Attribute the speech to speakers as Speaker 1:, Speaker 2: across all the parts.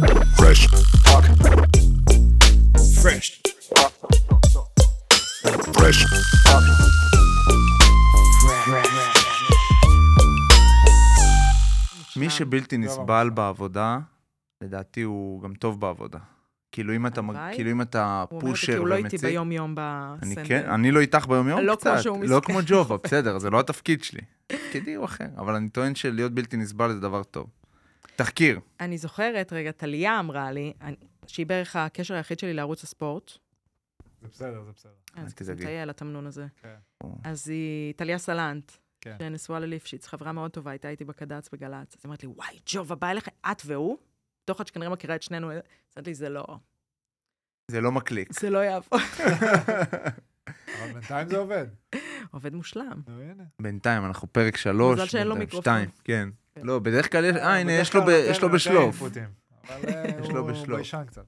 Speaker 1: Fresh talk.
Speaker 2: Fresh.
Speaker 1: Fresh talk.
Speaker 2: כן,
Speaker 3: מי שבלתי נסבל בעבודה, לדעתי הוא גם טוב בעבודה. כאילו אם אתה, מג-
Speaker 4: הלוואי.
Speaker 3: כאילו אם אתה
Speaker 4: הוא אומר את זה כי
Speaker 3: פושר
Speaker 4: הוא לא איתי
Speaker 3: ומציג...
Speaker 4: ביום-יום
Speaker 3: אני
Speaker 4: בסנדל.
Speaker 3: כן, אני לא איתך ביום יום
Speaker 4: לא
Speaker 3: קצת,
Speaker 4: כמו
Speaker 3: לא
Speaker 4: שהוא מסתכל.
Speaker 3: כמו ג'ובה, בסדר, זה לא התפקיד שלי. תפקידי הוא אחר, אבל אני טוען שלהיות בלתי נסבל זה דבר טוב. תחקיר,
Speaker 4: אני זוכרת, רגע, טליה אמרה לי, אני- שהיא בערך הקשר היחיד שלי לערוץ הספורט.
Speaker 2: זה בסדר, זה בסדר.
Speaker 4: אז
Speaker 3: תדאגי.
Speaker 4: קצת טייל התמנון הזה.
Speaker 2: כן.
Speaker 4: אז היא, טליה סלנט,
Speaker 2: כן.
Speaker 4: שנשואה לליפשיץ, חברה מאוד טובה, הייתה איתי בקד"צ בגל"צ. אז היא אמרת לי, וואי, ג'ובה, בא אליך, את והוא? בתוך את שכנראה מכירה את שנינו, אז אמרתי לי, זה לא,
Speaker 3: זה לא מקליק.
Speaker 4: זה לא יעבור.
Speaker 2: אבל בינתיים זה עובד.
Speaker 4: עובד מושלם.
Speaker 2: נו, הנה.
Speaker 3: בינתיים, אנחנו פרק שלוש.
Speaker 4: מזל שאין לו
Speaker 3: בינתיים
Speaker 4: מיקרופון.
Speaker 3: שתיים, כן.
Speaker 4: כן.
Speaker 3: לא, בדרך כלל יש, אה, הנה,
Speaker 2: בדרך
Speaker 3: יש לו
Speaker 2: כלל כן, אוקיי.
Speaker 3: ב-
Speaker 2: נותן-
Speaker 3: יש לו
Speaker 2: נותן
Speaker 3: בשלוף.
Speaker 2: אינפוטים, אבל אה,
Speaker 3: יש לו
Speaker 2: הוא
Speaker 3: בשלוף.
Speaker 2: ביישן קצת.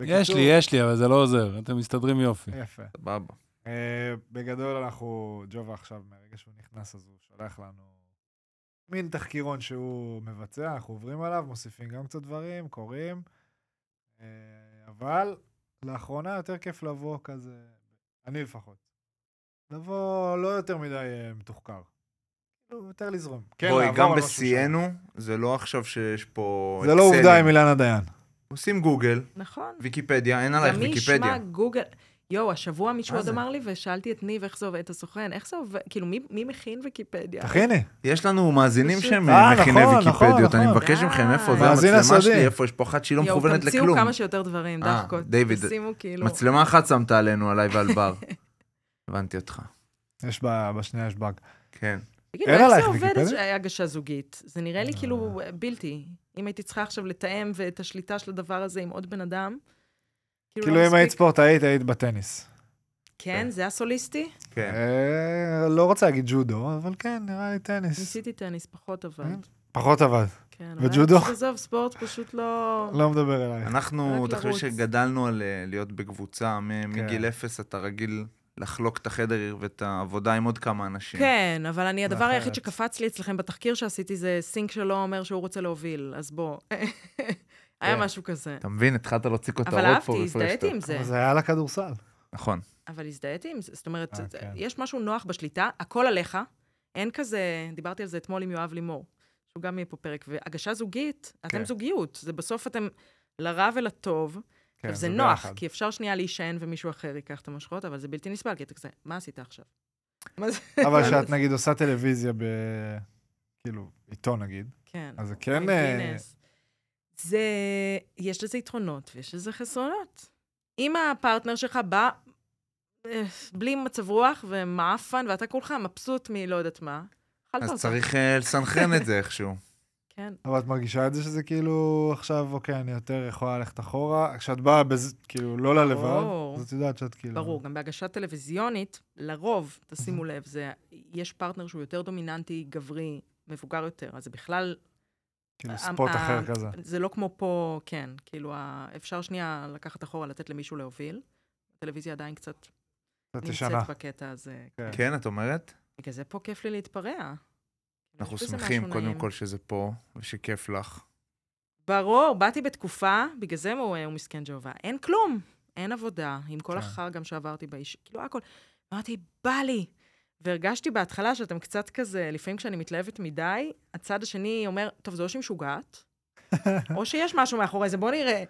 Speaker 5: יש
Speaker 2: בקיצור-
Speaker 5: לי, יש לי, אבל זה לא עוזר. אתם מסתדרים יופי.
Speaker 2: יפה.
Speaker 3: סבבה.
Speaker 2: אה, בגדול אנחנו, ג'ובה עכשיו, מהרגע שהוא נכנס, אז הוא שולח לנו מין תחקירון שהוא מבצע, אנחנו עוברים עליו, מוסיפים גם קצת דברים, קוראים, אה, אבל לאחרונה יותר כיף לבוא כזה, אני לפחות, לבוא לא יותר מדי אה, מתוחקר. כאילו, יותר לזרום. כן,
Speaker 3: בואי,
Speaker 2: לעבור
Speaker 3: גם
Speaker 2: על משהו
Speaker 3: בשיאנו, זה לא עכשיו שיש פה...
Speaker 2: שם. זה לא
Speaker 3: אקסלים.
Speaker 2: עובדה עם אילנה דיין.
Speaker 3: עושים גוגל,
Speaker 4: נכון.
Speaker 3: ויקיפדיה, אין עלייך
Speaker 4: גם מי ישמע
Speaker 3: אה, ויקיפדיה.
Speaker 4: גוגל... יואו, השבוע מישהו
Speaker 3: מה
Speaker 4: עוד
Speaker 3: זה?
Speaker 4: אמר לי, ושאלתי את ניב איך זה עובד, את הסוכן, איך זה עובד, כאילו, מי- מי מכין ויקיפדיה?
Speaker 2: תכיני,
Speaker 3: יש לנו מאזינים
Speaker 4: פשוט.
Speaker 3: שהם
Speaker 2: אה,
Speaker 3: מכיני
Speaker 2: נכון,
Speaker 3: ויקיפדיות,
Speaker 2: נכון,
Speaker 3: אני
Speaker 2: נכון.
Speaker 3: מבקש מכם, איפה זה
Speaker 2: מאזין
Speaker 3: המצלמה שלי,
Speaker 2: הסודי.
Speaker 3: איפה יש פה אחת שהיא לא
Speaker 4: אה. יואו,
Speaker 3: מכוונת
Speaker 4: תמציאו
Speaker 3: לכלום.
Speaker 4: כמה שיותר דברים,
Speaker 3: אה,
Speaker 4: דחקות.
Speaker 3: דיוויד,
Speaker 4: תשימו כאילו...
Speaker 3: מצלמה אחת שמת עלינו, עליי ועל בר. הבנתי אותך.
Speaker 2: יש ב- בשנייה יש באג.
Speaker 3: כן.
Speaker 4: תגידו,
Speaker 2: אין
Speaker 4: איך זה
Speaker 2: עלייך
Speaker 4: עובד
Speaker 2: ויקיפדיה?
Speaker 4: הש- הגשה זוגית? זה נראה
Speaker 3: אה.
Speaker 4: לי כאילו בלתי. אם הייתי צריכה עכשיו לתאם ואת השליטה של הדבר הזה עם עוד בן אדם,
Speaker 2: כאילו
Speaker 4: לא
Speaker 2: אם היית
Speaker 4: מספיק.
Speaker 2: ספורטאית, היית בטניס.
Speaker 4: כן, זה הסוליסטי?
Speaker 3: כן.
Speaker 2: אה, לא רוצה להגיד ג'ודו, אבל כן, נראה לי טניס.
Speaker 4: ניסיתי טניס, פחות עבד.
Speaker 2: כן. פחות עבד.
Speaker 4: כן,
Speaker 2: וג'ודו?
Speaker 4: אבל עזוב, ספורט פשוט לא...
Speaker 2: לא מדבר אלייך.
Speaker 3: אנחנו,
Speaker 4: רק
Speaker 3: תחשבי
Speaker 4: לרוץ.
Speaker 3: שגדלנו על אה, להיות בקבוצה, מ-
Speaker 2: כן.
Speaker 3: מגיל אפס אתה רגיל לחלוק את החדר ואת העבודה עם עוד כמה אנשים.
Speaker 4: כן, אבל אני, הדבר
Speaker 2: ואחרת.
Speaker 4: היחיד שקפץ לי אצלכם בתחקיר שעשיתי זה סינק שלא אומר שהוא רוצה להוביל, אז בוא. היה משהו כזה.
Speaker 3: כן. אתה מבין? התחלת להוציא כותרות פה.
Speaker 4: אבל אהבתי,
Speaker 3: בפרשטוק.
Speaker 4: הזדהיתי עם זה.
Speaker 2: אבל זה היה על הכדורסל.
Speaker 3: נכון.
Speaker 4: אבל הזדהיתי עם זה. זאת אומרת,
Speaker 2: אה,
Speaker 4: זה-
Speaker 2: כן.
Speaker 4: יש משהו נוח בשליטה, הכל עליך. אין כזה, דיברתי על זה אתמול עם יואב לימור, שהוא גם יהיה פה פרק. והגשה זוגית,
Speaker 2: כן.
Speaker 4: אתם זוגיות, זה בסוף אתם לרע ולטוב.
Speaker 2: כן,
Speaker 4: עכשיו, זה נוח,
Speaker 2: ביחד.
Speaker 4: כי אפשר שנייה להישען ומישהו אחר ייקח את המושכות, אבל זה בלתי נסבל, כי אתה כזה, מה עשית עכשיו?
Speaker 2: אבל כשאת נגיד עושה טלוויזיה ב... כאילו, עיתון נגיד,
Speaker 4: כן.
Speaker 2: אז זה כן... אה,
Speaker 4: מייגרינס. זה, יש לזה יתרונות ויש לזה חסרונות. אם הפרטנר שלך בא אה, בלי מצב רוח ומעפן, ואתה כולך מבסוט מלא יודעת מה, אכלת
Speaker 3: אז
Speaker 4: אותה.
Speaker 3: צריך אה, לסנכרן את זה איכשהו.
Speaker 4: כן.
Speaker 2: אבל את מרגישה את זה שזה כאילו, עכשיו, אוקיי, אני יותר יכולה ללכת אחורה. כשאת באה, בז- כאילו, לא ללבד,
Speaker 4: ברור.
Speaker 2: אז את יודעת שאת כאילו...
Speaker 4: ברור, גם בהגשה טלוויזיונית, לרוב, תשימו לב, זה, יש פרטנר שהוא יותר דומיננטי, גברי, מבוגר יותר, אז זה בכלל,
Speaker 2: כאילו,
Speaker 4: ה-
Speaker 2: ספוט
Speaker 4: ה-
Speaker 2: אחר כזה.
Speaker 4: זה לא כמו פה, כן, כאילו, ה- אפשר שנייה לקחת אחורה, לתת למישהו להוביל. הטלוויזיה עדיין קצת
Speaker 2: קצת
Speaker 4: נמצאת
Speaker 2: ישנה.
Speaker 4: בקטע הזה.
Speaker 3: כן, את אומרת?
Speaker 4: בגלל זה פה כיף לי להתפרע.
Speaker 3: אנחנו
Speaker 4: יש בזה
Speaker 3: שמחים,
Speaker 4: משהו
Speaker 3: קודם
Speaker 4: נעים.
Speaker 3: כל, שזה פה, ושכיף לך.
Speaker 4: ברור, באתי בתקופה, בגלל זה הוא, אה, הוא מסכן ג'ובה. אין כלום, אין עבודה, עם כל
Speaker 2: כן.
Speaker 4: החר גם שעברתי באיש, כאילו הכל. אמרתי, בא לי. והרגשתי בהתחלה שאתם קצת כזה, לפעמים כשאני מתלהבת מדי, הצד השני אומר, טוב, זה או שהיא משוגעת, או שיש משהו מאחורי זה, בוא נראה.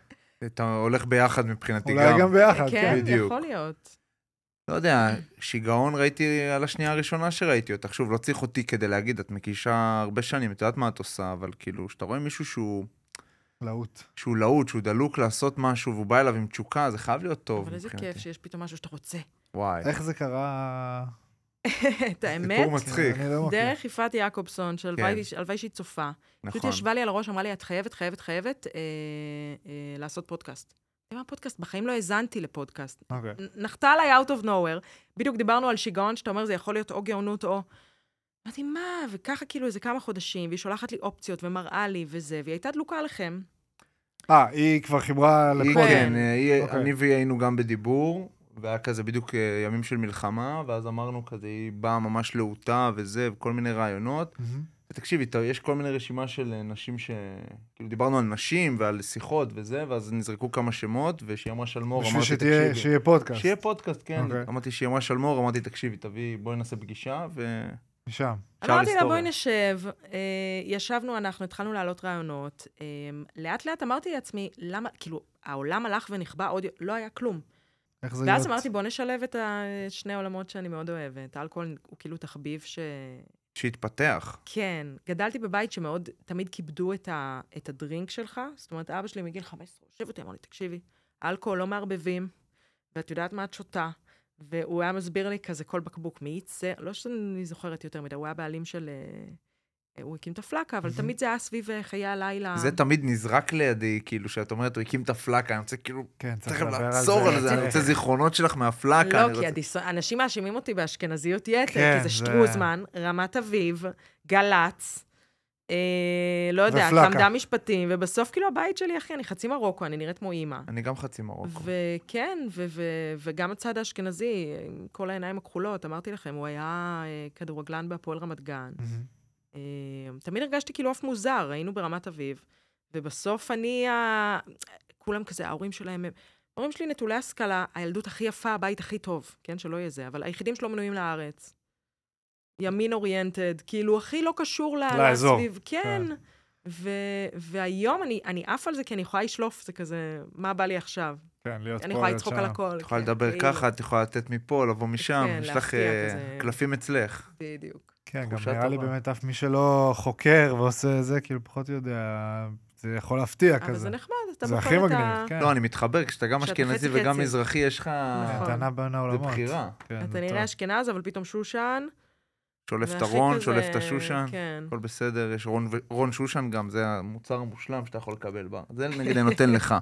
Speaker 3: אתה הולך ביחד מבחינתי
Speaker 2: אולי
Speaker 3: גם.
Speaker 2: גם ביחד,
Speaker 4: כן,
Speaker 2: כן.
Speaker 3: אה, בדיוק.
Speaker 4: יכול להיות.
Speaker 3: לא יודע, שיגעון ראיתי על השנייה הראשונה שראיתי אותך. שוב, לא צריך אותי כדי להגיד, את מקישה הרבה שנים, את יודעת מה את עושה, אבל כאילו, כשאתה רואה מישהו שהוא,
Speaker 2: להוט.
Speaker 3: שהוא להוט, שהוא דלוק לעשות משהו, והוא בא אליו עם תשוקה, זה חייב להיות טוב
Speaker 4: אבל איזה
Speaker 3: מבחינתי.
Speaker 4: כיף שיש פתאום משהו שאתה רוצה.
Speaker 3: וואי,
Speaker 2: איך זה קרה?
Speaker 4: את האמת,
Speaker 3: סיפור כן. מצחיק,
Speaker 2: אני לא מכיר.
Speaker 4: דרך יפעת יעקובסון, שהלוואי הלוואי שהיא צופה. פשוט
Speaker 3: נכון.
Speaker 4: ישבה לי על הראש, אמרה לי, את חייבת, חייבת, חייבת אה, אה, לעשות פודקאסט. אתה יודע מה פודקאסט? בחיים לא האזנתי לפודקאסט.
Speaker 2: אוקיי.
Speaker 4: נ- נחתה עליי out of nowhere. בדיוק דיברנו על שיגעון, שאתה אומר, זה יכול להיות או גאונות או... אמרתי, מה? וככה כאילו איזה כמה חודשים, והיא שולחת לי אופציות ומראה לי וזה, והיא הייתה דלוקה עליכם.
Speaker 2: אה, היא כבר חיברה
Speaker 3: היא,
Speaker 2: לכל...
Speaker 3: כן, אה, היא-
Speaker 2: אוקיי.
Speaker 3: אני והיא היינו גם בדיבור, והיה כזה בדיוק אה, ימים של מלחמה, ואז אמרנו כזה, היא באה ממש להוטה וזה, וכל מיני רעיונות.
Speaker 2: מהמם.
Speaker 3: ותקשיבי, אתה- יש כל מיני רשימה של אה, נשים ש... כאילו, דיברנו על נשים ועל שיחות וזה, ואז נזרקו כמה שמות, ושהיא אמרה שלמור,
Speaker 2: בשביל
Speaker 3: אמרתי,
Speaker 2: שתהיה-
Speaker 3: תקשיבי.
Speaker 2: שיהיה פודקאסט.
Speaker 3: שיהיה פודקאסט, כן.
Speaker 2: אוקיי.
Speaker 3: אמרתי שהיא אמרה שלמור, אמרתי, תקשיבי, תביא, בואי נעשה פגישה, ו...
Speaker 2: משם.
Speaker 3: אפשר
Speaker 4: אמרתי לה,
Speaker 3: לסתור.
Speaker 4: בואי נשב. אה, ישבנו אנחנו, התחלנו להעלות רעיונות. אה, לאט-לאט אמרתי לעצמי, למה, כאילו, העולם הלך ונכבה עוד, לא היה כלום.
Speaker 2: איך זה
Speaker 4: ואז
Speaker 2: להיות?
Speaker 4: אמרתי, בוא נשלב את ה- שני העולמות שאני מאוד אוהבת. האלכוהול הוא כאילו תחביב ש...
Speaker 3: שיתפתח.
Speaker 4: כן, גדלתי בבית שמאוד, תמיד כיבדו את, ה, את הדרינק שלך. זאת אומרת, אבא שלי מגיל 15 יושב אותי, אמר לי, תקשיבי, אלכוהול לא מערבבים, ואת יודעת מה את שותה. והוא היה מסביר לי כזה כל בקבוק מי יצא, לא שאני זוכרת יותר מדי, הוא היה בעלים של... אה, אה, הוא הקים את הפלקה, אבל תמיד זה היה סביב אה, חיי הלילה.
Speaker 3: זה תמיד נזרק לידי, כאילו, שאת אומרת, הוא הקים את הפלקה, אני רוצה כאילו,
Speaker 2: כן, צריך
Speaker 3: צריך
Speaker 2: לדבר על זה. כן.
Speaker 3: לעצור על זה, אני רוצה זיכרונות שלך מהפלקה. אני
Speaker 4: לא, כי
Speaker 3: רוצה-
Speaker 4: הדיס... אנשים מאשימים אותי באשכנזיות יתר,
Speaker 2: כן,
Speaker 4: כי זה
Speaker 2: זה-
Speaker 4: שטרוזמן, רמת אביב, גל"צ, אה, לא יודעת,
Speaker 2: ופלקה.
Speaker 4: למדה משפטים, ובסוף כאילו הבית שלי, אחי, אני חצי מרוקו, אני נראית כמו אימא.
Speaker 3: אני גם חצי מרוקו.
Speaker 4: וכן, ו- ו- וגם הצד האשכנזי, עם כל העיניים הכחולות, אמרתי לכם, הוא היה אה, כדורגלן בהפועל רמת גן.
Speaker 2: מהמם.
Speaker 4: אה, תמיד הרגשתי כאילו אף מוזר, היינו ברמת אביב, ובסוף אני, ה... כולם כזה, ההורים שלהם, הם... ההורים שלי נטולי השכלה, הילדות הכי יפה, הבית הכי טוב, כן, שלא יהיה זה, אבל היחידים שלא מנויים לארץ. ימין אוריינטד, כאילו, הכי לא קשור ל-
Speaker 2: לאזור.
Speaker 4: לסביב. כן. ו... והיום אני, אני עף על זה, כי אני יכולה לשלוף, זה כזה, מה בא לי עכשיו?
Speaker 2: כן, להיות פה,
Speaker 4: אני יכולה
Speaker 2: להיות
Speaker 4: לצחוק על
Speaker 2: שם.
Speaker 4: הכל.
Speaker 3: את יכולה
Speaker 4: כן,
Speaker 3: לדבר
Speaker 4: כאילו,
Speaker 3: ככה, את יכולה לתת מפה, לבוא משם,
Speaker 4: כן,
Speaker 3: יש לך
Speaker 4: להפתיע
Speaker 3: אה,
Speaker 4: כזה.
Speaker 3: קלפים אצלך.
Speaker 4: בדיוק.
Speaker 2: כן, גם
Speaker 3: תחושה
Speaker 2: נראה לי
Speaker 3: טובה.
Speaker 2: באמת אף מי שלא חוקר ועושה זה, כאילו פחות יודע, זה יכול להפתיע
Speaker 4: אבל זה
Speaker 2: כזה.
Speaker 4: נחמד, אה, אתה
Speaker 2: זה
Speaker 4: בוחר
Speaker 2: הכי
Speaker 4: את
Speaker 2: מגניב,
Speaker 4: ה...
Speaker 2: כן.
Speaker 3: לא, אני מתחבר, כשאתה גם
Speaker 4: כשאתה
Speaker 3: אשכנזי
Speaker 4: חצי-חצי.
Speaker 3: וגם מזרחי, יש לך...
Speaker 4: נכון.
Speaker 2: אתה נע בין העולמות.
Speaker 3: בחירה.
Speaker 2: כן,
Speaker 4: אתה
Speaker 2: זה
Speaker 4: נראה
Speaker 2: טוב.
Speaker 4: אשכנז, אבל פתאום שושן.
Speaker 3: שולף את
Speaker 4: והכי
Speaker 3: הרון,
Speaker 4: כזה-
Speaker 3: שולף את השושן,
Speaker 4: כן.
Speaker 3: הכל בסדר, יש רון ו- רון שושן גם, זה המוצר המושלם שאתה יכול לקבל בר. זה נגיד אני נותן לך.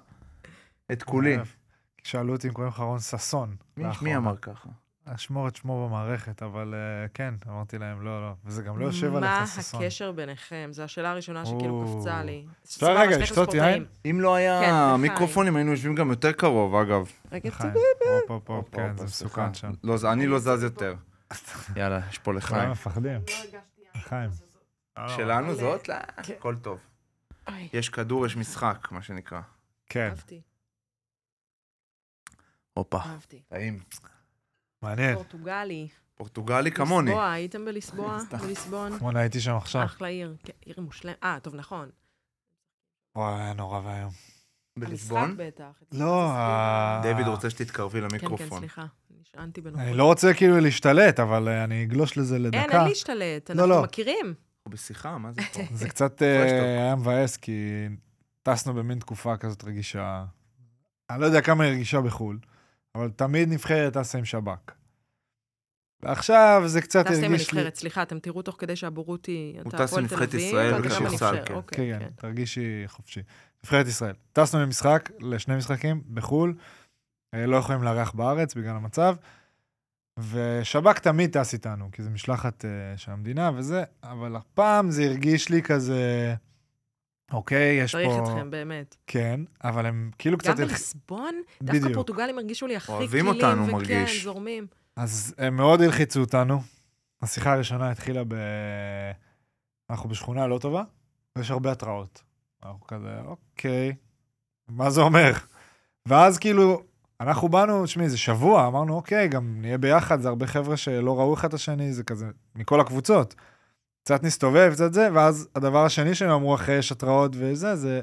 Speaker 3: את כולי.
Speaker 2: אוהב. כן. נכון. שאלו אותי אם קוראים לך רון ששון.
Speaker 3: מי- מי
Speaker 2: לאחרונה.
Speaker 3: אמר ככה?
Speaker 2: אשמור את שמו במערכת, אבל אה, כן, אמרתי להם, לא, לא. וזה גם לא יושב עליך, ששון.
Speaker 4: מה הקשר ביניכם? זו השאלה הראשונה שכאילו
Speaker 2: או.
Speaker 4: קפצה לי.
Speaker 2: אפשר
Speaker 4: סבבה,
Speaker 2: רגע
Speaker 4: שניכם
Speaker 2: לשתות
Speaker 4: ספורטאים.
Speaker 3: אם לא
Speaker 4: כן,
Speaker 3: היה
Speaker 4: וחיים.
Speaker 3: מיקרופונים, היינו יושבים גם יותר קרוב, אגב.
Speaker 4: רגע,
Speaker 2: חיים, הופ, הופ, הופ, כן, זה מסוכן שם.
Speaker 3: לא, זה- אני לא זז יותר. יאללה, יש פה
Speaker 2: כולם
Speaker 3: לחיים.
Speaker 2: מפחדים.
Speaker 4: לא
Speaker 2: חיים.
Speaker 3: שלנו זאת? לא,
Speaker 4: כן.
Speaker 3: הכל טוב.
Speaker 4: אוי,
Speaker 3: יש כדור, יש משחק, מה שנקרא.
Speaker 2: כן,
Speaker 4: אהבתי,
Speaker 3: הופה,
Speaker 4: אהבתי.
Speaker 3: טעים.
Speaker 2: מעניין.
Speaker 4: פורטוגלי.
Speaker 3: פורטוגלי כמוני.
Speaker 4: ליסבוע, הייתם בליסבוע?
Speaker 3: סתם.
Speaker 4: בליסבון?
Speaker 2: אתמול הייתי שם עכשיו.
Speaker 4: אחלה עיר. כן, עיר מושלמת. אה, טוב, נכון.
Speaker 2: וואי, היה נורא ואיום.
Speaker 3: בליסבון.
Speaker 4: המשחק בטח.
Speaker 2: לא, ה-
Speaker 3: דיוויד רוצה שתתקרבי
Speaker 4: אה. כן, כן,
Speaker 3: למיקרופון.
Speaker 4: סליחה. נשענתי
Speaker 2: אני
Speaker 4: בנוכחות.
Speaker 2: לא רוצה כאילו להשתלט, אבל אה, אני אגלוש לזה
Speaker 4: אין,
Speaker 2: לדקה.
Speaker 4: אין להשתלט.
Speaker 2: לא, לא.
Speaker 4: אנחנו מכירים.
Speaker 3: אנחנו בשיחה, מה זה
Speaker 4: כן.
Speaker 3: פה?
Speaker 2: זה קצת אה,
Speaker 3: פרשטוק.
Speaker 2: היה מבאס, כי טסנו במין תקופה כזאת רגישה. אני לא יודע כמה היא רגישה בחו"ל, אבל תמיד נבחרת טסה עם שב"כ. ועכשיו זה קצת
Speaker 4: טסתם עם
Speaker 2: הרגיש לי...
Speaker 4: הנבחרת, סליחה, אתם תראו תוך כדי שהבורות היא...
Speaker 3: הוא
Speaker 4: אתה
Speaker 3: טס עם
Speaker 4: הפועל
Speaker 3: נבחרת
Speaker 4: תל אביב,
Speaker 3: ישראל
Speaker 4: ואתה גם
Speaker 2: בכדורסל,
Speaker 4: הנבחרת.
Speaker 3: כן.
Speaker 4: אוקיי,
Speaker 2: כן,
Speaker 4: כן.
Speaker 2: כן, תרגישי חופשי. נבחרת ישראל. טסנו ממשחק לשני משחקים בחו"ל, אה, לא יכולים לארח בארץ בגלל המצב, ושב"כ תמיד טס איתנו, כי זו משלחת אה, של המדינה וזה, אבל הפעם זה הרגיש לי כזה, אוקיי, יש פה...
Speaker 4: צריך אתכם, באמת.
Speaker 2: כן, אבל הם כאילו קצת...
Speaker 4: גם
Speaker 2: הלכ-
Speaker 4: בליסבון, דווקא
Speaker 2: בדיוק.
Speaker 4: פורטוגלים הרגישו לי הכי קלילים,
Speaker 3: אוהבים אותנו,
Speaker 4: וכן,
Speaker 3: מרגיש.
Speaker 4: זורמים.
Speaker 2: אז הם מאוד הלחיצו אותנו. השיחה הראשונה התחילה ב... אנחנו בשכונה לא טובה, ויש הרבה התראות. אנחנו כזה, אוקיי, מה זה אומר? ואז כאילו, אנחנו באנו, תשמעי, זה שבוע, אמרנו, אוקיי, גם נהיה ביחד, זה הרבה חבר'ה שלא ראו אחד את השני, זה כזה, מכל הקבוצות. קצת נסתובב, קצת זה, ואז הדבר השני שהם אמרו אחרי יש התראות וזה, זה,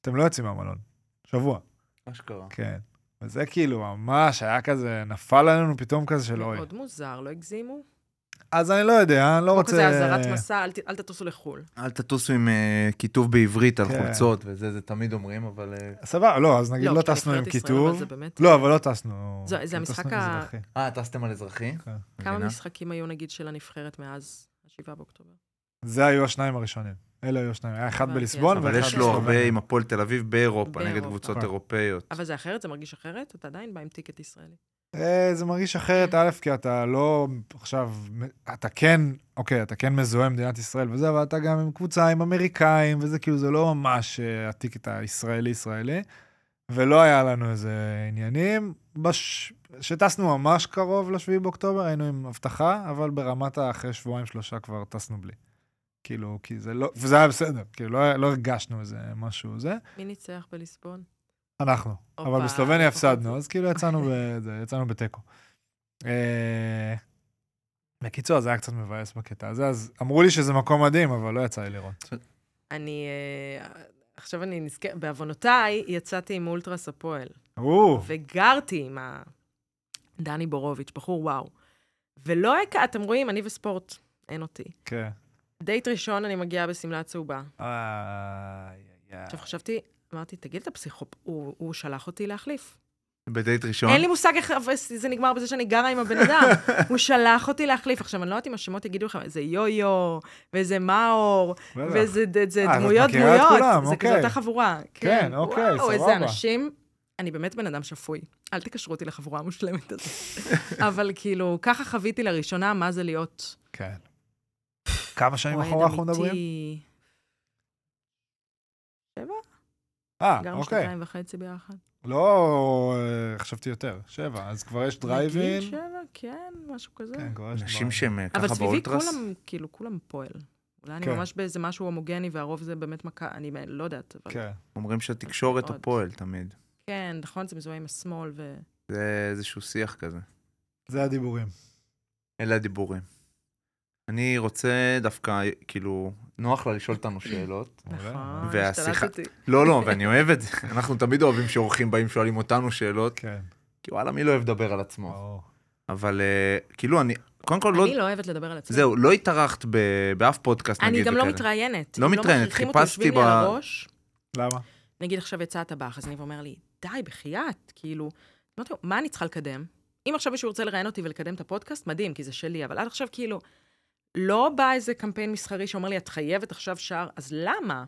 Speaker 2: אתם לא יוצאים מהמלון. שבוע.
Speaker 3: אשכרה.
Speaker 2: כן. וזה כאילו ממש היה כזה, נפל עלינו פתאום כזה של אוי.
Speaker 4: מאוד מוזר, לא הגזימו?
Speaker 2: אז אני לא יודע, אני לא
Speaker 4: לא
Speaker 2: רוצה...
Speaker 4: כזה אזהרת מסע, אל ת- אל תטוסו לחו"ל.
Speaker 3: אל תטוסו עם אה, כיתוב בעברית על
Speaker 2: כן.
Speaker 3: חולצות וזה, זה תמיד אומרים, אבל... אה,
Speaker 2: סבבה, לא, אז נגיד לא
Speaker 4: כי
Speaker 2: טסנו עם
Speaker 4: נבחרת ישראל, אבל
Speaker 2: כיתוב.
Speaker 4: זה באמת...
Speaker 2: לא, אבל לא טסנו.
Speaker 4: זה- זה
Speaker 2: כאילו,
Speaker 4: המשחק
Speaker 2: טסנו
Speaker 4: ה-
Speaker 2: אזרחי.
Speaker 3: אה, טסתם על אזרחי?
Speaker 2: כן.
Speaker 4: כמה
Speaker 3: מבינה?
Speaker 4: משחקים היו, נגיד, של הנבחרת מאז ה-7 באוקטובר?
Speaker 2: זה היו השניים הראשונים. אלה היו השניים. היה אחד
Speaker 4: הבנתי,
Speaker 2: בליסבון
Speaker 4: אז
Speaker 2: ואחד
Speaker 3: אבל יש לו
Speaker 4: בסלובניה.
Speaker 3: הרבה עם הפועל תל אביב באירופה, נגד
Speaker 4: באירופה.
Speaker 3: קבוצות
Speaker 2: נכון.
Speaker 3: אירופאיות.
Speaker 4: אבל זה אחרת? זה מרגיש אחרת? אתה עדיין בא עם טיקט ישראלי.
Speaker 2: אה, זה מרגיש אחרת, א', כי אתה לא עכשיו, אתה כן, אוקיי, אתה כן מזוהה עם מדינת ישראל וזה, אבל אתה גם עם קבוצה, עם אמריקאים, וזה כאילו, זה לא ממש אה, הטיקט הישראלי-ישראלי. ולא היה לנו איזה עניינים. בש... שטסנו ממש קרוב ל-7 באוקטובר, היינו עם אבטחה, אבל ברמת האחרי שבועיים-שלושה כבר טסנו בלי. כאילו, כי זה לא, וזה היה בסדר, כאילו, לא, היה- לא הרגשנו איזה משהו זה.
Speaker 4: מי ניצח בליסבון?
Speaker 2: אנחנו. אבל
Speaker 4: הופה,
Speaker 2: בסלובניה
Speaker 4: לפחות
Speaker 2: הפסדנו,
Speaker 4: זה.
Speaker 2: אז כאילו יצאנו בזה, יצאנו בתיקו. אה, בקיצור, אז זה היה קצת מבאס בקטע הזה, אז אמרו לי שזה מקום מדהים, אבל לא יצא לי לראות.
Speaker 4: אני... אה, עכשיו אני נזכרת, בעוונותיי יצאתי עם אולטרס הפועל,
Speaker 2: או,
Speaker 4: וגרתי עם ה... דני בורוביץ', בחור וואו. ולא הכ... אתם רואים, אני וספורט, אין אותי.
Speaker 2: כן.
Speaker 4: דייט ראשון, אני מגיעה בשמלה צהובה.
Speaker 2: איי, איי,
Speaker 4: עכשיו חשבתי, אמרתי, תגיד, אתה פסיכופ... הוא, הוא שלח אותי להחליף.
Speaker 3: בדייט ראשון?
Speaker 4: אין לי מושג איך אבל זה נגמר בזה שאני גרה עם הבן אדם. הוא שלח אותי להחליף. עכשיו, אני לא יודעת אם השמות יגידו לכם, זה יו-יו, וזה מאור,
Speaker 2: בטח.
Speaker 4: וזה ד- זה
Speaker 2: אה, אז את
Speaker 4: דמויות
Speaker 2: מכירה את
Speaker 4: דמויות.
Speaker 2: כולם,
Speaker 4: זה
Speaker 2: אוקיי.
Speaker 4: כזאת החבורה.
Speaker 2: כן, אוקיי,
Speaker 4: וואו,
Speaker 2: סבבה.
Speaker 4: איזה אנשים. אני באמת בן אדם שפוי. אל תקשרו אותי לחבורה המושלמת הזאת. אבל כאילו, ככה חוויתי לראשונה מה זה להיות
Speaker 2: כן. כמה שנים
Speaker 4: אוהד
Speaker 2: אחורה אנחנו מדברים?
Speaker 4: אמיתי.
Speaker 2: אה,
Speaker 4: גרנו
Speaker 2: אוקיי.
Speaker 4: שנתיים וחצי ביחד.
Speaker 2: לא אה, חשבתי יותר, שבע, אז כבר יש
Speaker 4: בגיל
Speaker 2: דרייבין.
Speaker 4: שבע, כן, משהו כזה.
Speaker 2: כן, כבר יש
Speaker 3: אנשים
Speaker 2: דרייבין.
Speaker 3: שהם אה,
Speaker 4: אבל
Speaker 3: ככה
Speaker 4: סביבי
Speaker 3: באולטרס?
Speaker 4: כולם, כאילו, כולם פועל. אולי אני
Speaker 2: כן.
Speaker 4: ממש באיזה משהו הומוגני, והרוב זה באמת מכה, אני לא יודעת, אבל...
Speaker 2: כן.
Speaker 3: אומרים שהתקשורת
Speaker 4: מאוד.
Speaker 3: הפועל תמיד.
Speaker 4: כן, נכון, זה מזוהה עם השמאל, ו...
Speaker 3: זה איזשהו שיח כזה.
Speaker 2: זה הדיבורים.
Speaker 3: אלה הדיבורים. אני רוצה דווקא, כאילו, נוח לה לשאול אותנו שאלות.
Speaker 2: מעולה.
Speaker 4: נכון,
Speaker 3: והשיחה-
Speaker 4: השתלטתי.
Speaker 3: לא, לא, ואני אוהב את זה. אנחנו תמיד אוהבים שאורחים באים, שואלים אותנו שאלות,
Speaker 2: כן,
Speaker 3: כי וואלה, מי לא אוהב לדבר על עצמו?
Speaker 2: ברור.
Speaker 3: אבל אה, כאילו, אני, קודם כל, לא,
Speaker 4: אני לא אוהבת לדבר על עצמי.
Speaker 3: זהו, לא התארחת ב- באף פודקאסט, נגיד.
Speaker 4: אני גם לא
Speaker 3: וכאלה.
Speaker 4: מתראיינת.
Speaker 3: לא
Speaker 4: אם
Speaker 3: מתראיינת,
Speaker 4: מכריחים אותי,
Speaker 3: חיפשתי
Speaker 4: יושבים לי על
Speaker 3: ב-
Speaker 4: הראש,
Speaker 2: למה?
Speaker 4: נגיד עכשיו יצא הטבח, אז ניב אומר לי, די, בחייאת, כאילו, אמרתי לו, מה אני צריכה לקדם? אם עכשיו מישהו ירצה לראיין אותי ולקדם את הפודקאסט, מדהים, כי זה שלי, אבל עד עכשיו כאילו, לא בא איזה קמפיין מסחרי שאומר לי, את חייבת עכשיו שער, אז למה?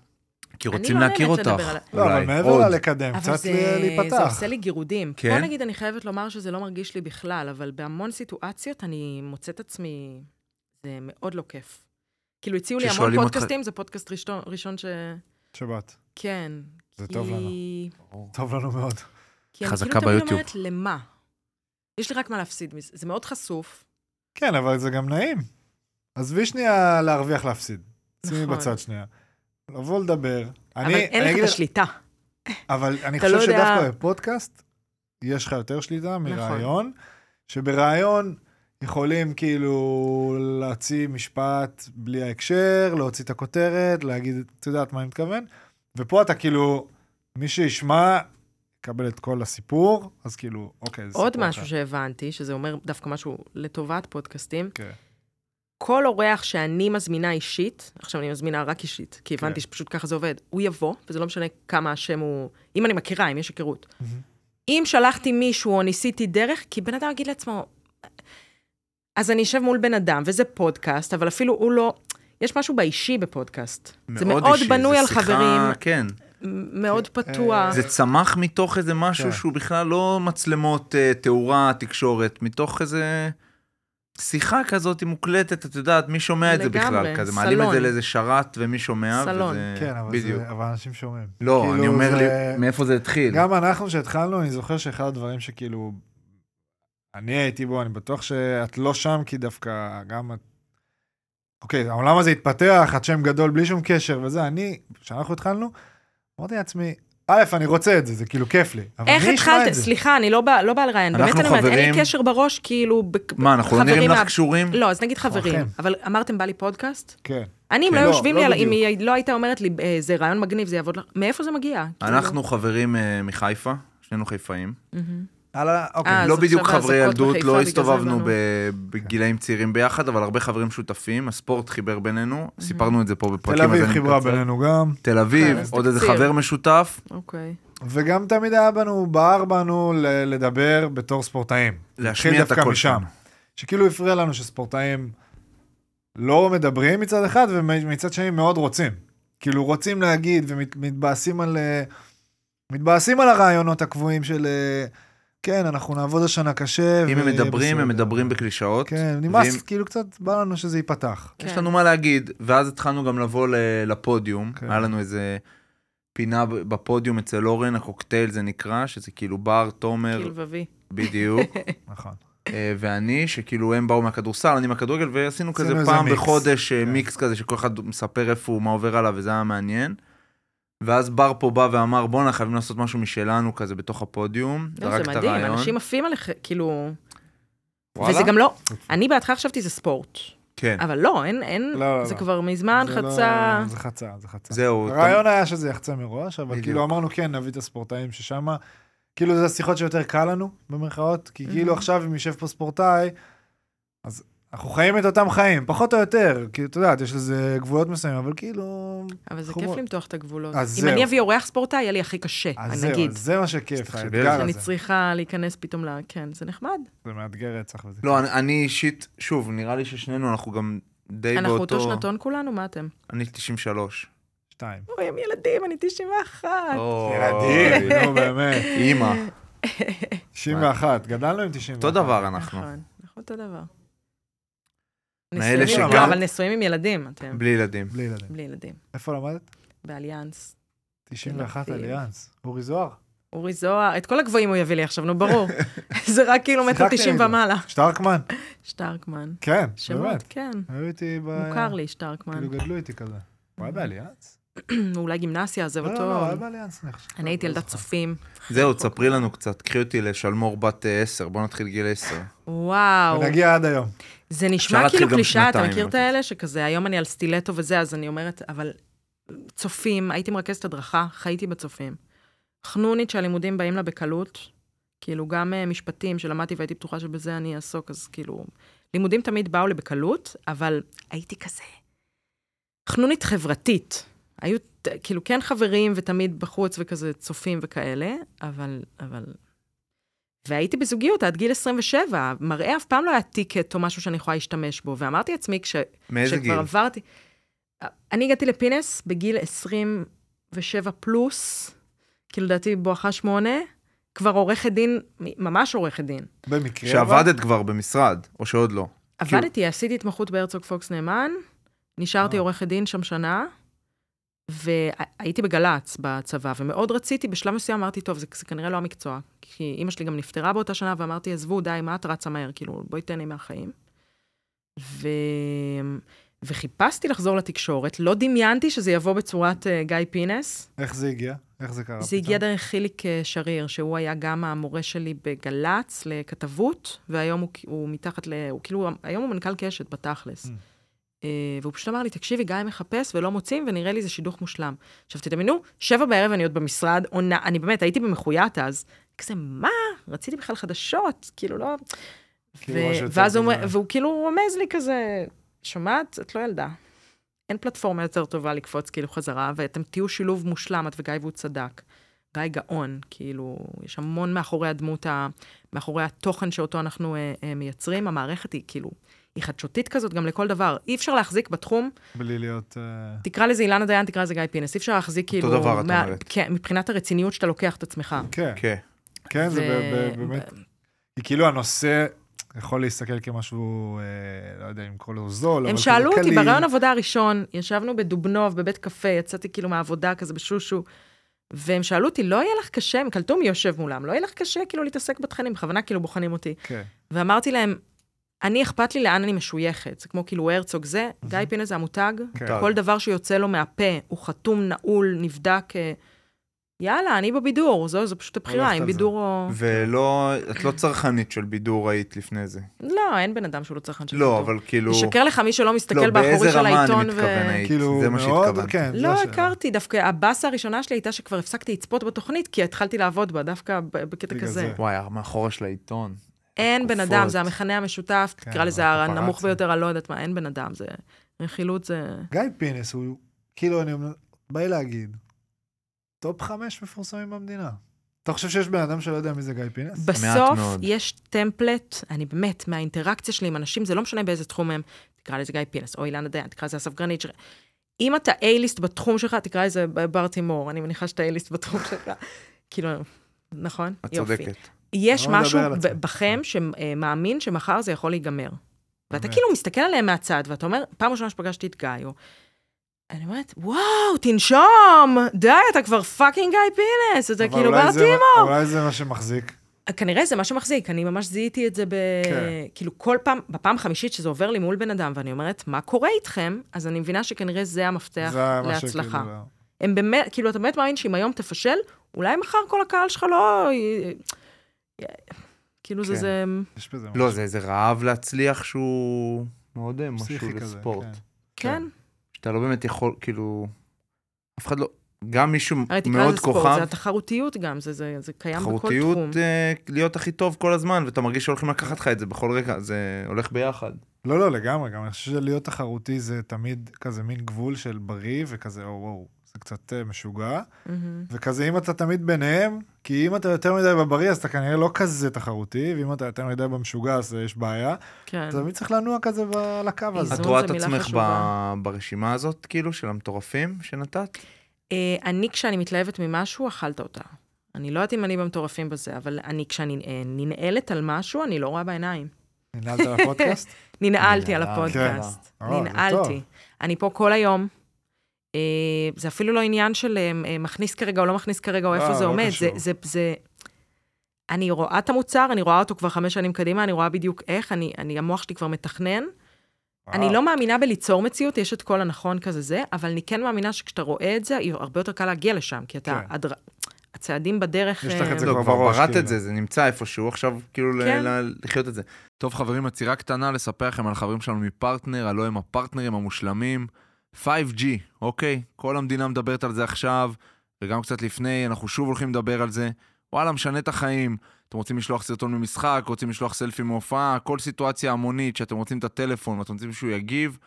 Speaker 3: כי
Speaker 4: אני
Speaker 3: רוצים
Speaker 4: לא
Speaker 3: להכיר
Speaker 4: נהנית
Speaker 3: אותך.
Speaker 4: לדבר על-
Speaker 2: לא, אבל
Speaker 3: אולי.
Speaker 2: מעבר
Speaker 3: עוד.
Speaker 2: ללקדם,
Speaker 4: אבל
Speaker 2: קצת
Speaker 4: זה, זה
Speaker 2: להיפתח.
Speaker 4: עושה לי גירודים.
Speaker 3: כן?
Speaker 4: כן? בוא נגיד, אני חייבת לומר שזה לא מרגיש לי בכלל, אבל בהמון סיטואציות אני מוצאת עצמי, זה מאוד לא כיף. כאילו, הציעו לי המון
Speaker 3: ששואלים אותך-
Speaker 4: פודקאסטים, זה פודקאסט ראשון, ראשון ש...
Speaker 2: שבת.
Speaker 4: כן.
Speaker 2: זה טוב לנו.
Speaker 4: כי-
Speaker 2: טוב לנו מאוד.
Speaker 4: כי אני
Speaker 3: חזקה
Speaker 4: כאילו תמיד
Speaker 3: ביוטיוב.
Speaker 4: אומרת, למה? יש לי רק מה להפסיד מזה. זה מאוד חשוף.
Speaker 2: כן, אבל זה גם נעים. עזבי שנייה להרוויח להפסיד. שימי
Speaker 4: נכון.
Speaker 2: בצד שנייה. לבוא לדבר.
Speaker 4: אבל
Speaker 2: אני,
Speaker 4: אין
Speaker 2: אני
Speaker 4: לך
Speaker 2: אגיד,
Speaker 4: את השליטה.
Speaker 2: אבל אני
Speaker 4: אתה לא
Speaker 2: חושב
Speaker 4: יודע- נכון.
Speaker 2: שדווקא בפודקאסט, יש לך יותר שליטה מרעיון, שברעיון יכולים כאילו להוציא משפט בלי ההקשר, להוציא את הכותרת, להגיד, את יודעת מה אני מתכוון? ופה אתה כאילו, מי שישמע, יקבל את כל הסיפור, אז כאילו, אוקיי, זה
Speaker 4: עוד
Speaker 2: סיפור
Speaker 4: משהו
Speaker 2: אחר.
Speaker 4: שהבנתי, שזה אומר דווקא משהו לטובת פודקאסטים,
Speaker 2: כן.
Speaker 4: כל אורח שאני מזמינה אישית, עכשיו אני מזמינה רק אישית, כי הבנתי
Speaker 2: כן.
Speaker 4: שפשוט ככה זה עובד, הוא יבוא, וזה לא משנה כמה השם הוא, אם אני מכירה, אם יש היכרות.
Speaker 3: Mm-hmm.
Speaker 2: מהמם.
Speaker 4: אם שלחתי מישהו או ניסיתי דרך, כי בן אדם יגיד לעצמו, אז אני אשב מול בן אדם, וזה פודקאסט, אבל אפילו הוא לא, יש משהו באישי בפודקאסט. זה מאוד
Speaker 3: אישי,
Speaker 4: בנוי
Speaker 3: זה
Speaker 4: על
Speaker 3: שיחה-
Speaker 4: חברים,
Speaker 3: כן.
Speaker 4: מ- מאוד פתוח.
Speaker 3: זה צמח מתוך איזה משהו
Speaker 2: כן.
Speaker 3: שהוא בכלל לא מצלמות אה, תאורה, תקשורת, מתוך איזה שיחה כזאת מוקלטת, את יודעת, מי שומע את זה
Speaker 4: לגמרי,
Speaker 3: בכלל, כזה מעלים את
Speaker 4: סלון.
Speaker 3: זה לאיזה שרת ומי שומע,
Speaker 4: סלון.
Speaker 3: וזה...
Speaker 2: כן, אבל,
Speaker 3: בדיוק. כן.
Speaker 2: זה, אבל אנשים שומעים.
Speaker 3: לא,
Speaker 2: כאילו,
Speaker 3: אני אומר
Speaker 2: זה-
Speaker 3: לי, מאיפה זה התחיל?
Speaker 2: גם אנחנו שהתחלנו, אני זוכר שאחד הדברים שכאילו, אני הייתי בו, אני בטוח שאת לא שם, כי דווקא גם את... אוקיי, העולם הזה התפתח, את שם גדול בלי שום קשר וזה, אני, כשאנחנו התחלנו, אמרתי לעצמי, א', אני רוצה את זה, זה כאילו כיף לי. אבל
Speaker 4: איך
Speaker 2: מי ישמע
Speaker 4: התחלת?
Speaker 2: את זה?
Speaker 4: סליחה, אני לא באה לא באה לראיין. באמת
Speaker 3: אנחנו
Speaker 4: אני אומרת, אין לי
Speaker 3: חברים-
Speaker 4: קשר בראש, כאילו... בק-
Speaker 3: מה, אנחנו לא
Speaker 4: חברים
Speaker 3: נראים
Speaker 4: מה-
Speaker 3: לך קשורים?
Speaker 4: לא, אז נגיד חברים,
Speaker 2: אורחים.
Speaker 4: אבל אמרתם בא לי פודקאסט?
Speaker 2: כן.
Speaker 4: אני, אם
Speaker 3: כן,
Speaker 4: לא
Speaker 2: לא,
Speaker 4: יושבים
Speaker 2: לא
Speaker 4: לי, על-
Speaker 2: בדיוק.
Speaker 4: אם היא לא הייתה אומרת לי, "אה, זה רעיון מגניב, זה יעבוד לך, מאיפה זה מגיע?
Speaker 3: אנחנו חברים אה, מחיפה, שנינו חיפאים.
Speaker 4: כאילו. מהמם.
Speaker 2: הלאה, אוקיי.
Speaker 4: אה, אז
Speaker 3: לא בדיוק
Speaker 4: עכשיו
Speaker 3: חברי
Speaker 4: האזעקות
Speaker 3: ילדות,
Speaker 4: בחיפה,
Speaker 3: לא
Speaker 4: בגלל זה
Speaker 3: הסתובבנו
Speaker 4: הבנו.
Speaker 3: ב- בגילאים צעירים ביחד, אבל הרבה חברים שותפים, הספורט חיבר בינינו,
Speaker 4: Mhm.
Speaker 3: סיפרנו את זה פה בפרקים.
Speaker 2: תל
Speaker 3: אז
Speaker 2: אביב
Speaker 3: אני
Speaker 2: חיברה
Speaker 3: מקצר.
Speaker 2: בינינו גם,
Speaker 3: תל אביב,
Speaker 4: כן, אז
Speaker 3: עוד איזה
Speaker 4: תקציר.
Speaker 3: חבר משותף,
Speaker 4: אוקיי.
Speaker 2: וגם תמיד היה בנו, בער בנו ל- לדבר בתור ספורטאים.
Speaker 3: להשמיע את
Speaker 2: דווקא
Speaker 3: הקול
Speaker 2: משם.
Speaker 3: שם.
Speaker 2: שכאילו הפריע לנו שספורטאים לא מדברים מצד אחד, ומצד שני מאוד רוצים. כאילו רוצים להגיד ומתבאסים על... אה, מתבאסים על הרעיונות הקבועים של אה, כן, אנחנו נעבוד השנה קשה.
Speaker 3: אם הם
Speaker 2: ויהיה
Speaker 3: מדברים, הם
Speaker 2: בסדר."
Speaker 3: מדברים בקלישאות.
Speaker 2: כן, נמאס,
Speaker 3: ואם-
Speaker 2: כאילו קצת בא לנו שזה ייפתח.
Speaker 3: יש
Speaker 4: כן.
Speaker 3: לנו מה להגיד, ואז התחלנו גם לבוא ל- לפודיום,
Speaker 2: כן.
Speaker 3: היה לנו איזה פינה ב- בפודיום אצל אורן, הקוקטייל זה נקרא, שזה כאילו בר, תומר,
Speaker 4: כאילו לבבי.
Speaker 3: בדיוק,
Speaker 2: נכון.
Speaker 3: אה, ואני, שכאילו הם באו מהכדורסל, אני מהכדורגל, ועשינו כזה
Speaker 2: עשינו איזה
Speaker 3: פעם
Speaker 2: מיקס.
Speaker 3: בחודש אה,
Speaker 2: כן.
Speaker 3: מיקס כזה, שכל אחד מספר איפה הוא, מה עובר עליו, וזה היה מעניין. ואז בר פה בא ואמר, בואנה, חייבים לעשות משהו משלנו כזה בתוך הפודיום.
Speaker 4: לא,
Speaker 3: זרק
Speaker 4: זה
Speaker 3: את
Speaker 4: מדהים,
Speaker 3: הרעיון.
Speaker 4: אנשים עפים עליכם, כאילו...
Speaker 3: וואלה?
Speaker 4: וזה גם לא... אני בהתחלה חשבתי זה ספורט,
Speaker 3: כן.
Speaker 4: אבל לא, אין, אין...
Speaker 2: לא, לא,
Speaker 4: זה
Speaker 2: לא.
Speaker 4: כבר מזמן
Speaker 2: זה לא-
Speaker 4: חצה...
Speaker 2: זה חצה, זה חצה.
Speaker 3: זהו.
Speaker 2: הרעיון היה שזה יחצה מראש, אבל
Speaker 3: בדיוק.
Speaker 2: כאילו אמרנו, כן, נביא את הספורטאים ששם, כאילו זה השיחות שיותר קל לנו, במרכאות, כי כאילו
Speaker 4: Mhm.
Speaker 2: עכשיו אם יושב פה ספורטאי, אז אנחנו חיים את אותם חיים, פחות או יותר, כי את יודעת, יש לזה גבולות מסוימים, אבל כאילו...
Speaker 4: אבל זה
Speaker 2: חומות.
Speaker 4: כיף למתוח את הגבולות.
Speaker 2: אז
Speaker 4: אם
Speaker 2: זהו.
Speaker 4: אני אביא אורח ספורטאי, יהיה לי הכי קשה,
Speaker 2: אז
Speaker 4: אני
Speaker 2: זהו,
Speaker 4: אה, נגיד.
Speaker 2: אז זה מה שכיף,
Speaker 3: שתחשבי
Speaker 2: האתגר
Speaker 3: על
Speaker 2: הזה.
Speaker 4: אני צריכה להיכנס פתאום ל... כן, זה נחמד.
Speaker 2: זה מאתגר רצח וזה.
Speaker 3: לא, אני- אני אישית, שוב, נראה לי ששנינו, אנחנו גם די
Speaker 4: אנחנו
Speaker 3: באותו...
Speaker 4: אותו שנתון כולנו, מה אתם?
Speaker 3: אני 93.
Speaker 2: שתיים.
Speaker 4: אוי, הם ילדים, אני 91.
Speaker 3: אוי.
Speaker 2: ילדים, נו באמת.
Speaker 3: אימא.
Speaker 2: 91, גדלנו עם 91.
Speaker 3: אותו דבר אנחנו.
Speaker 4: נכון, נכון, אותו דבר.
Speaker 3: מאלה
Speaker 4: נשואים עם-
Speaker 2: שגם-
Speaker 4: אבל נשואים עם ילדים, אתם.
Speaker 3: בלי ילדים.
Speaker 2: בלי ילדים.
Speaker 4: בלי ילדים.
Speaker 2: איפה למדת?
Speaker 4: באליאנס.
Speaker 2: 91
Speaker 4: תל אביב.
Speaker 2: אליאנס. אורי זוהר.
Speaker 4: אורי זוהר, את כל הגבוהים הוא יביא לי עכשיו, נו, ברור. זה רק קילומטר
Speaker 2: שיחקתי
Speaker 4: 90
Speaker 2: איתו.
Speaker 4: ומעלה.
Speaker 2: שטרקמן.
Speaker 4: שטרקמן.
Speaker 2: כן,
Speaker 4: שמות,
Speaker 2: באמת. אה,
Speaker 4: כן.
Speaker 2: היו איתי ב...
Speaker 4: מוכר לי שטרקמן.
Speaker 2: כאילו גדלו איתי כזה. הוא היה באליאנס?
Speaker 4: אולי גימנסיה, עזב
Speaker 2: כאילו- לא, לא, לא, הוא היה
Speaker 4: אותו.
Speaker 2: באליאנס, אני חושב.
Speaker 4: אני הייתי
Speaker 2: לא
Speaker 4: ילדת
Speaker 2: זוכר.
Speaker 4: צופים.
Speaker 3: זהו, תספרי לנו קצת. קחי אותי לשלמור בת אה, 10, בוא נתחיל גיל 10.
Speaker 4: וואו.
Speaker 2: ונגיע עד היום.
Speaker 4: זה
Speaker 3: אפשר
Speaker 4: נשמע
Speaker 3: להתחיל
Speaker 4: כאילו
Speaker 3: גם
Speaker 4: קלישאה, אתה
Speaker 3: שנתיים,
Speaker 4: מכיר
Speaker 3: אם
Speaker 4: את
Speaker 3: אתה רוצה.
Speaker 4: האלה שכזה, היום אני על סטילטו וזה, אז אני אומרת, אבל צופים, הייתי מרכזת הדרכה, חייתי בצופים. חנונית שהלימודים באים לה בקלות, כאילו גם אה, משפטים שלמדתי והייתי בטוחה שבזה אני אעסוק, אז כאילו, לימודים תמיד באו לי בקלות, אבל הייתי כזה חנונית חברתית. היו ת- כאילו כן חברים ותמיד בחוץ וכזה צופים וכאלה, אבל, אבל והייתי בזוגיות עד גיל 27, מראה אף פעם לא היה טיקט או משהו שאני יכולה להשתמש בו. ואמרתי לעצמי, כש...
Speaker 3: מאיזה גיל?
Speaker 4: כשכבר עברתי... אני הגעתי לפינס בגיל 27 פלוס, כאילו לדעתי בואכה שמונה, כבר עורכת דין, ממש עורכת דין.
Speaker 2: במקרה. כן, אבל-
Speaker 3: שעבדת כבר במשרד, או שעוד לא. כאילו-
Speaker 4: עבדתי, עשיתי התמחות בהרצוג פוקס נאמן, נשארתי
Speaker 2: אה.
Speaker 4: עורכת דין שם שנה, והייתי בגל"צ בצבא, ומאוד רציתי, בשלב מסוים אמרתי, טוב, זה, זה כנראה לא המקצוע. כי אימא שלי גם נפטרה באותה שנה, ואמרתי, עזבו, די, מה את רצה מהר? כאילו, בואי תהני מהחיים. ו... וחיפשתי לחזור לתקשורת, לא דמיינתי שזה יבוא בצורת אה, גיא פינס.
Speaker 2: איך זה הגיע? איך זה קרה?
Speaker 4: זה הגיע
Speaker 2: פתאום?
Speaker 4: דרך חיליק אה, שריר, שהוא היה גם המורה שלי בגל"צ לכתבות, והיום הוא, כ- הוא מתחת ל... הוא כאילו, היום הוא מנכ"ל קשת בתכלס.
Speaker 2: Mm.
Speaker 4: אה, והוא פשוט אמר לי, תקשיבי, גיא מחפש ולא מוצאים, ונראה לי זה שידוך מושלם. עכשיו, תדמיינו, שבע בערב אני עוד במשרד, עונה, אני באמת, הייתי במחויית אז. כזה, מה? רציתי בכלל חדשות, כאילו, לא...
Speaker 2: כאילו משהו
Speaker 4: ו-
Speaker 2: יותר
Speaker 4: ואז הוא אומר,
Speaker 2: כזה.
Speaker 4: והוא כאילו רומז לי כזה, שומעת? את לא ילדה. אין פלטפורמה יותר טובה לקפוץ כאילו חזרה, ואתם תהיו שילוב מושלם, את וגיא, והוא צדק. גיא גאון, כאילו, יש המון מאחורי הדמות, ה... מאחורי התוכן שאותו אנחנו אה, אה, מייצרים. המערכת היא כאילו, היא חדשותית כזאת גם לכל דבר. אי אפשר להחזיק בתחום,
Speaker 3: כן.
Speaker 2: בלי להיות... אה,
Speaker 4: תקרא לזה אילנה דיין, תקרא לזה גיא פינס, אי אפשר להחזיק
Speaker 3: אותו
Speaker 4: כאילו...
Speaker 3: דבר, את אומרת.
Speaker 4: כן, מבחינת הרציניות שאתה לוקח את עצמך.
Speaker 2: כן,
Speaker 3: כן.
Speaker 2: כן, זה
Speaker 4: ו-
Speaker 2: ב- ב- באמת... כי כאילו הנושא יכול להסתכל כמשהו, אה, לא יודע אם לקרוא לו זול, אבל
Speaker 4: הם
Speaker 2: כזה
Speaker 4: שאלו
Speaker 3: כאילו
Speaker 4: אותי
Speaker 2: קליל.
Speaker 4: ברעיון עבודה הראשון, ישבנו בדובנוב, בבית קפה, יצאתי כאילו מהעבודה כזה בשושו, והם שאלו אותי, לא יהיה לך קשה, הם קלטו מי יושב מולם, לא יהיה לך קשה כאילו להתעסק בתכנים, בכוונה כאילו בוחנים אותי.
Speaker 2: כן.
Speaker 4: ואמרתי להם, אני אכפת לי לאן אני משויכת, זה כמו כאילו הרצוג זה,
Speaker 3: Mhm.
Speaker 4: גיא פינס זה המותג,
Speaker 2: כן.
Speaker 3: טוב.
Speaker 4: כל דבר שיוצא לו מהפה הוא חתום, נעול, נבדק, אה, יאללה, אני בבידור, זו, זו פשוט הבחירה,
Speaker 2: הולכת
Speaker 4: אם
Speaker 2: על זה.
Speaker 4: בידור או...
Speaker 3: ולא, את לא צרכנית של בידור היית לפני זה.
Speaker 4: לא, אין בן אדם שהוא לא צרכן של בידור.
Speaker 3: לא, אבל כאילו...
Speaker 4: ישקר לך מי שלא
Speaker 3: לא,
Speaker 4: מסתכל
Speaker 3: באיזה
Speaker 4: באחורי של
Speaker 3: רמה אני
Speaker 4: העיתון ו...
Speaker 3: מתכוון היית?
Speaker 2: כאילו,
Speaker 3: זה מה
Speaker 2: מאוד,
Speaker 3: שהתכוונתי.
Speaker 2: כן. זו
Speaker 4: לא
Speaker 2: השאלה.
Speaker 4: הכרתי, דווקא הבאסה הראשונה שלי הייתה שכבר הפסקתי לצפות בתוכנית, כי התחלתי לעבוד בה, דווקא ב- בקטע
Speaker 2: בגלל
Speaker 4: כזה.
Speaker 2: זה.
Speaker 3: וואי, מאחורה של העיתון.
Speaker 4: אין בן
Speaker 3: תקופות.
Speaker 4: אדם, זה המכנה המשותף,
Speaker 2: כן,
Speaker 4: תקרא לזה הנמוך
Speaker 2: הפפראצי.
Speaker 4: ביותר, אני לא יודעת מה, אין בן אדם, זה... רכילות זה...
Speaker 2: גיא פינס הוא, כאילו, אני אומר- בא לי להגיד, טופ חמש מפורסמים במדינה. אתה חושב שיש בן אדם שלא יודע מי זה גיא פינס?
Speaker 4: בסוף
Speaker 3: מאוד.
Speaker 4: יש טמפלט, אני באמת, מהאינטראקציה שלי עם אנשים, זה לא משנה באיזה תחום הם, תקרא לזה גיא פינס, או אילנה דיין, תקרא לזה אסף גרנית. ש- אם אתה A-ליסט בתחום שלך, תקרא לזה בר תימור, אני מניחה שאתה A-ליסט בתחום שלך. כאילו, נכון?
Speaker 3: את
Speaker 4: יופי.
Speaker 3: צודקת.
Speaker 4: יש
Speaker 2: לא מדבר
Speaker 4: משהו
Speaker 2: על
Speaker 4: ב-
Speaker 2: עצמי.
Speaker 4: בכם שמאמין שמחר זה יכול להיגמר. ואתה
Speaker 2: באמת.
Speaker 4: כאילו מסתכל עליהם מהצד, ואתה אומר, פעם ראשונה שפגשתי את גיא, או... אני אומרת, וואו, תנשום! די, אתה כבר פאקינג גיא פינס! אתה
Speaker 2: אבל
Speaker 4: כאילו
Speaker 2: אולי
Speaker 4: בר
Speaker 2: זה-
Speaker 4: טימו!
Speaker 2: אולי זה מה שמחזיק.
Speaker 4: כנראה זה מה שמחזיק, אני ממש זיהיתי את זה ב...
Speaker 2: כן.
Speaker 4: כן. כאילו כל פעם, בפעם החמישית שזה עובר לי מול בן אדם, ואני אומרת, מה קורה איתכם? אז אני מבינה שכנראה זה המפתח
Speaker 2: זה מה
Speaker 4: להצלחה.
Speaker 2: שכאילו- לא.
Speaker 4: הם באמת, כאילו, אתה באמת מאמין שאם היום תפשל, אולי מחר כל הקהל שלך לא... אה, כאילו זה,
Speaker 3: כן.
Speaker 4: זה...
Speaker 2: יש בזה
Speaker 3: לא,
Speaker 2: משהו
Speaker 3: זה איזה רעב להצליח שהוא מאוד אה, משהו
Speaker 2: פסיכי כזה,
Speaker 3: לספורט.
Speaker 2: כן.
Speaker 4: כן.
Speaker 3: שאתה לא באמת יכול, כאילו, אף אחד לא, גם מישהו
Speaker 4: הרי תקרא
Speaker 3: מאוד
Speaker 4: לזה ספורט, זה
Speaker 3: כוכב,
Speaker 4: התחרותיות גם, זה, זה, זה קיים בכל
Speaker 3: תחרותיות
Speaker 4: תחום.
Speaker 3: אה, להיות הכי טוב כל הזמן, ואתה מרגיש שהולכים לקחת לך את זה בכל רגע, זה הולך ביחד.
Speaker 2: לא, לא, לגמרי, גם אני חושב שלהיות תחרותי זה תמיד כזה מין גבול של בריא וכזה, או וואו, זה קצת אה, משוגע.
Speaker 4: מהמם.
Speaker 2: וכזה, אם אתה תמיד ביניהם, כי אם אתה יותר מדי בבריא, אז אתה כנראה לא כזה תחרותי, ואם אתה יותר מדי במשוגע, אז אה, יש בעיה.
Speaker 4: כן.
Speaker 2: אתה תמיד צריך לנוע כזה ב- על הקו הזה.
Speaker 4: איזון.
Speaker 3: את רואה
Speaker 4: זו
Speaker 3: את
Speaker 4: מילה
Speaker 3: עצמך
Speaker 4: חשובה.
Speaker 3: ב... ברשימה הזאת, כאילו, של המטורפים שנתת?
Speaker 4: אה, אני, כשאני מתלהבת ממשהו, אכלת אותה. אני לא יודעת אם אני במטורפים בזה, אבל אני, כשאני אה, ננעלת על משהו, אני לא רואה בעיניים.
Speaker 2: ננעלת על הפודקאסט?
Speaker 4: ננעלתי על
Speaker 3: ננעלת.
Speaker 4: הפודקאסט.
Speaker 2: כן. אה, זה
Speaker 4: ננעלתי.
Speaker 2: טוב.
Speaker 4: אני פה כל היום. אה, זה אפילו לא עניין של אה, אה, מכניס כרגע או לא מכניס כרגע, או
Speaker 2: אה,
Speaker 4: איפה זה
Speaker 2: לא
Speaker 4: עומד. זה-
Speaker 2: קשור.
Speaker 4: זה- זה... אני רואה את המוצר, אני רואה אותו כבר חמש שנים קדימה, אני רואה בדיוק איך, אני, אני, המוח שלי כבר מתכנן. אני לא מאמינה בליצור מציאות, יש את כל הנכון כזה זה, אבל אני כן מאמינה שכשאתה רואה את זה, היא הרבה יותר קל להגיע לשם, כי אתה...
Speaker 2: כן.
Speaker 4: הדר- הצעדים בדרך...
Speaker 2: יש לך את
Speaker 4: אה,
Speaker 2: זה
Speaker 3: לא,
Speaker 2: כבר
Speaker 3: כבר
Speaker 2: בראש,
Speaker 3: בראת
Speaker 2: כאילו.
Speaker 3: את זה, זה נמצא איפשהו, עכשיו כאילו ל-
Speaker 4: כן.
Speaker 3: ל- לחיות את זה. טוב חברים, עצירה קטנה לספר לכם על חברים שלנו מפרטנר, הלוא הם הפרטנרים המושלמים. 5G, אוקיי? כל המדינה מדברת על זה עכשיו, וגם קצת לפני, אנחנו שוב הולכים לדבר על זה. וואלה, משנה את החיים. אתם רוצים לשלוח סרטון ממשחק, רוצים לשלוח סלפי מהופעה, כל סיטואציה המונית שאתם רוצים את הטלפון ואתם רוצים שהוא יגיב,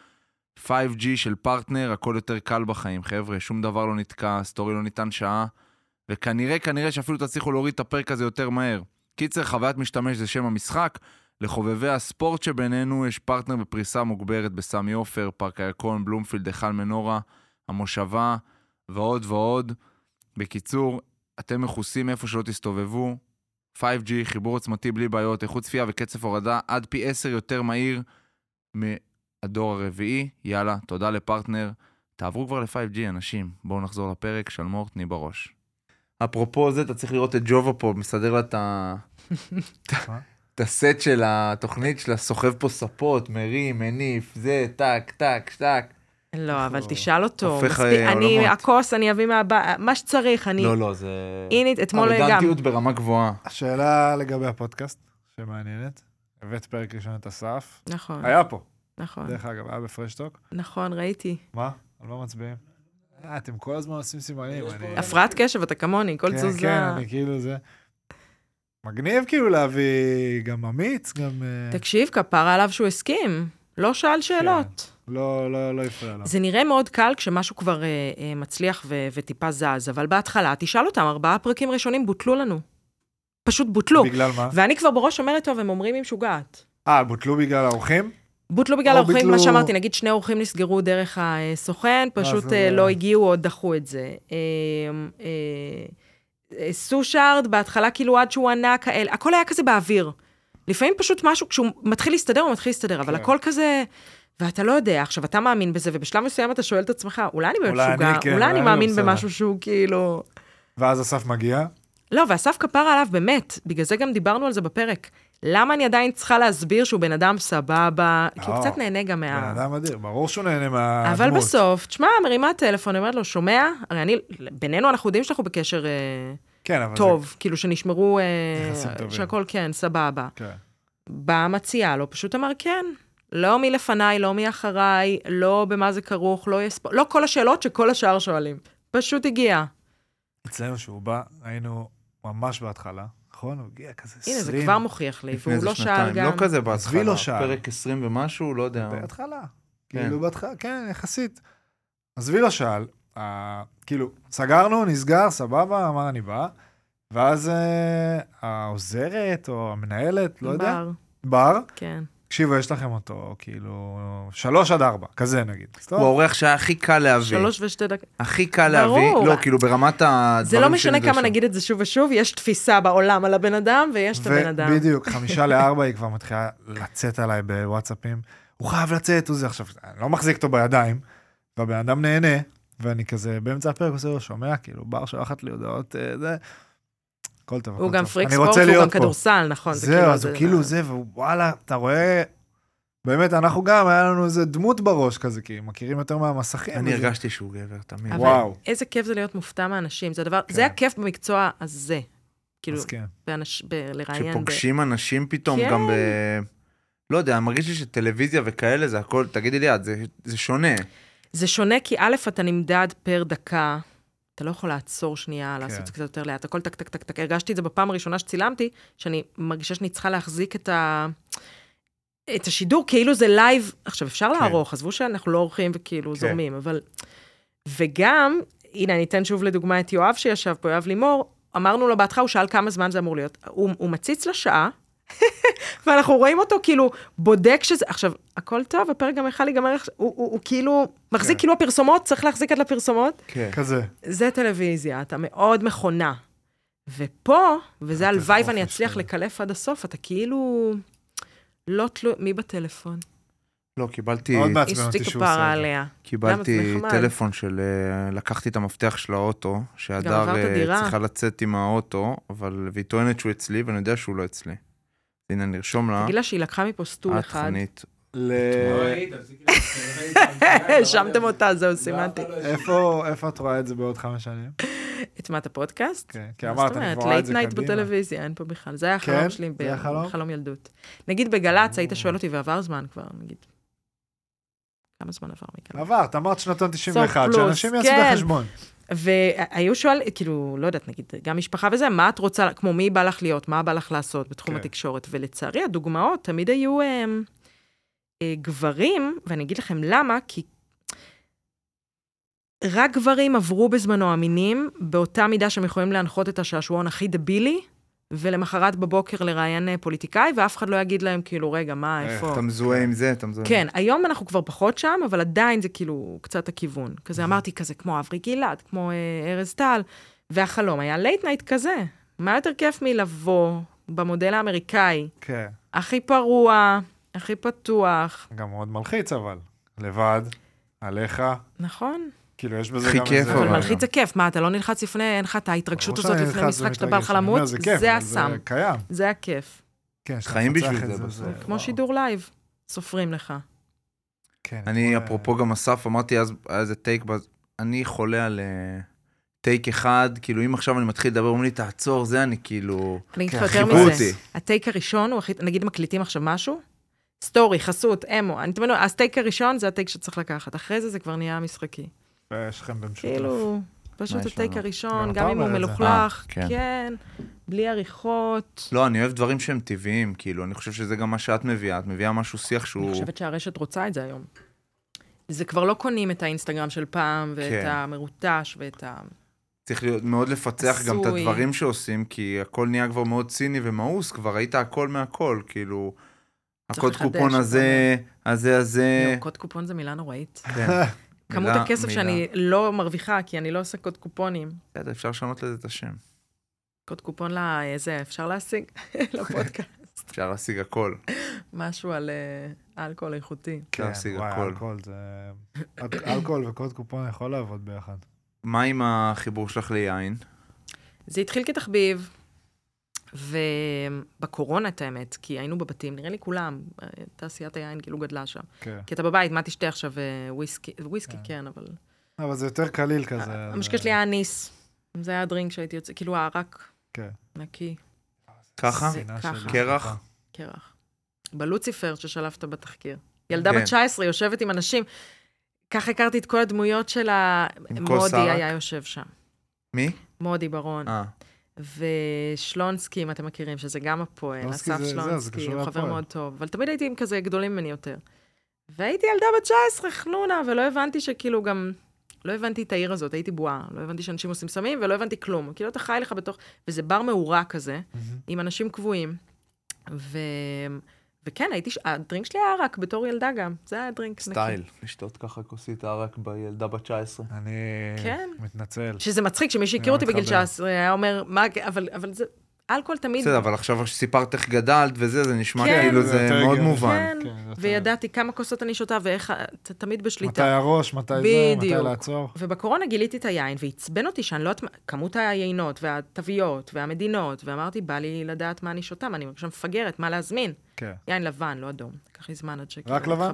Speaker 3: 5G של פרטנר, הכל יותר קל בחיים, חבר'ה, שום דבר לא נתקע, סטורי לא ניתן שעה, וכנראה, כנראה שאפילו תצליחו להוריד את הפרק הזה יותר מהר. קיצר, חוויית משתמש זה שם המשחק. לחובבי הספורט שבינינו יש פרטנר בפריסה מוגברת בסמי עופר, פארק הירקון, בלומפילד, היכל מנורה, המושבה, ועוד ועוד. בקיצור, אתם מכוסים איפה שלא תסתובבו. 5G, חיבור עוצמתי בלי בעיות, איכות צפייה וקצב הורדה עד פי 10 יותר מהיר מהדור הרביעי. יאללה, תודה לפרטנר. תעברו כבר ל-5G, אנשים. בואו נחזור לפרק, שלמור, תני בראש. אפרופו זה, אתה צריך לראות את ג'ובה פה, מסדר לה את ה...
Speaker 2: מה?
Speaker 3: את הסט של התוכנית שלה, סוחב פה ספות, מרים, מניף, זה, טק, טק, טק.
Speaker 4: לא, אבל
Speaker 2: אנחנו-
Speaker 4: תשאל אותו.
Speaker 3: הופך,
Speaker 4: מספיק,
Speaker 3: אה,
Speaker 4: אני,
Speaker 3: עולמות.
Speaker 4: הכוס, אני אביא מהבית, מה שצריך, אני...
Speaker 3: לא, לא, זה...
Speaker 4: הנה, אתמול גם.
Speaker 3: ארוגנטיות ברמה גבוהה.
Speaker 2: השאלה לגבי הפודקאסט, שמעניינת. הבאת פרק ראשון את אסף.
Speaker 4: נכון,
Speaker 2: היה פה,
Speaker 4: נכון,
Speaker 2: דרך אגב, היה בפרשטוק.
Speaker 4: נכון, ראיתי.
Speaker 2: מה? על מה מצביעים? אה, אתם כל הזמן עושים סימנים. אני-
Speaker 4: הפרעת קשב, אתה כמוני, כל
Speaker 2: כן,
Speaker 4: תזוזה.
Speaker 2: כן, אני כאילו זה... מגניב כאילו להביא גם אמיץ, גם... אה,
Speaker 4: תקשיב, כפרה עליו שהוא הסכים. לא
Speaker 2: כן.
Speaker 4: שאל שאלות.
Speaker 2: לא, לא, לא הפריע לו.
Speaker 4: זה נראה מאוד קל כשמשהו כבר אה, אה, מצליח ו- וטיפה זז, אבל בהתחלה, תשאל אותם, ארבעה פרקים ראשונים בוטלו לנו. פשוט בוטלו.
Speaker 2: בגלל מה?
Speaker 4: ואני כבר בראש אומרת, טוב, הם אומרים היא משוגעת.
Speaker 2: אה, בוטלו בגלל האורחים?
Speaker 4: בוטלו לא בגלל
Speaker 2: או לא-
Speaker 4: האורחים, מה
Speaker 2: ביטלו-
Speaker 4: שאמרתי, נגיד שני אורחים נסגרו דרך הסוכן, פשוט
Speaker 2: זה-
Speaker 4: אה, לא הגיעו או דחו את זה. אה, אה, אה, סושארד, בהתחלה כאילו עד שהוא ענה כאלה, הכל היה כזה באוויר. לפעמים פשוט משהו, כשהוא מתחיל להסתדר, הוא מתחיל להסתדר, אבל
Speaker 2: כן.
Speaker 4: הכל כזה... ואתה לא יודע, עכשיו, אתה מאמין בזה, ובשלב מסוים אתה שואל את עצמך, אולי אני באמת
Speaker 2: אולי אני,
Speaker 4: משוגע,
Speaker 2: כן,
Speaker 4: אולי אני
Speaker 2: אולי אני
Speaker 4: מאמין
Speaker 2: בסדר."
Speaker 4: במשהו שהוא כאילו...
Speaker 2: ואז אסף מגיע.
Speaker 4: לא, ואסף כפרה עליו, באמת, בגלל זה גם דיברנו על זה בפרק. למה אני עדיין צריכה להסביר שהוא בן אדם סבבה? כי הוא
Speaker 2: אה,
Speaker 4: קצת נהנה גם מה...
Speaker 2: בן אדם אדיר, ברור שהוא נהנה מהדמות.
Speaker 4: אבל בסוף, תשמע, מרימה טלפון, אומרת לו, שומע? הרי אני, בינינו אנחנו יודעים שאנחנו בקשר אה,
Speaker 2: כן, אבל זה-
Speaker 4: טוב, כאילו שנשמרו, אה,
Speaker 2: יחסים טובים.
Speaker 4: שהכל כן, סבבה.
Speaker 2: כן.
Speaker 4: באה המציעה לו, פשוט אמר כן. לא מי לפניי, לא מי אחריי, לא במה זה כרוך, לא יספ... לא כל השאלות שכל השאר שואלים. פשוט הגיע.
Speaker 2: אצלנו שהוא בא, היינו ממש בהתחלה, נכון? הוא הגיע כזה
Speaker 4: הנה, זה
Speaker 2: סלים.
Speaker 4: כבר מוכיח לי, והוא לא שאל גם.
Speaker 3: לא כזה
Speaker 2: בהתחלה,
Speaker 3: בהתחלה,
Speaker 2: לא שאל. פרק
Speaker 3: פרק 20 ומשהו, לא יודע.
Speaker 2: בהתחלה. כאילו בהתחלה, כן, יחסית. עזבי לא שאל, אה, כאילו, סגרנו, נסגר, סבבה, אמר אני בא. ואז אה, העוזרת או המנהלת, לא יודע,
Speaker 4: בר,
Speaker 2: בר,
Speaker 4: כן.
Speaker 2: תקשיבו, יש לכם אותו, כאילו, שלוש עד ארבע, כזה נגיד. אז טוב,
Speaker 3: הוא האורח שהיה הכי קל להביא.
Speaker 4: שלוש ושתי דקות.
Speaker 3: הכי קל
Speaker 4: ברור.
Speaker 3: להביא. לא, כאילו ברמת הדברים
Speaker 4: זה לא משנה
Speaker 3: שנדרשו.
Speaker 4: כמה נגיד את זה שוב ושוב, יש תפיסה בעולם על הבן אדם, ויש את הבן אדם.
Speaker 2: ובדיוק, חמישה לארבע היא כבר מתחילה לצאת עליי בוואטסאפים. הוא חייב לצאת, הוא זה עכשיו, אני לא מחזיק אותו בידיים, והבן אדם נהנה, ואני כזה באמצע הפרק עושה לו שומע, כאילו, בר שולחת לי הודעות, אה, זה. כל טוב.
Speaker 4: הוא
Speaker 2: הכל
Speaker 4: גם
Speaker 2: טוב.
Speaker 4: פריק
Speaker 2: אני
Speaker 4: ספורט
Speaker 2: רוצה
Speaker 4: והוא גם
Speaker 2: להיות פה.
Speaker 4: כדורסל, נכון. זה
Speaker 2: זהו, אז הוא כאילו זה, ווואלה, אתה רואה... באמת, אנחנו גם, היה לנו איזה דמות בראש כזה, כי מכירים יותר מהמסכים.
Speaker 3: אני
Speaker 2: אז-
Speaker 3: הרגשתי שהוא גבר, תמיד.
Speaker 4: אבל
Speaker 2: וואו.
Speaker 4: איזה כיף זה להיות מופתע מאנשים, זה הדבר,
Speaker 2: כן.
Speaker 4: זה הכיף במקצוע הזה. כאילו,
Speaker 2: אז כן.
Speaker 4: באנש- ב- לראיין... ב-
Speaker 3: כשפוגשים אנשים פתאום,
Speaker 4: כן.
Speaker 3: גם ב... לא יודע, מרגיש לי שטלוויזיה וכאלה זה הכל, תגידי לי את, זה, זה שונה.
Speaker 4: זה שונה כי א', אתה נמדד פר דקה, אתה לא יכול לעצור
Speaker 3: כן.
Speaker 4: שנייה, לעשות את זה קצת יותר לאט, הכל טק טק טק טק. הרגשתי את זה בפעם הראשונה שצילמתי, שאני מרגישה שאני צריכה להחזיק את ה... את השידור, כאילו זה לייב. עכשיו, אפשר
Speaker 3: כן.
Speaker 4: לערוך, עזבו שאנחנו לא עורכים וכאילו
Speaker 3: כן.
Speaker 4: זורמים, אבל... וגם, הנה, אני אתן שוב לדוגמה את יואב שישב פה, יואב לימור, אמרנו לו בהתחלה, הוא שאל כמה זמן זה אמור להיות. הוא, הוא מציץ לשעה, ואנחנו רואים אותו כאילו בודק שזה... עכשיו, הכל טוב, הפרק גם יכל להיגמר, איך- הוא, הוא, הוא כאילו מחזיק
Speaker 3: כן.
Speaker 4: כאילו הפרסומות, צריך להחזיק עד לפרסומות.
Speaker 3: כן.
Speaker 2: כזה.
Speaker 4: זה טלוויזיה, אתה מאוד מכונה. ופה, וזה
Speaker 2: אה, אתה
Speaker 4: הלוואי
Speaker 2: חופש כן.
Speaker 4: ואני אצליח
Speaker 2: כזה.
Speaker 4: לקלף עד הסוף, אתה כאילו... לא תלוי, מי בטלפון?
Speaker 3: לא, קיבלתי,
Speaker 2: מאוד מעצבן אותי
Speaker 4: הסטיקה
Speaker 2: שהוא עושה
Speaker 4: פרה
Speaker 2: את זה.
Speaker 4: עליה. למה? זה
Speaker 3: קיבלתי
Speaker 4: נחמד.
Speaker 3: טלפון של... אה, לקחתי את המפתח של האוטו, שהדר
Speaker 4: עברת
Speaker 3: אה,
Speaker 4: דירה.
Speaker 3: צריכה לצאת עם האוטו, אבל... והיא טוענת שהוא אצלי, ואני יודע שהוא לא אצלי. הנה, נרשום
Speaker 2: אה?
Speaker 3: לה.
Speaker 4: תגיד לה שהיא לקחה מפה
Speaker 3: את
Speaker 4: סטול אחד.
Speaker 3: חנית.
Speaker 2: ל-
Speaker 4: האשמתם אותה, זהו, סימנתי.
Speaker 2: איפה- איפה את רואה את זה בעוד חמש שנים?
Speaker 4: את מה, את הפודקאסט?
Speaker 2: כן, כי אמרת, אני כבר
Speaker 4: מה זאת
Speaker 2: רואה
Speaker 4: אומרת?
Speaker 2: את
Speaker 4: לייט
Speaker 2: זה
Speaker 4: נייט
Speaker 2: קדימה.
Speaker 4: בטלוויזיה, אין פה בכלל. זה היה
Speaker 2: כן?
Speaker 4: החלום שלי,
Speaker 2: זה היה חלום?
Speaker 4: חלום ילדות. נגיד בגל"צ, היית
Speaker 2: או.
Speaker 4: שואל אותי, ועבר זמן כבר, נגיד. כמה זמן עבר מכאן?
Speaker 2: עברת, אמרת שנתון 91,
Speaker 4: פלוס,
Speaker 2: שאנשים יעשו
Speaker 4: כן.
Speaker 2: בחשבון.
Speaker 4: והיו שואל, כאילו, לא יודעת, נגיד, גם משפחה וזה, מה את רוצה, כמו מי בא לך להיות, מה בא לך לעשות בתחום
Speaker 2: כן.
Speaker 4: התקשורת. ולצערי, הדוגמאות תמיד היו הם, אה, גברים, ואני אגיד לכם למה, כי רק גברים עברו בזמנו המינים, באותה מידה שהם יכולים להנחות את השעשועון הכי דבילי, ולמחרת בבוקר לראיין אה, פוליטיקאי, ואף אחד לא יגיד להם, כאילו, רגע, מה,
Speaker 2: איך
Speaker 4: איפה?
Speaker 3: אתה מזוהה עם זה, אתה מזוהה. עם
Speaker 4: כן, היום אנחנו כבר פחות שם, אבל עדיין זה כאילו קצת הכיוון. כזה אמרתי כזה, כמו אברי גלעד, כמו אה, ארז טל, והחלום היה לייט נייט כזה. מה יותר כיף מלבוא במודל האמריקאי,
Speaker 2: כן,
Speaker 4: הכי פרוע, הכי פתוח,
Speaker 2: גם מאוד מלחיץ, אבל. לבד, עליך,
Speaker 4: נכון?
Speaker 2: כאילו, יש בזה
Speaker 3: הכי
Speaker 2: גם
Speaker 3: כיף,
Speaker 2: איזה...
Speaker 4: אבל
Speaker 3: אבל-
Speaker 4: מלחיץ זה כיף, מה, אתה לא נלחץ לפני, אין לך את ההתרגשות
Speaker 2: ברור
Speaker 4: הזאת
Speaker 2: שאני
Speaker 4: לפני
Speaker 2: נלחץ
Speaker 4: משחק שאתה
Speaker 2: ומתרגש,
Speaker 4: בא לך
Speaker 2: אני אומר,
Speaker 4: למות?
Speaker 2: זה כיף,
Speaker 4: זה
Speaker 2: אבל
Speaker 4: הסם,
Speaker 2: זה קיים.
Speaker 4: זה הכיף.
Speaker 2: כן, שאתה
Speaker 3: חיים
Speaker 2: מפצח
Speaker 3: בשביל
Speaker 2: את
Speaker 3: זה
Speaker 2: זה,
Speaker 3: בסוף.
Speaker 2: זה-
Speaker 4: כמו
Speaker 2: וואו.
Speaker 4: שידור לייב, סופרים לך.
Speaker 2: כן,
Speaker 3: אני,
Speaker 2: אתמול, אה,
Speaker 3: אפרופו גם אסף, אמרתי אז, היה איזה טייק, בז- אני חולה על אה, טייק אחד, כאילו אם עכשיו אני מתחיל לדבר, אומרים לי, תעצור, זה אני כאילו...
Speaker 4: אני אגיד לך
Speaker 2: כן,
Speaker 4: יותר
Speaker 3: חיברו
Speaker 4: מזה.
Speaker 3: אותי.
Speaker 4: הטייק הראשון הוא הכי, נגיד מקליטים עכשיו משהו, סטורי, חסות, אמו, אני תמיד, אומרת, אז טייק הראשון זה הטייק שצריך לקחת, אחרי זה זה כבר נהיה משחקי.
Speaker 2: יש לכם במשותף.
Speaker 4: כאילו,
Speaker 3: מה
Speaker 4: פשוט
Speaker 3: יש
Speaker 4: הטייק
Speaker 3: לנו?
Speaker 2: גם
Speaker 4: הראשון, גם
Speaker 2: אתה
Speaker 4: אם הוא
Speaker 2: אומר את זה.
Speaker 4: מלוכלך,
Speaker 3: אה, כן.
Speaker 4: כן, בלי עריכות.
Speaker 3: לא, אני אוהב דברים שהם טבעיים, כאילו, אני חושב שזה גם מה שאת מביאה, את מביאה משהו, שיח
Speaker 4: אני
Speaker 3: שהוא...
Speaker 4: חושבת שהרשת רוצה את זה היום. זה כבר לא קונים את האינסטגרם של פעם, ואת
Speaker 3: כן.
Speaker 4: המרוטש, ואת ה...
Speaker 3: צריך להיות מאוד לפצח גם את
Speaker 4: עשוי.
Speaker 3: הדברים שעושים, כי הכל נהיה כבר מאוד ציני ומאוס, כבר ראית הכל מהכל, כאילו...
Speaker 4: צריך
Speaker 3: הקוד
Speaker 4: לחדש,
Speaker 3: קופון
Speaker 4: אבל-
Speaker 3: הזה, הזה, הזה.
Speaker 4: יואו, לא, קוד קופון זה מילה נוראית.
Speaker 3: כן.
Speaker 4: כמות
Speaker 3: אה. מילה-
Speaker 4: הכסף
Speaker 3: מילה.
Speaker 4: שאני לא מרוויחה, כי אני לא עושה קוד קופונים.
Speaker 3: בסדר, אפשר לשנות לזה את השם.
Speaker 4: קוד קופון לזה, אפשר להשיג לפודקאסט.
Speaker 3: אפשר להשיג הכל.
Speaker 4: משהו על אה, אלכוהול איכותי.
Speaker 2: כן,
Speaker 3: להשיג
Speaker 2: וואי,
Speaker 3: הכל.
Speaker 2: אלכוהול זה... אלכוהול וקוד קופון יכול לעבוד ביחד.
Speaker 3: מה עם החיבור שלך ליין?
Speaker 4: זה התחיל כתחביב, ובקורונה, את האמת, כי היינו בבתים, נראה לי כולם, אה, תעשיית היין כאילו גדלה שם.
Speaker 2: כן.
Speaker 4: כי אתה בבית, מה תשתה עכשיו? אה, וויסקי, וויסקי
Speaker 2: כן.
Speaker 4: כן, אבל...
Speaker 2: אבל זה יותר קליל כזה.
Speaker 3: אה,
Speaker 2: אז-
Speaker 4: המשקה שלי היה אניס. זה היה הדרינק שהייתי יוצא, כאילו הערק
Speaker 2: כן.
Speaker 4: נקי,
Speaker 3: ככה?
Speaker 4: זה-
Speaker 2: הספינה
Speaker 4: ככה.
Speaker 2: שלי.
Speaker 3: קרח?
Speaker 4: קרח. בלוציפר ששלפת בתחקיר. ילדה
Speaker 3: כן.
Speaker 4: בת 19 יושבת עם אנשים. כך הכרתי את כל הדמויות של ה...
Speaker 3: עם כוס
Speaker 4: מודי
Speaker 3: ערק?
Speaker 4: היה יושב שם.
Speaker 3: מי?
Speaker 4: מודי ברון.
Speaker 3: אה,
Speaker 4: ושלונסקי, אם אתם מכירים, שזה גם הפועל,
Speaker 2: שלונסקי
Speaker 4: אסף
Speaker 2: זה- זהו, זה
Speaker 4: שלונסקי,
Speaker 2: קשור
Speaker 4: הוא חבר
Speaker 2: להפועל.
Speaker 4: מאוד טוב, אבל תמיד הייתי עם כזה גדולים ממני יותר. והייתי ילדה בת 19, חנונה, ולא הבנתי שכאילו גם, לא הבנתי את העיר הזאת, הייתי בועה, לא הבנתי שאנשים עושים סמים, ולא הבנתי כלום. כאילו אתה חי לך בתוך, וזה בר מעורה כזה,
Speaker 2: מהמם.
Speaker 4: עם אנשים קבועים. ו... וכן, הייתי, ש- הדרינק שלי היה רק, בתור ילדה גם, זה היה דרינק נקי.
Speaker 3: סטייל. לשתות ככה כוסית ערק בילדה בת 19.
Speaker 2: אני
Speaker 4: כן.
Speaker 2: מתנצל.
Speaker 4: שזה מצחיק, שמי שהכיר
Speaker 2: מאוד
Speaker 4: אותי בגיל
Speaker 2: מתחבר.
Speaker 4: 19 היה אומר, מה, אבל, אבל זה, אלכוהול תמיד...
Speaker 3: בסדר, אבל עכשיו שסיפרת איך גדלת וזה, זה נשמע
Speaker 4: כן.
Speaker 3: כאילו
Speaker 2: זה
Speaker 3: זה
Speaker 2: יותר
Speaker 3: מאוד
Speaker 2: הגיוני.
Speaker 3: מובן.
Speaker 4: כן,
Speaker 5: כן, זה יותר-
Speaker 4: וידעתי כמה כוסות אני שותה ואיך, ה- ת- תמיד
Speaker 2: מתי
Speaker 4: בשליטה.
Speaker 2: הראש, מתי זה, מתי
Speaker 4: בדיוק.
Speaker 2: לעצור.
Speaker 4: ובקורונה גיליתי את היין, ועצבן אותי שאני לא יודעת, מה- כמות היינות והתוויות והמדינות, ואמרתי, בא לי לדעת מה אני שותה, מה אני מרגישה מפגרת, מה להזמין.
Speaker 2: כן,
Speaker 4: יין לבן, לא אדום. לקח לי זמן עד ש...
Speaker 2: רק לבן?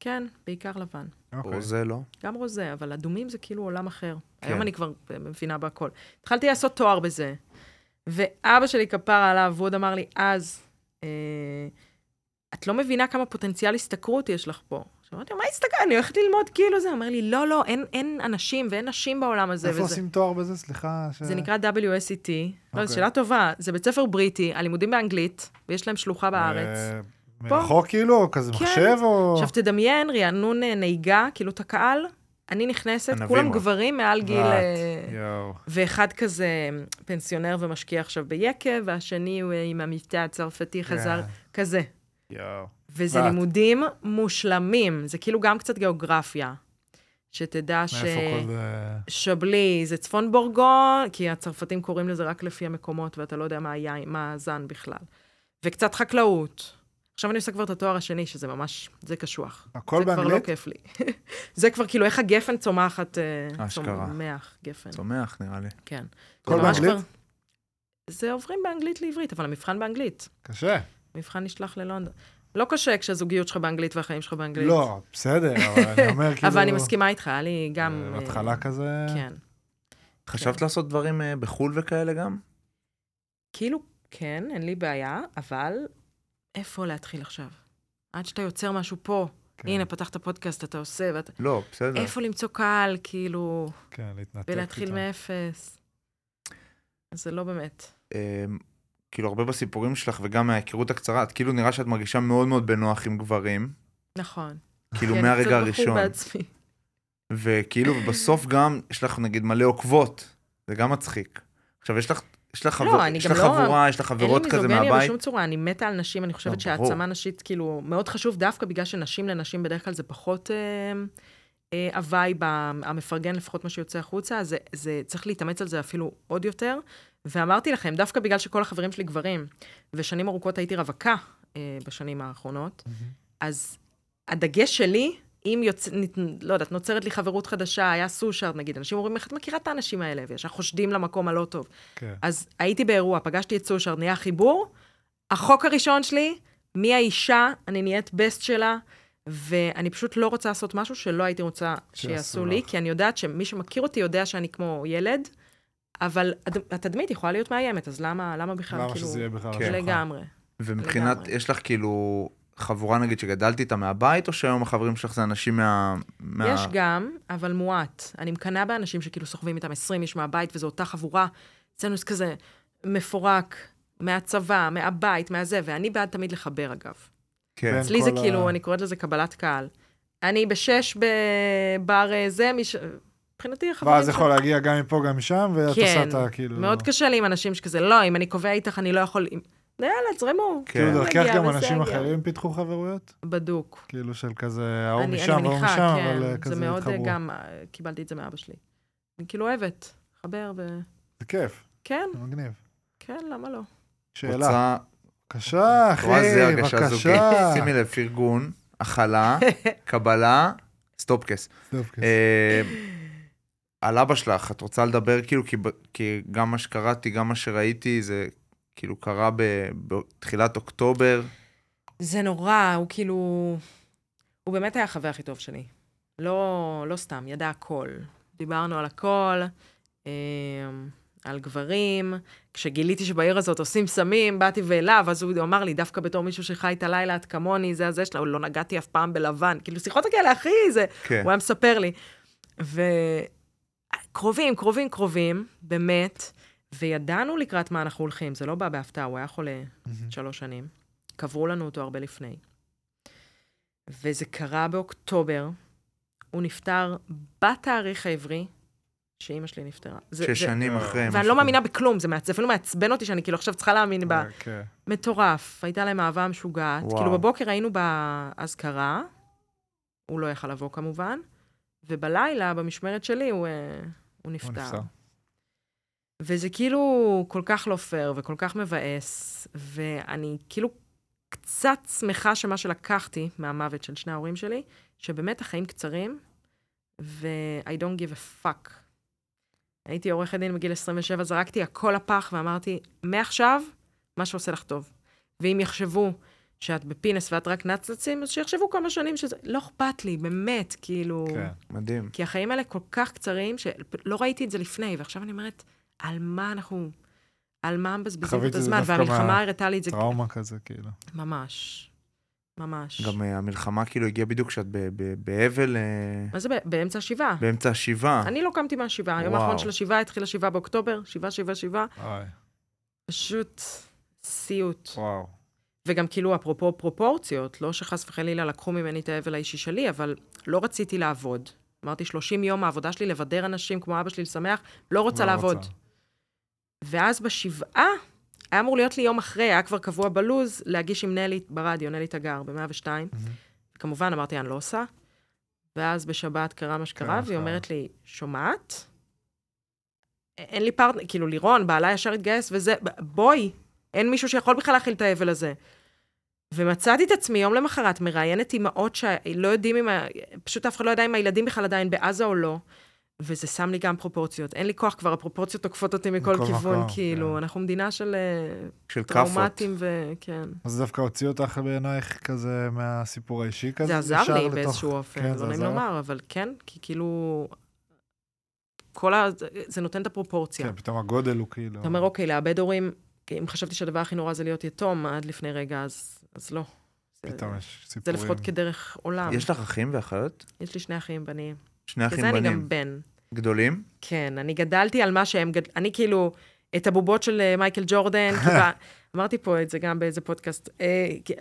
Speaker 4: כן, בעיקר לבן.
Speaker 2: אוקיי.
Speaker 3: או זה לא.
Speaker 4: גם רוזה, אבל אדומים זה כאילו עולם אחר.
Speaker 3: כן.
Speaker 4: היום אני כבר אה, מבינה בהכל. התחלתי לעשות תואר בזה, ואבא שלי כפר עליו, והוא עוד אמר לי, אז, אה, את לא מבינה כמה פוטנציאל השתכרות יש לך פה. עכשיו אמרתי, לו, מה הסתכלת? אני הולכת ללמוד כאילו זה. הוא אומר לי, לא, לא, אין, אין אנשים ואין נשים בעולם הזה.
Speaker 2: איפה
Speaker 4: וזה.
Speaker 2: עושים תואר בזה? סליחה. ש-
Speaker 4: זה נקרא WSET. לא, זו
Speaker 2: אוקיי.
Speaker 4: שאלה טובה. זה בית ספר בריטי, הלימודים באנגלית, ויש להם שלוחה בארץ.
Speaker 2: אה,
Speaker 4: פה.
Speaker 2: מרחוק כאילו, או כזה
Speaker 4: כן.
Speaker 2: מחשב, או...
Speaker 4: עכשיו תדמיין, רענון אה, נהיגה, כאילו את הקהל, אני נכנסת,
Speaker 3: ענבים
Speaker 4: כולם
Speaker 3: רק.
Speaker 4: גברים מעל גיל...
Speaker 2: רהט.
Speaker 4: אה,
Speaker 2: יואו.
Speaker 4: ואחד כזה פנסיונר ומשקיע עכשיו ביקב, והשני הוא אה, עם המבטא הצרפתי חזר,
Speaker 2: כן.
Speaker 4: כזה.
Speaker 2: יואו.
Speaker 4: וזה
Speaker 2: ואת?
Speaker 4: לימודים מושלמים, זה כאילו גם קצת גיאוגרפיה. שתדע ש...
Speaker 2: מאיפה כל אה, זה?
Speaker 4: שבלי זה צפון בורגון, כי הצרפתים קוראים לזה רק לפי המקומות, ואתה לא יודע מה היין, מה הזן בכלל. וקצת חקלאות. עכשיו אני עושה כבר את התואר השני, שזה ממש, זה קשוח.
Speaker 2: הכל
Speaker 4: זה כבר לא
Speaker 2: באנגלית?
Speaker 4: כיף לי. זה כבר כאילו איך הגפן צומחת, אה,
Speaker 3: אשכרה.
Speaker 4: צומח, גפן.
Speaker 3: צומח, נראה לי.
Speaker 4: כן.
Speaker 2: הכל
Speaker 4: זה ממש
Speaker 2: באנגלית?
Speaker 4: כבר- זה עוברים באנגלית לעברית, אבל המבחן באנגלית.
Speaker 2: קשה.
Speaker 4: המבחן נשלח ללונדון. לא קשה כשהזוגיות שלך באנגלית והחיים שלך באנגלית.
Speaker 2: לא, בסדר, אבל אני אומר כאילו...
Speaker 4: אבל אני מסכימה איתך, היה לי גם...
Speaker 2: אה,
Speaker 4: אה,
Speaker 2: בהתחלה כזה...
Speaker 4: כן.
Speaker 3: חשבת לעשות דברים אה, בחו"ל וכאלה גם?
Speaker 4: כאילו, כן, אין לי בעיה, אבל איפה להתחיל עכשיו? עד שאתה יוצר משהו פה,
Speaker 2: כן,
Speaker 4: הנה, פתחת פודקאסט, אתה עושה, ואתה...
Speaker 3: לא, בסדר.
Speaker 4: איפה למצוא קהל, כאילו,
Speaker 2: כן, להתנתק.
Speaker 4: ולהתחיל
Speaker 2: פתאום.
Speaker 4: מאפס. אז זה לא באמת.
Speaker 3: אמ, כאילו הרבה בסיפורים שלך וגם מההיכרות הקצרה, את כאילו נראה שאת מרגישה מאוד מאוד בנוח עם גברים,
Speaker 4: נכון.
Speaker 3: כאילו
Speaker 4: כי אני קצת
Speaker 3: מהרגע
Speaker 4: בחור
Speaker 3: הראשון.
Speaker 4: בעצמי.
Speaker 3: וכאילו בסוף גם יש לך נגיד מלא עוקבות, זה גם מצחיק. עכשיו יש לך, יש לך,
Speaker 4: לא,
Speaker 3: חבר,
Speaker 4: אני
Speaker 3: יש
Speaker 4: גם
Speaker 3: לך
Speaker 4: לא-
Speaker 3: חבורה, יש לך חברות
Speaker 4: אין לי
Speaker 3: כזה
Speaker 4: מיזוגניה
Speaker 3: מהבית.
Speaker 4: בשום צורה, אני מתה על נשים, אני חושבת
Speaker 3: לא, ברור.
Speaker 4: שהעצמה נשית, כאילו, מאוד חשוב דווקא בגלל שנשים לנשים בדרך כלל זה פחות אה, אה, הווייב, ה- המפרגן לפחות מה שיוצא החוצה, אז זה, זה צריך להתאמץ על זה אפילו עוד יותר. ואמרתי לכם, דווקא בגלל שכל החברים שלי גברים, ושנים ארוכות הייתי רווקה אה, בשנים האחרונות,
Speaker 2: מהמם.
Speaker 3: Mm-hmm.
Speaker 4: אז הדגש שלי, אם יוצא, נת- לא יודעת, נוצרת לי חברות חדשה, היה סושארד נגיד, אנשים אומרים, איך את מכירה את האנשים האלה? וישר חושדים למקום הלא טוב.
Speaker 2: כן.
Speaker 4: אז הייתי באירוע, פגשתי את סושר, נהיה חיבור. החוק הראשון שלי, מי האישה, אני נהיית בסט שלה, ואני פשוט לא רוצה לעשות משהו שלא הייתי רוצה
Speaker 2: שיעשו
Speaker 4: שיעשו לי,
Speaker 2: לך.
Speaker 4: כי אני יודעת שמי שמכיר אותי יודע שאני כמו ילד, אבל הד- התדמית יכולה להיות מאיימת, אז למה, למה בכלל,
Speaker 2: למה
Speaker 4: כאילו...
Speaker 2: שזה יהיה בכלל על
Speaker 3: כן.
Speaker 2: השולחן?
Speaker 4: לגמרי.
Speaker 3: ומבחינת,
Speaker 4: לגמרי.
Speaker 3: יש לך כאילו חבורה נגיד שגדלת איתה מהבית, או שהיום החברים שלך זה אנשים מה... מה...
Speaker 4: יש גם, אבל מועט. אני מקנאה באנשים שכאילו סוחבים איתם 20 איש מהבית, וזו אותה חבורה. אצלנו זה כזה מפורק, מהצבא, מהבית, מהזה, ואני בעד תמיד לחבר, אגב.
Speaker 3: כן.
Speaker 2: בין
Speaker 4: אצלי זה
Speaker 2: כל ה-
Speaker 4: כאילו, אני קוראת לזה קבלת קהל. אני בשש בבר אה, זה, מש- מבחינתי החברים
Speaker 2: ואז
Speaker 4: שלי.
Speaker 2: יכול להגיע גם מפה, גם משם, ואת
Speaker 4: כן.
Speaker 2: עושה את ה... כאילו...
Speaker 4: מאוד קשה לי עם אנשים שכזה, לא, אם אני קובע איתך, אני לא יכול... אם- יאללה, זרמו.
Speaker 3: כן.
Speaker 2: כאילו
Speaker 4: הוא
Speaker 2: דרכך
Speaker 4: יגיע
Speaker 2: גם
Speaker 4: וזה
Speaker 2: ההוא
Speaker 4: יגיע.
Speaker 2: אחרים פיתחו חברויות?
Speaker 4: בדוק.
Speaker 2: כאילו של כזה, ההוא
Speaker 4: אני,
Speaker 2: משם,
Speaker 4: אני
Speaker 2: ההוא
Speaker 4: מניחה,
Speaker 2: משם,
Speaker 4: כן.
Speaker 2: אבל אה,
Speaker 4: זה
Speaker 2: כזה
Speaker 4: מאוד אה,
Speaker 2: התחברו.
Speaker 4: גם, אה, קיבלתי את זה מאבא שלי. אני כאילו אוהבת, חבר ו...
Speaker 2: זה כיף,
Speaker 4: כן,
Speaker 2: זה מגניב.
Speaker 4: כן, למה לא?
Speaker 2: שאלה.
Speaker 3: רוצה...
Speaker 2: בבקשה, אחי,
Speaker 3: רואה זה הרגשה זוגית.
Speaker 2: בבקשה.
Speaker 3: שימי לב, פרגון, הכלה, קבלה, סטופקס.
Speaker 2: טוב, כן.
Speaker 3: אה, על אבא שלך, את רוצה לדבר כאילו, כי ב- כי גם מה שקראתי, גם מה שראיתי, זה כאילו קרה ב- בתחילת אוקטובר.
Speaker 4: זה נורא, הוא כאילו... הוא באמת היה החבר הכי טוב שלי. לא, לא סתם, ידע הכל. דיברנו על הכל, אה, על גברים. כשגיליתי שבעיר הזאת עושים סמים, באתי ואליו, אז הוא אמר לי, דווקא בתור מישהו שחי את הלילה, את כמוני, זה הזה שלה, הוא לא נגעתי אף פעם בלבן. כאילו, שיחות כאלה, אחי, זה...
Speaker 3: כן.
Speaker 4: הוא היה מספר לי. וקרובים, קרובים, קרובים, באמת, וידענו לקראת מה אנחנו הולכים, זה לא בא בהפתעה, הוא היה חולה
Speaker 2: מהמם.
Speaker 4: שלוש שנים. קברו לנו אותו הרבה לפני. וזה קרה באוקטובר. הוא נפטר בתאריך העברי שאימא שלי נפטרה. זה-
Speaker 3: שש
Speaker 4: זה-
Speaker 3: שנים אחרי.
Speaker 4: ואני
Speaker 3: משהו
Speaker 4: לא
Speaker 3: כזה.
Speaker 4: מאמינה בכלום, זה מעצ- זה אפילו מעצבן אותי שאני כאילו עכשיו צריכה להאמין בה.
Speaker 2: אה, כן.
Speaker 4: מטורף, הייתה להם אהבה משוגעת.
Speaker 3: וואו.
Speaker 4: כאילו בבוקר היינו באזכרה, הוא לא יכל לבוא כמובן, ובלילה, במשמרת שלי, הוא, אה, הוא נפטר.
Speaker 2: נפטר.
Speaker 4: וזה כאילו כל כך לא פייר וכל כך מבאס, ואני כאילו קצת שמחה שמה שלקחתי מהמוות של שני ההורים שלי, שבאמת החיים קצרים, ו-I don't give a fuck. הייתי עורכת דין בגיל 27, זרקתי הכל לפח ואמרתי, מעכשיו, מה שעושה לך טוב. ואם יחשבו שאת בפינס ואת רק נצנצים, אז שיחשבו כמה שנים שזה... לא אכפת לי, באמת, כאילו...
Speaker 2: כן.
Speaker 3: מדהים.
Speaker 4: כי החיים האלה כל כך קצרים, שלא ראיתי את זה לפני, ועכשיו אני אומרת, על מה אנחנו... על מה מבזבזים
Speaker 2: חוויתי
Speaker 4: את
Speaker 2: את זה
Speaker 4: הזמן?
Speaker 2: דווקא
Speaker 4: והמלחמה
Speaker 2: מה-
Speaker 4: הראתה לי את זה
Speaker 2: טראומה כזה, כאילו.
Speaker 4: ממש. ממש.
Speaker 3: גם אה, המלחמה כאילו הגיעה בדיוק כשאת ב- ב- באבל, אה,
Speaker 4: מה זה ב- באמצע השבעה?
Speaker 3: באמצע השבעה.
Speaker 4: אני לא קמתי מהשבעה, היום
Speaker 3: וואו.
Speaker 4: האחרון של השבעה התחיל השבעה באוקטובר, שבעה, שבעה, שבעה,
Speaker 2: אוי,
Speaker 4: פשוט סיוט.
Speaker 2: וואו.
Speaker 4: וגם כאילו, אפרופו פרופורציות, לא שחס וחלילה לקחו ממני את האבל האישי שלי, אבל לא רציתי לעבוד. אמרתי, 30 יום העבודה שלי לבדר אנשים כמו אבא שלי לשמח, לא רוצה
Speaker 2: לא
Speaker 4: לעבוד.
Speaker 2: רוצה.
Speaker 4: ואז בשבעה, היה אמור להיות לי יום אחרי, היה כבר קבוע בלוז, להגיש עם נלי ברדיו, נלי תגר, ב-102. כמובן, אמרתי, אני לא עושה. ואז בשבת קרה מה
Speaker 2: קרה
Speaker 4: שקרה,
Speaker 2: מה
Speaker 4: והיא
Speaker 2: שקרה.
Speaker 4: אומרת לי, שומעת? א- אין לי פרטנר, כאילו לירון, בעלה ישר התגייס וזה, ב- בואי, אין מישהו שיכול בכלל להכיל את האבל הזה. ומצאתי את עצמי יום למחרת מראיינת אימהות שלא יודעים אם, ה- פשוט אף אחד לא ידע אם הילדים בכלל עדיין בעזה או לא, וזה שם לי גם פרופורציות. אין לי כוח כבר, הפרופורציות תוקפות אותי מכל
Speaker 2: מכל
Speaker 4: כיוון,
Speaker 2: מקום,
Speaker 4: כאילו,
Speaker 2: כן.
Speaker 4: אנחנו מדינה של אה,
Speaker 3: של כאפות.
Speaker 4: טראומטים כן. וכן.
Speaker 2: אז זה דווקא הוציא אותך בעינייך כזה מהסיפור האישי כזה?
Speaker 4: זה עזר
Speaker 2: כן, ישר
Speaker 4: לי
Speaker 2: לתוך-
Speaker 4: באיזשהו אופן,
Speaker 2: כן,
Speaker 4: לא
Speaker 2: זה
Speaker 4: נעים
Speaker 2: עזר.
Speaker 4: לומר, אבל כן, כי כאילו... כל ה... זה- זה נותן את הפרופורציה.
Speaker 2: כן, פתאום הגודל הוא כאילו...
Speaker 4: אתה אומר, אוקיי, לאבד הורים, כי אם חשבתי שהדבר הכי נורא זה להיות יתום עד לפני רגע, אז אז לא. זה-
Speaker 2: פתאום יש סיפורים.
Speaker 4: זה לפחות כדרך עולם.
Speaker 3: יש לך אחים ואחיות?
Speaker 4: יש לי שני אחים בנים.
Speaker 3: שני אחים
Speaker 4: בגלל זה אני
Speaker 3: בנים.
Speaker 4: גם בן.
Speaker 3: גדולים?
Speaker 4: כן, אני גדלתי על מה שהם גדלו, אני כאילו, את הבובות של אה, מייקל ג'ורדן, כאילו, אמרתי פה את זה גם באיזה פודקאסט. אה, כי-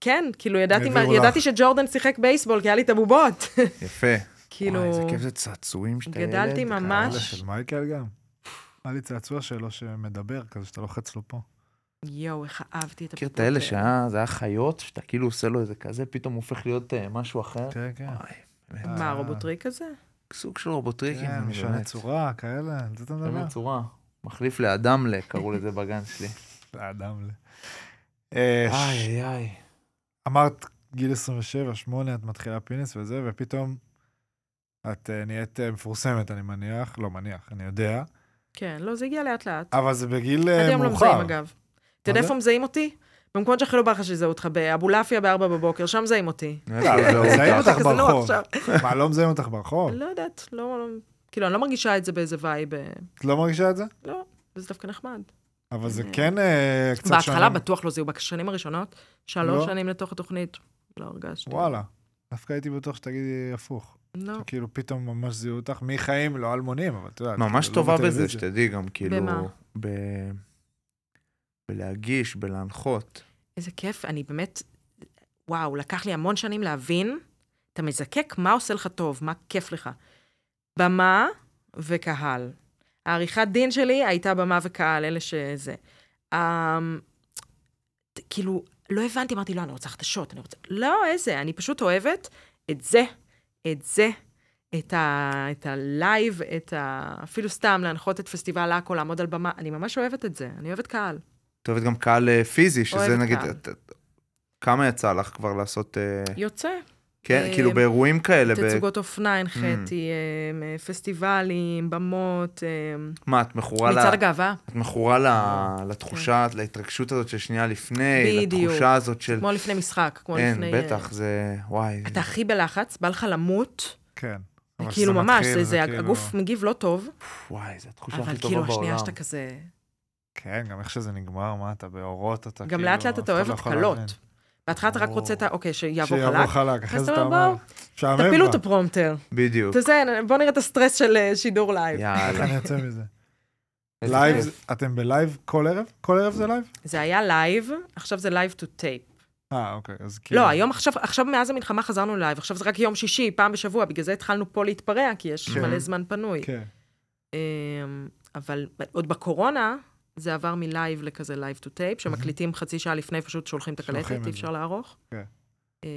Speaker 4: כן, כאילו, ידעתי מה-
Speaker 2: העבירו לך.
Speaker 4: ידעתי שג'ורדן שיחק בייסבול, כי היה לי את הבובות.
Speaker 3: יפה.
Speaker 4: כאילו...
Speaker 3: וואי, איזה כיף זה צעצועים שאתה ילד.
Speaker 4: גדלתי
Speaker 3: וכאלה.
Speaker 4: ממש-
Speaker 2: זה של מייקל גם. היה לי צעצוע שלו שמדבר, כזה שאתה לוחץ לו פה.
Speaker 4: יואו, איך אהבתי את
Speaker 3: מכיר את
Speaker 4: הפרופורציה.
Speaker 3: האלה שהיה, זה היה חיות, שאתה כאילו עושה לו איזה כזה, פתאום הופך להיות אה, משהו אחר.
Speaker 2: כן, כן.
Speaker 3: וואי, באמת.
Speaker 4: מה, רובוטרי כזה?
Speaker 3: סוג של רובוטריקים,
Speaker 2: כן,
Speaker 3: נו,
Speaker 2: אה, משנה
Speaker 3: באמת.
Speaker 2: צורה, כאלה, על זה אתה מדבר?
Speaker 3: משנה צורה. מחליף לאדם ל, קראו לזה בגן שלי.
Speaker 2: אדם ל... אה, ש-
Speaker 3: איי, איי, איי.
Speaker 2: אמרת גיל 27, 8, את מתחילה פינס וזה, ופתאום את אה, נהיית אה, מפורסמת, אני מניח, לא מניח, אני יודע,
Speaker 4: כן, לא, זה הגיע לאט-לאט.
Speaker 2: אבל זה בגיל אה,
Speaker 4: עד היום לא
Speaker 2: מאוחר.
Speaker 4: מזהים, אגב. אתה יודע
Speaker 2: זה?
Speaker 4: איפה מזהים אותי? במקומות שהכי לא בא לך שיזהו אותך, באבולעפיה ב-4 בבוקר, שם מזהים אותי.
Speaker 3: אה,
Speaker 2: לא, מזהים
Speaker 3: אותך.
Speaker 2: אותך
Speaker 4: כזה, נו,
Speaker 2: ברחוב.
Speaker 4: עכשיו.
Speaker 2: מה, לא מזהים אותך ברחוב?
Speaker 4: לא יודעת, לא... לא- כאילו, אני לא מרגישה את זה באיזה וייב, אה,
Speaker 2: את לא מרגישה את זה?
Speaker 4: לא, וזה דווקא נחמד.
Speaker 2: אבל זה
Speaker 3: לא.
Speaker 4: אה,
Speaker 2: כן אה, קצת שונה.
Speaker 4: בהתחלה בטוח לא זיהו, בשנים הראשונות,
Speaker 2: לא.
Speaker 4: שלוש שנים לתוך התוכנית, לא הרגשתי.
Speaker 2: וואלה, דווקא הייתי בטוח שתגידי הפוך.
Speaker 4: לא.
Speaker 2: שכאילו פתאום ממש זיהו אותך מחיים, לא אלמונים, אבל אתה יודע.
Speaker 3: ממש
Speaker 2: לא
Speaker 3: טובה בזה,
Speaker 2: בטלוויזיה.
Speaker 3: שתדעי גם, כאילו...
Speaker 4: במה?
Speaker 3: ב... בלהגיש, בלהנחות.
Speaker 4: איזה כיף, אני באמת, וואו, לקח לי המון שנים להבין, אתה מזקק מה עושה לך טוב, מה כיף לך. במה וקהל. העריכת דין שלי הייתה במה וקהל, אלה שזה. Um, כאילו, לא הבנתי, אמרתי, לא, אני רוצה חדשות, אני רוצה... לא, איזה, אני פשוט אוהבת את זה, את זה, את, ה, את הלייב, את ה... אפילו סתם להנחות את פסטיבל עכו, לעמוד על במה, אני ממש אוהבת את זה, אני אוהבת קהל.
Speaker 3: את אוהבת גם קהל אה, פיזי, שזה
Speaker 4: אוהבת
Speaker 3: נגיד...
Speaker 4: קהל.
Speaker 3: את- את- כמה יצא לך כבר לעשות... אה,
Speaker 4: יוצא,
Speaker 3: כן,
Speaker 4: אה,
Speaker 3: כאילו באירועים כאלה. ב- Mm.
Speaker 4: תצוגות אופנה הנחיתי, אמ, אה, פסטיבלים, במות, אמ,
Speaker 3: מה, את מכורה ל...
Speaker 4: מצעד הגאווה,
Speaker 3: את מכורה ל- לתחושה, להתרגשות הזאת של שנייה לפני,
Speaker 4: אוקיי. בדיוק.
Speaker 3: לתחושה הזאת של...
Speaker 4: כמו לפני משחק, כמו
Speaker 3: אין,
Speaker 4: לפני... אה,
Speaker 3: בטח, זה... וואי.
Speaker 4: אתה הכי בלחץ, בא לך למות,
Speaker 2: כן. אבל
Speaker 4: כאילו
Speaker 2: כשזה
Speaker 4: ממש,
Speaker 2: מתחיל,
Speaker 4: זה- זה-
Speaker 2: כאילו-
Speaker 4: הגוף מגיב לא טוב,
Speaker 3: וואי, זו התחושה
Speaker 4: אבל
Speaker 3: הכי
Speaker 4: כאילו
Speaker 3: טובה בעולם.
Speaker 4: השנייה שאתה כזה...
Speaker 2: כן, גם איך שזה נגמר, מה אתה באורות, אתה
Speaker 4: גם
Speaker 2: כאילו...
Speaker 4: לאט לאט
Speaker 2: אף אחד
Speaker 4: אתה
Speaker 2: לא
Speaker 4: אוהב את
Speaker 2: יכול להבין.
Speaker 4: קלות. בהתחלה אתה רק רוצה את ה... אוקיי, שיעבור
Speaker 2: שיעבור
Speaker 4: חלק.
Speaker 2: חלק, אחרי
Speaker 4: אז
Speaker 2: זה
Speaker 4: אתה
Speaker 2: אתה
Speaker 4: אומר,
Speaker 2: אומר, "משעמם
Speaker 4: תפילו
Speaker 2: כבר,
Speaker 4: את הפרומטר.
Speaker 3: בדיוק.
Speaker 4: תזה, בוא נראה את הסטרס של אה, שידור לייב.
Speaker 2: איך
Speaker 3: יאללה.
Speaker 2: אני יוצא מזה?
Speaker 3: איזה
Speaker 2: לייב,
Speaker 3: כיף.
Speaker 2: אתם בלייב כל ערב? כל ערב זה לייב?
Speaker 4: זה היה לייב, עכשיו זה לייב טו טייפ.
Speaker 2: אה, אוקיי, אז
Speaker 3: כן.
Speaker 2: כאילו...
Speaker 4: לא, היום עכשיו, עכשיו מאז המלחמה חזרנו ללייב, עכשיו זה רק יום שישי, פעם בשבוע, בגלל זה התחלנו פה להתפרע, כי יש
Speaker 3: כן.
Speaker 4: מלא זמן פנוי.
Speaker 2: כן.
Speaker 4: אמ, אבל ב- עוד בקורונה, זה עבר מלייב לכזה לייב טו טייפ, שמקליטים חצי שעה לפני, פשוט שולחים את
Speaker 2: שולחים
Speaker 3: כן.
Speaker 4: הקלטת,
Speaker 2: את
Speaker 4: אי
Speaker 2: זה.
Speaker 4: אפשר לערוך.
Speaker 2: כן.
Speaker 4: אמ,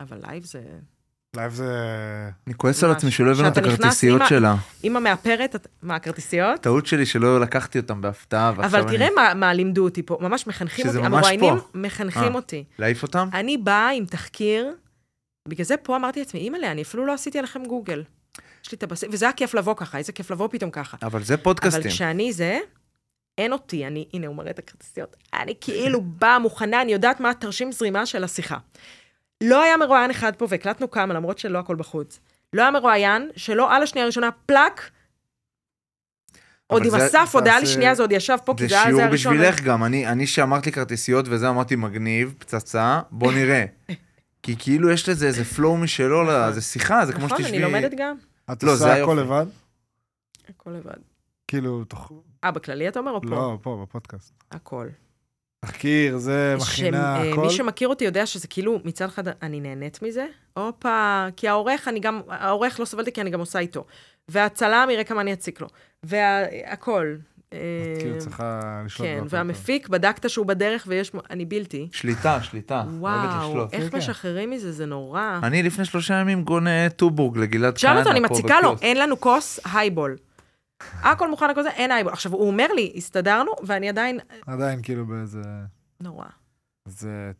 Speaker 4: אבל לייב זה
Speaker 2: לייב זה...
Speaker 3: אני כועס על
Speaker 4: ממש.
Speaker 3: עצמי שלא הבאנו את
Speaker 4: כשאתה נכנס
Speaker 3: הכרטיסיות
Speaker 4: עם ה-
Speaker 3: שלה.
Speaker 4: עם המאפרת, את- מה, הכרטיסיות?
Speaker 3: טעות שלי שלא לקחתי אותם בהפתעה, ועכשיו
Speaker 4: אבל
Speaker 3: אני...
Speaker 4: תראה מה- מה לימדו אותי פה, ממש מחנכים
Speaker 3: שזה
Speaker 4: אותי,
Speaker 3: ממש פה.
Speaker 4: המרואיינים מחנכים
Speaker 3: אה.
Speaker 4: אותי.
Speaker 3: להעיף אותם?
Speaker 4: אני באה עם תחקיר, בגלל זה פה אמרתי לעצמי, אימא'לה, אני אפילו לא עשיתי עליכם גוגל. יש לי את הבסיס, וזה היה כיף לבוא ככה, איזה כיף לבוא פתאום ככה.
Speaker 3: אבל זה
Speaker 4: אבל
Speaker 3: פודקאסטים.
Speaker 4: כשאני זה, אין אותי, אני, הנה, הוא מראה את הכרטיסיות. אני כאילו באה מוכנה, אני יודעת מה התרשים זרימה של השיחה. לא היה מרואיין אחד פה, והקלטנו כמה, למרות שלא הכל בחוץ. לא היה מרואיין שלא על השנייה הראשונה פלאק, עוד עם
Speaker 3: זה-
Speaker 4: הסף, עוד
Speaker 2: זה-
Speaker 4: היה לי
Speaker 2: זה-
Speaker 4: שנייה, זה עוד ישב פה,
Speaker 3: זה
Speaker 4: כי זה היה זה
Speaker 3: שיעור
Speaker 4: הראשון.
Speaker 3: בשבילך גם, אני, אני שאמרת לי כרטיסיות וזה אמרתי מגניב, פצצה, בוא נראה. כי כאילו יש לזה איזה flow משלו, לה, זה שיחה, זה כמו
Speaker 4: נכון,
Speaker 3: שתשבי...
Speaker 4: אני לומדת גם.
Speaker 2: את
Speaker 3: לא, זה
Speaker 2: עושה הכל
Speaker 3: היופי.
Speaker 2: לבד?
Speaker 4: הכל לבד.
Speaker 2: כאילו, תוך-
Speaker 4: אה, בכללי אתה אומר או פה?
Speaker 2: לא, פה, בפודקאסט.
Speaker 4: הכל.
Speaker 2: תחקיר, זה, מכינה,
Speaker 4: שמ- אה,
Speaker 2: הכל.
Speaker 4: מי שמכיר אותי יודע שזה כאילו, מצד אחד אני נהנית מזה, הופה, כי העורך, אני גם, העורך לא סובל אותי כי אני גם עושה איתו. והצלם יראה כמה אני אציק לו. והכל.
Speaker 2: את כאילו צריכה לשלוט
Speaker 4: כן,
Speaker 2: בהכל.
Speaker 4: והמפיק, בדקת שהוא בדרך ויש... מ- אני
Speaker 2: אה,
Speaker 4: בלתי.
Speaker 3: שליטה, שליטה.
Speaker 2: לא
Speaker 3: אוהבת
Speaker 4: וואו,
Speaker 3: לשלוט.
Speaker 4: איך
Speaker 2: כן, כן.
Speaker 4: משחררים מזה, זה נורא.
Speaker 3: אני לפני שלושה ימים גונה טובורג לגלעד
Speaker 4: תשאל
Speaker 3: כהנא
Speaker 4: אותו, אני
Speaker 3: פה
Speaker 4: מציקה לו,
Speaker 3: בקיוסק.
Speaker 4: אין לנו כוס הייבול. הכל מוכן, הכל זה, אין הייבול. עכשיו, הוא אומר לי, הסתדרנו, ואני עדיין...
Speaker 2: עדיין כאילו באיזה...
Speaker 4: נורא.
Speaker 2: זה...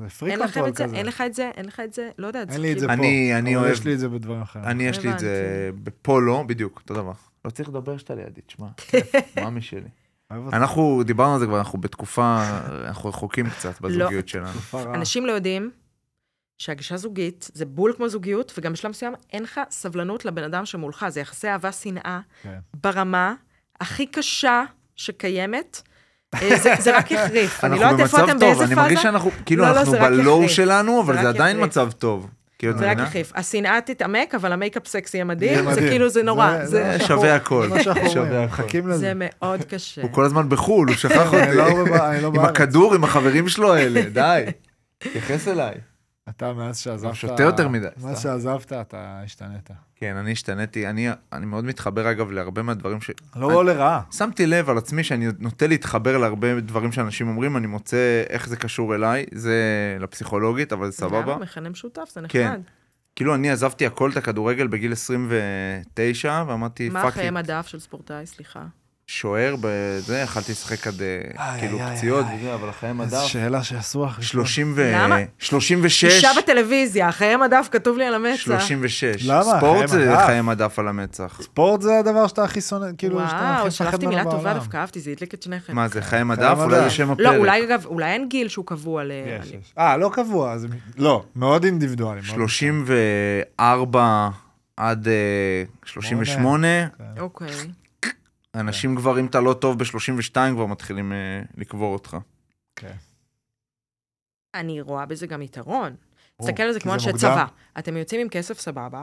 Speaker 2: זה פרי
Speaker 4: אין לכם
Speaker 2: קונטרול
Speaker 4: את זה,
Speaker 2: כזה.
Speaker 4: אין לך את זה, אין לך את זה, לא יודעת.
Speaker 2: אין לי את זה פה.
Speaker 3: אני- אני
Speaker 2: אבל
Speaker 3: אוהב-
Speaker 2: יש לי את זה בדברים אחרים.
Speaker 3: אני יש לי את זה בפולו, בדיוק, אותו דבר. לא צריך לדבר שאתה לידי, תשמע. מאמי שלי.
Speaker 2: אוהב אותך.
Speaker 3: אנחנו דיברנו על זה כבר, אנחנו בתקופה, אנחנו רחוקים קצת
Speaker 4: לא.
Speaker 3: בזוגיות שלנו.
Speaker 2: תקופה רעה.
Speaker 4: אנשים לא יודעים שהגישה זוגית זה בול כמו זוגיות, וגם בשלב מסוים אין לך סבלנות לבן אדם שמולך. זה יחסי אהבה-שנאה
Speaker 2: כן.
Speaker 4: ברמה הכי קשה שקיימת. אה, זה- זה רק יחריף. אני לא
Speaker 3: אנחנו
Speaker 4: יודעת איפה
Speaker 3: במצב
Speaker 4: אתם,
Speaker 3: טוב,
Speaker 4: באיזה
Speaker 3: אני
Speaker 4: פאזה.
Speaker 3: מרגיש שאנחנו, כאילו,
Speaker 4: לא, לא,
Speaker 3: אנחנו
Speaker 4: זה רק
Speaker 3: בלואו
Speaker 4: יחריף.
Speaker 3: שלנו, אבל
Speaker 4: זה
Speaker 3: זה
Speaker 4: רק
Speaker 3: עדיין
Speaker 4: יחריף.
Speaker 3: מצב טוב. כאילו, את
Speaker 4: זה רק
Speaker 3: מבינה?
Speaker 4: יחריף. השנאה תתעמק, אבל המייקאפ סקס יהיה מדהים.
Speaker 2: יהיה
Speaker 4: זה
Speaker 2: מדהים.
Speaker 4: כאילו, זה נורא.
Speaker 2: זה-
Speaker 4: זה-
Speaker 3: זה שווה הכל.
Speaker 2: מה שאנחנו
Speaker 3: שווה
Speaker 2: אומרים,
Speaker 3: הכל.
Speaker 2: מחכים
Speaker 4: זה
Speaker 2: לזה.
Speaker 4: מאוד קשה.
Speaker 3: הוא כל הזמן בחו"ל, הוא שכח
Speaker 2: אני לא
Speaker 3: אותי.
Speaker 2: בב- אני לא
Speaker 3: עם
Speaker 2: בארץ.
Speaker 3: הכדור, עם החברים שלו האלה, די. תתייחס אליי.
Speaker 2: אתה מאז שעזבת...
Speaker 3: גם שותה יותר מדי,
Speaker 2: מאז
Speaker 3: סתם.
Speaker 2: שעזבת אתה השתנית.
Speaker 3: כן, אני השתניתי. אני אני מאוד מתחבר, אגב, להרבה מהדברים ש...
Speaker 2: לא לרעה.
Speaker 3: שמתי לב על עצמי שאני נוטה להתחבר להרבה דברים שאנשים אומרים, אני מוצא איך זה קשור אליי, זה לפסיכולוגית, אבל זה סבבה.
Speaker 4: למה? מכנה משותף, זה
Speaker 3: כן.
Speaker 4: נחמד.
Speaker 3: כאילו, אני עזבתי הכל את הכדורגל בגיל 29, ואמרתי,
Speaker 4: מה
Speaker 3: פאק,
Speaker 4: חיי
Speaker 3: איט,
Speaker 4: מדף של ספורטאי, סליחה?
Speaker 3: שוער בזה, יכלתי לשחק עד אה,
Speaker 2: איי,
Speaker 3: כאילו
Speaker 2: איי,
Speaker 3: פציעות
Speaker 2: איי.
Speaker 3: וזה, אבל אחרי
Speaker 2: איזו
Speaker 3: מדף,
Speaker 2: שאלה שאסור לך לשאול.
Speaker 3: 30 ו...
Speaker 4: למה?
Speaker 3: 36,
Speaker 4: אישה בטלוויזיה, חיי מדף כתוב לי על המצח.
Speaker 3: 36.
Speaker 2: למה? חיי
Speaker 3: ספורט זה
Speaker 2: מדף.
Speaker 3: חיי מדף על המצח.
Speaker 2: ספורט זה הדבר שאתה הכי שונא, כאילו, שאתה הכי
Speaker 4: וואו,
Speaker 2: מפחד
Speaker 4: שלחתי
Speaker 2: ממנו בעולם.
Speaker 4: מילה טובה דווקא, אהבתי, זה הדליק את שניכם.
Speaker 3: מה זה, חיי מדף? אולי זה
Speaker 2: מדף.
Speaker 3: שם הפרק.
Speaker 4: לא, אולי אגב, אולי אין גיל שהוא קבוע ל...
Speaker 2: יש,
Speaker 4: אני-
Speaker 2: יש. אה, לא קבוע, אז... לא, מאוד אינדיבידואלי. מאוד
Speaker 3: 34 עד אה, 38,
Speaker 4: אוקיי.
Speaker 3: אנשים כבר, אם אתה לא טוב ב-32, כבר מתחילים אה, לקבור אותך.
Speaker 2: אוקיי.
Speaker 4: אני רואה בזה גם יתרון.
Speaker 2: ברור,
Speaker 4: תסתכל על זה
Speaker 2: כי
Speaker 4: כמו אנשי
Speaker 2: מוקדם.
Speaker 4: צבא. אתם יוצאים עם כסף סבבה,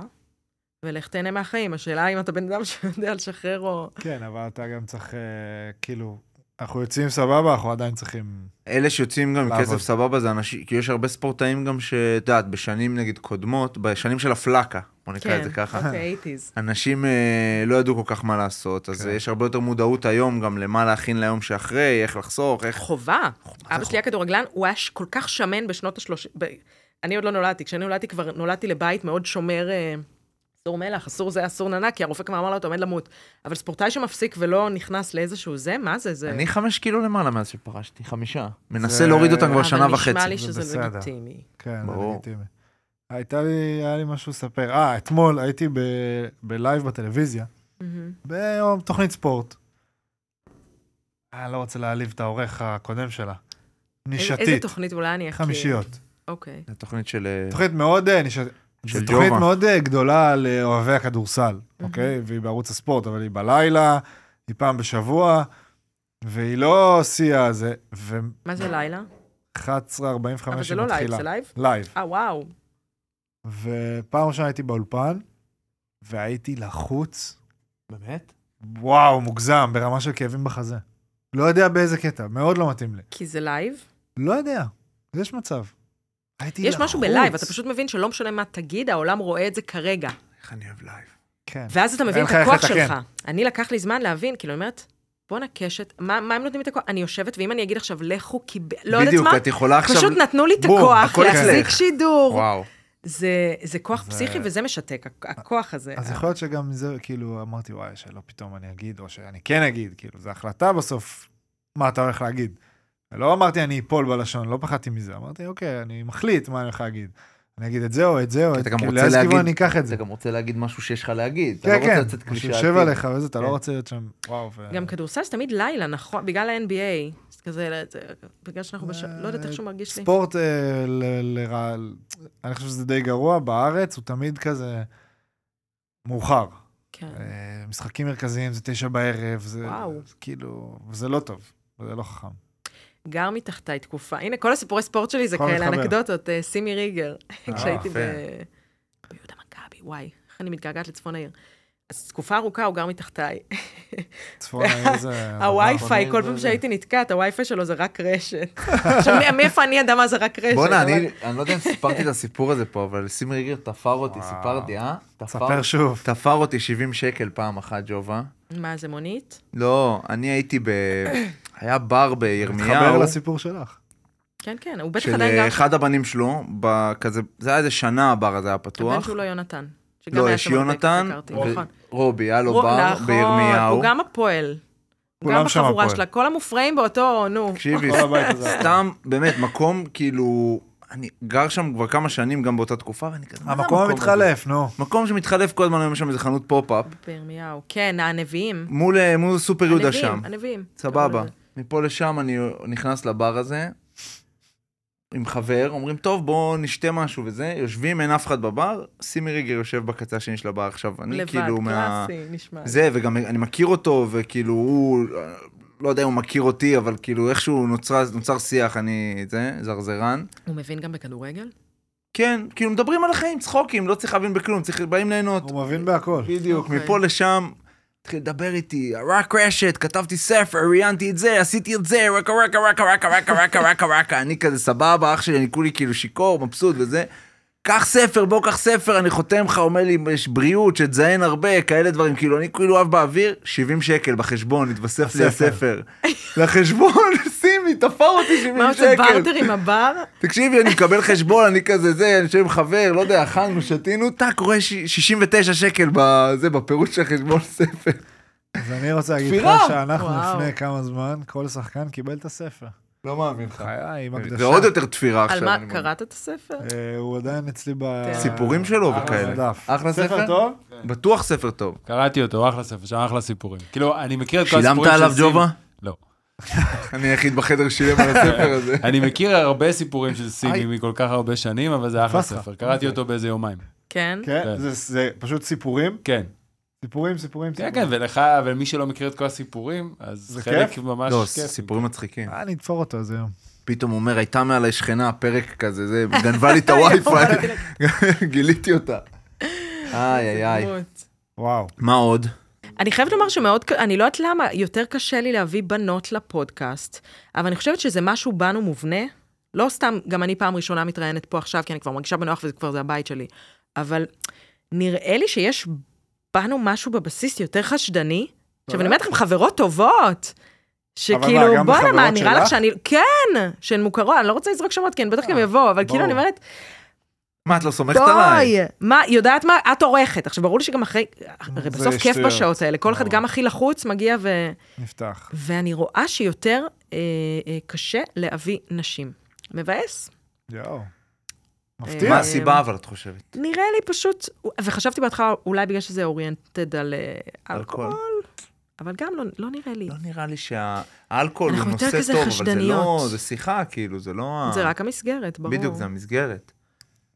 Speaker 4: ולך תהנה מהחיים. השאלה אם אתה בן אדם שיודע לשחרר או...
Speaker 2: כן, אבל אתה גם צריך, אה, כאילו, אנחנו יוצאים סבבה, אנחנו עדיין צריכים...
Speaker 3: אלה שיוצאים גם עם
Speaker 2: לעבוד.
Speaker 3: כסף סבבה זה אנשים, כי יש הרבה ספורטאים גם שאת יודעת, בשנים נגיד קודמות, בשנים של הפלאקה, בוא נקרא
Speaker 4: כן,
Speaker 3: את זה ככה,
Speaker 4: אוקיי, 80's.
Speaker 3: אנשים אה, לא ידעו כל כך מה לעשות, אז
Speaker 2: כן.
Speaker 3: יש הרבה יותר מודעות היום גם למה להכין ליום שאחרי, איך לחסוך, איך...
Speaker 4: חובה. אבא
Speaker 3: חובה?
Speaker 4: שלי היה כדורגלן, הוא היה ש- כל כך שמן בשנות השלושים... ב- אני עוד לא נולדתי, כשאני נולדתי כבר נולדתי לבית מאוד שומר... אה, אסור מלח, אסור זה, אסור ננה, כי הרופא כבר אמר לו, אתה עומד למות. אבל ספורטאי שמפסיק ולא נכנס לאיזשהו זה, מה זה? זה...
Speaker 3: אני חמש קילו למעלה מאז שפרשתי, חמישה. מנסה
Speaker 2: זה-
Speaker 3: להוריד אותם כבר
Speaker 2: אבל
Speaker 3: שנה וחצי.
Speaker 4: אה, אבל נשמע לי
Speaker 2: זה
Speaker 4: שזה
Speaker 2: בסדר.
Speaker 4: לגיטימי.
Speaker 2: כן, זה
Speaker 3: ברור.
Speaker 2: לגיטימי. הייתה לי, היה לי משהו לספר. אה, אתמול הייתי ב- בלייב בטלוויזיה,
Speaker 4: מהמם.
Speaker 2: ביום תוכנית ספורט. אני לא רוצה להעליב את העורך הקודם שלה.
Speaker 4: איזה- איזה
Speaker 2: נישתית,
Speaker 4: תוכנית אולי אני אכיר?
Speaker 2: חמישיות.
Speaker 4: אוקיי.
Speaker 3: זו תוכנית של... אה,
Speaker 2: תוכנית מאוד אה, נישתית.
Speaker 3: של
Speaker 2: זו תוכנית
Speaker 3: ג'ובה.
Speaker 2: מאוד אה, גדולה על אה, אוהבי הכדורסל, אוקיי? והיא בערוץ הספורט, אבל היא בלילה, היא פעם בשבוע, והיא לא שיאה זה, ו-11.45
Speaker 4: מה זה לילה? אבל זה
Speaker 2: היא
Speaker 4: לא לייב,
Speaker 2: מתחילה.
Speaker 4: זה לייב?
Speaker 2: לייב.
Speaker 4: אה, וואו.
Speaker 2: ופעם ראשונה הייתי באולפן, והייתי לחוץ,
Speaker 3: באמת?
Speaker 2: וואו, מוגזם, ברמה של כאבים בחזה. לא יודע באיזה קטע, מאוד לא מתאים לי.
Speaker 4: כי זה לייב?
Speaker 2: לא יודע, יש מצב. הייתי
Speaker 4: יש
Speaker 2: לחוץ.
Speaker 4: משהו בלייב, אתה פשוט מבין שלא משנה מה תגיד, העולם רואה את זה כרגע.
Speaker 3: איך אני אוהב לייב.
Speaker 2: כן.
Speaker 4: ואז אתה מבין
Speaker 2: אין
Speaker 4: את
Speaker 2: לך איך
Speaker 4: הכוח
Speaker 2: לתקן.
Speaker 4: שלך. אני לקח לי זמן להבין, כאילו, אני אומרת, בואנה קשת, מה מה הם נותנים לי את הכוח? אני יושבת, ואם אני אגיד עכשיו, לכו קיבל, לא יודעת
Speaker 3: בדיוק,
Speaker 4: מה,
Speaker 3: את יכולה עכשיו...
Speaker 4: פשוט נתנו לי את
Speaker 3: בום,
Speaker 4: הכוח
Speaker 3: הכל
Speaker 4: להחזיק
Speaker 3: אצלך.
Speaker 4: שידור.
Speaker 2: אוקיי,
Speaker 3: וואו.
Speaker 4: זה, זה כוח
Speaker 2: זה-
Speaker 4: פסיכי וזה משתק, הכ- הכוח הזה.
Speaker 2: אז יכול להיות שגם זה, כאילו, אמרתי, וואי, שלא פתאום אני אגיד, או שאני כן אגיד, כאילו, זו החלטה בסוף, מה אתה הולך להגיד. לא אמרתי אני אפול בלשון, לא פחדתי מזה, אמרתי, אוקיי, אני מחליט מה אני הולך להגיד. אני אגיד את זה או את זה או את
Speaker 3: כי
Speaker 2: זה,
Speaker 3: אתה גם
Speaker 2: כאילו,
Speaker 3: רוצה
Speaker 2: לאיזה כיוון
Speaker 3: להגיד-
Speaker 2: אני אקח את
Speaker 3: אתה
Speaker 2: זה.
Speaker 3: גם רוצה להגיד משהו שיש לך להגיד. אתה
Speaker 2: כן,
Speaker 3: לא רוצה
Speaker 2: כן,
Speaker 3: לצאת
Speaker 2: מה
Speaker 3: קלישאתי.
Speaker 2: שיושב עליך וזה, אתה לא
Speaker 3: כן.
Speaker 2: רוצה להיות שם, וואו. ו-
Speaker 4: גם כדורסל זה תמיד לילה, נכון? בגלל ה-NBA. זה כזה, לא זה- בגלל שאנחנו בש...
Speaker 2: אה,
Speaker 4: לא יודעת איך שהוא מרגיש לי.
Speaker 2: ספורט אה, ל- לרע... אני חושב שזה די גרוע, בארץ הוא תמיד כזה מאוחר.
Speaker 4: כן.
Speaker 2: אה, משחקים מרכזיים זה תשע בערב, זה
Speaker 4: וואו.
Speaker 2: זה כאילו, וזה לא טוב, וזה לא חכם.
Speaker 4: גר מתחתיי תקופה. הנה, כל הסיפורי ספורט שלי זה
Speaker 2: הכל
Speaker 4: כאלה
Speaker 2: מתחבר.
Speaker 4: אנקדוטות. אה, סימי ריגר, כשהייתי ב...
Speaker 3: יפה.
Speaker 4: ביהודה מכבי, וואי, איך אני מתגעגעת לצפון העיר. אז תקופה ארוכה הוא גר מתחתיי.
Speaker 2: צפון העיר
Speaker 3: אה,
Speaker 2: זה... לא,
Speaker 4: הווי-פיי,
Speaker 3: העיר
Speaker 4: כל
Speaker 3: זה-
Speaker 4: פעם
Speaker 3: זה-
Speaker 4: שהייתי נתקעת, הווי-פיי שלו זה רק רשת. עכשיו, מ- מאיפה אני אדע מה זה רק רשת?
Speaker 3: בואנה,
Speaker 4: אבל-
Speaker 3: אני אני לא יודע אם סיפרתי את הסיפור הזה פה, אבל סימי ריגר תפר אותי,
Speaker 2: וואו.
Speaker 3: סיפרתי, אה? תפר-
Speaker 2: ספר שוב.
Speaker 3: תפר אותי 70 שקל פעם אחת, ג'ובה.
Speaker 4: מה, זה מונית?
Speaker 3: לא, אני הייתי ב... היה בר
Speaker 2: מתחבר
Speaker 3: בירמיהו.
Speaker 2: לסיפור שלך.
Speaker 4: כן, כן, הוא בטח
Speaker 3: של
Speaker 4: עדיין
Speaker 3: אה,
Speaker 4: גר שם.
Speaker 3: אחד הבנים שלו, ב- כזה, זה היה איזה שנה הבר הזה היה
Speaker 4: הבן
Speaker 3: פתוח.
Speaker 4: שהוא לא יונתן. שגם
Speaker 3: לא,
Speaker 4: היה
Speaker 3: יש
Speaker 4: שם הרבה,
Speaker 3: יונתן,
Speaker 4: הכרתי,
Speaker 3: ו-
Speaker 4: נכון.
Speaker 3: רובי, היה לו
Speaker 4: רוב-
Speaker 3: בר
Speaker 4: נכון,
Speaker 3: בירמיהו.
Speaker 4: הוא גם הפועל. הוא גם
Speaker 2: כולם שם
Speaker 4: בחבורה
Speaker 2: הפועל.
Speaker 4: שלה, כל המופרעים באותו, נו.
Speaker 3: תקשיבי,
Speaker 2: כל נכון. הבית הזה.
Speaker 3: סתם, באמת, מקום כאילו, אני גר שם כבר כמה שנים, גם באותה תקופה, ואני כזה, מה זה
Speaker 2: המקום
Speaker 3: הזה?
Speaker 2: המתחלף, נו.
Speaker 3: מקום שמתחלף כל הזמן, היום יש שם איזה חנות פופ-אפ,
Speaker 4: בירמיהו, כן, הנביאים.
Speaker 3: מול אה, מול סופר יהודה
Speaker 4: הנביאים,
Speaker 3: שם.
Speaker 4: הנביאים.
Speaker 3: סבבה. מפה לשם אני נכנס לבר הזה, עם חבר, אומרים, טוב, בואו נשתה משהו וזה, יושבים, אין אף אחד בבר, סימי ריגר יושב בקצה השני של הבר עכשיו, אני
Speaker 4: לבד,
Speaker 3: כאילו מה...
Speaker 4: קלאסי, נשמע.
Speaker 3: זה, וגם אני מכיר אותו, וכאילו הוא, לא יודע אם הוא מכיר אותי, אבל כאילו איכשהו נוצרה, נוצר שיח, אני, זה, זרזרן.
Speaker 4: הוא מבין גם בכדורגל?
Speaker 3: כן, כאילו מדברים על החיים, צחוקים, לא צריך להבין בכלום, צריך, באים ליהנות.
Speaker 2: הוא מבין בהכל.
Speaker 3: בדיוק,
Speaker 4: אוקיי.
Speaker 3: מפה לשם, התחיל לדבר איתי, רק רשת, כתבתי ספר, ראיינתי את זה, עשיתי את זה, רקה רקה רקה רקה רקה רקה רקה רקה, אני כזה סבבה, אח שלי, אני כולי כאילו שיכור, מבסוט וזה. קח ספר, בוא קח ספר, אני חותם לך, אומר לי, יש בריאות, שתזיין הרבה, כאלה דברים, כאילו, אני כאילו אב באוויר, 70 שקל בחשבון, התווסף לי
Speaker 2: הספר.
Speaker 3: הספר. לחשבון, סימי, תפר אותי 70 שקל.
Speaker 4: מה, הוא עושה בארטר עם הבר?
Speaker 3: תקשיבי, אני מקבל חשבון, אני כזה זה, אני יושב עם חבר, לא יודע, אכלנו, שתינו, טאק, רואה ש- 69 שקל בזה, בפירוט של חשבון ספר.
Speaker 2: אז אני רוצה להגיד לך
Speaker 3: תפירה!
Speaker 2: שאנחנו
Speaker 4: וואו.
Speaker 2: לפני כמה זמן, כל שחקן קיבל את הספר.
Speaker 3: לא מאמין לך.
Speaker 2: חיי, עם הקדשה.
Speaker 3: זה עוד יותר תפירה עכשיו.
Speaker 4: על מה,
Speaker 3: אני מבין.
Speaker 4: קראת את הספר?
Speaker 2: אה, הוא עדיין אצלי ב...
Speaker 3: סיפורים שלו
Speaker 2: על
Speaker 3: וכאלה.
Speaker 2: המדף.
Speaker 3: אחלה ספר?
Speaker 2: אה, ספר טוב?
Speaker 3: בטוח ספר טוב.
Speaker 5: קראתי אותו, אחלה ספר, שם אחלה סיפורים. כאילו, אני מכיר את כל הסיפורים
Speaker 3: שילמת עליו
Speaker 5: סימי-
Speaker 3: ג'ובה?
Speaker 5: לא.
Speaker 3: אני היחיד בחדר שילם על הספר הזה.
Speaker 5: אה, אני מכיר הרבה סיפורים של
Speaker 3: היי.
Speaker 5: סימי מכל כך הרבה שנים, אבל זה אחלה
Speaker 2: נתפס לך.
Speaker 5: ספר. קראתי אותו באיזה יומיים.
Speaker 4: כן.
Speaker 2: כן,
Speaker 5: כן.
Speaker 2: זה- זה פשוט סיפורים,
Speaker 5: כן.
Speaker 2: סיפורים, סיפורים,
Speaker 5: כן,
Speaker 2: סיפורים.
Speaker 5: כן, ולך, ולמי שלא מכיר את כל הסיפורים, אז
Speaker 2: זה
Speaker 5: חלק
Speaker 2: כיף?
Speaker 5: ממש
Speaker 3: לא,
Speaker 5: כיף.
Speaker 3: סיפורים
Speaker 5: כן.
Speaker 3: מצחיקים.
Speaker 2: אה, אני אתפור אותו איזה יום. פתאום
Speaker 3: פתאום הוא אומר, הייתה מעלי שכנה פרק כזה, זה, גנבה לי את הווי-פיי, גיליתי אותה. איי, איי, איי.
Speaker 4: דמות.
Speaker 2: וואו.
Speaker 3: מה עוד?
Speaker 4: אני חייבת לומר שמאוד, ק- אני לא יודעת למה, יותר קשה לי להביא בנות לפודקאסט, אבל אני חושבת שזה משהו בנו מובנה. לא סתם, גם אני פעם ראשונה מתראיינת פה עכשיו, כי אני כבר מרגישה בנוח וזה כבר זה הבית שלי. אבל נראה לי שיש בנו משהו בבסיס יותר חשדני. עכשיו, אני אומרת לכם, חברות טובות.
Speaker 2: אוקיי. אבל מה,
Speaker 4: שכאילו,
Speaker 2: גם
Speaker 4: בואנה, מה,
Speaker 2: בחברות
Speaker 4: נראה לך
Speaker 2: שלך? אה,
Speaker 4: שאני... כן, שהן מוכרות, אני לא רוצה לזרוק שמות, כי הן בטח גם יבואו, אבל כאילו,
Speaker 2: ברור.
Speaker 4: אני אומרת,
Speaker 3: מה, את לא סומכת עליי?
Speaker 4: בואי, מה, יודעת מה? את עורכת. עכשיו, ברור לי שגם אחרי, הרי
Speaker 2: זה
Speaker 4: בסוף כיף
Speaker 2: שטויות.
Speaker 4: בשעות האלה, כל אחד
Speaker 3: לא.
Speaker 2: ברור.
Speaker 4: גם הכי לחוץ מגיע ו...
Speaker 2: נפתח.
Speaker 4: ואני רואה שיותר אה, אה, קשה להביא נשים. מבאס.
Speaker 2: יואו. מפתיע.
Speaker 3: מה
Speaker 4: אה,
Speaker 3: הסיבה אבל את חושבת?
Speaker 4: נראה לי פשוט, וחשבתי בהתחלה, אולי בגלל שזה אוריינטד על אה,
Speaker 3: אלכוהול.
Speaker 4: אלכוהול, אבל גם לא, לא נראה לי.
Speaker 3: לא נראה לי שהאלכוהול הוא
Speaker 4: אנחנו יותר
Speaker 3: נושא
Speaker 4: כזה
Speaker 3: טוב, אבל זה לא,
Speaker 4: חשדניות.
Speaker 3: זה שיחה, כאילו, זה לא... ה-
Speaker 4: זה רק המסגרת, ברור.
Speaker 3: בדיוק, זה המסגרת.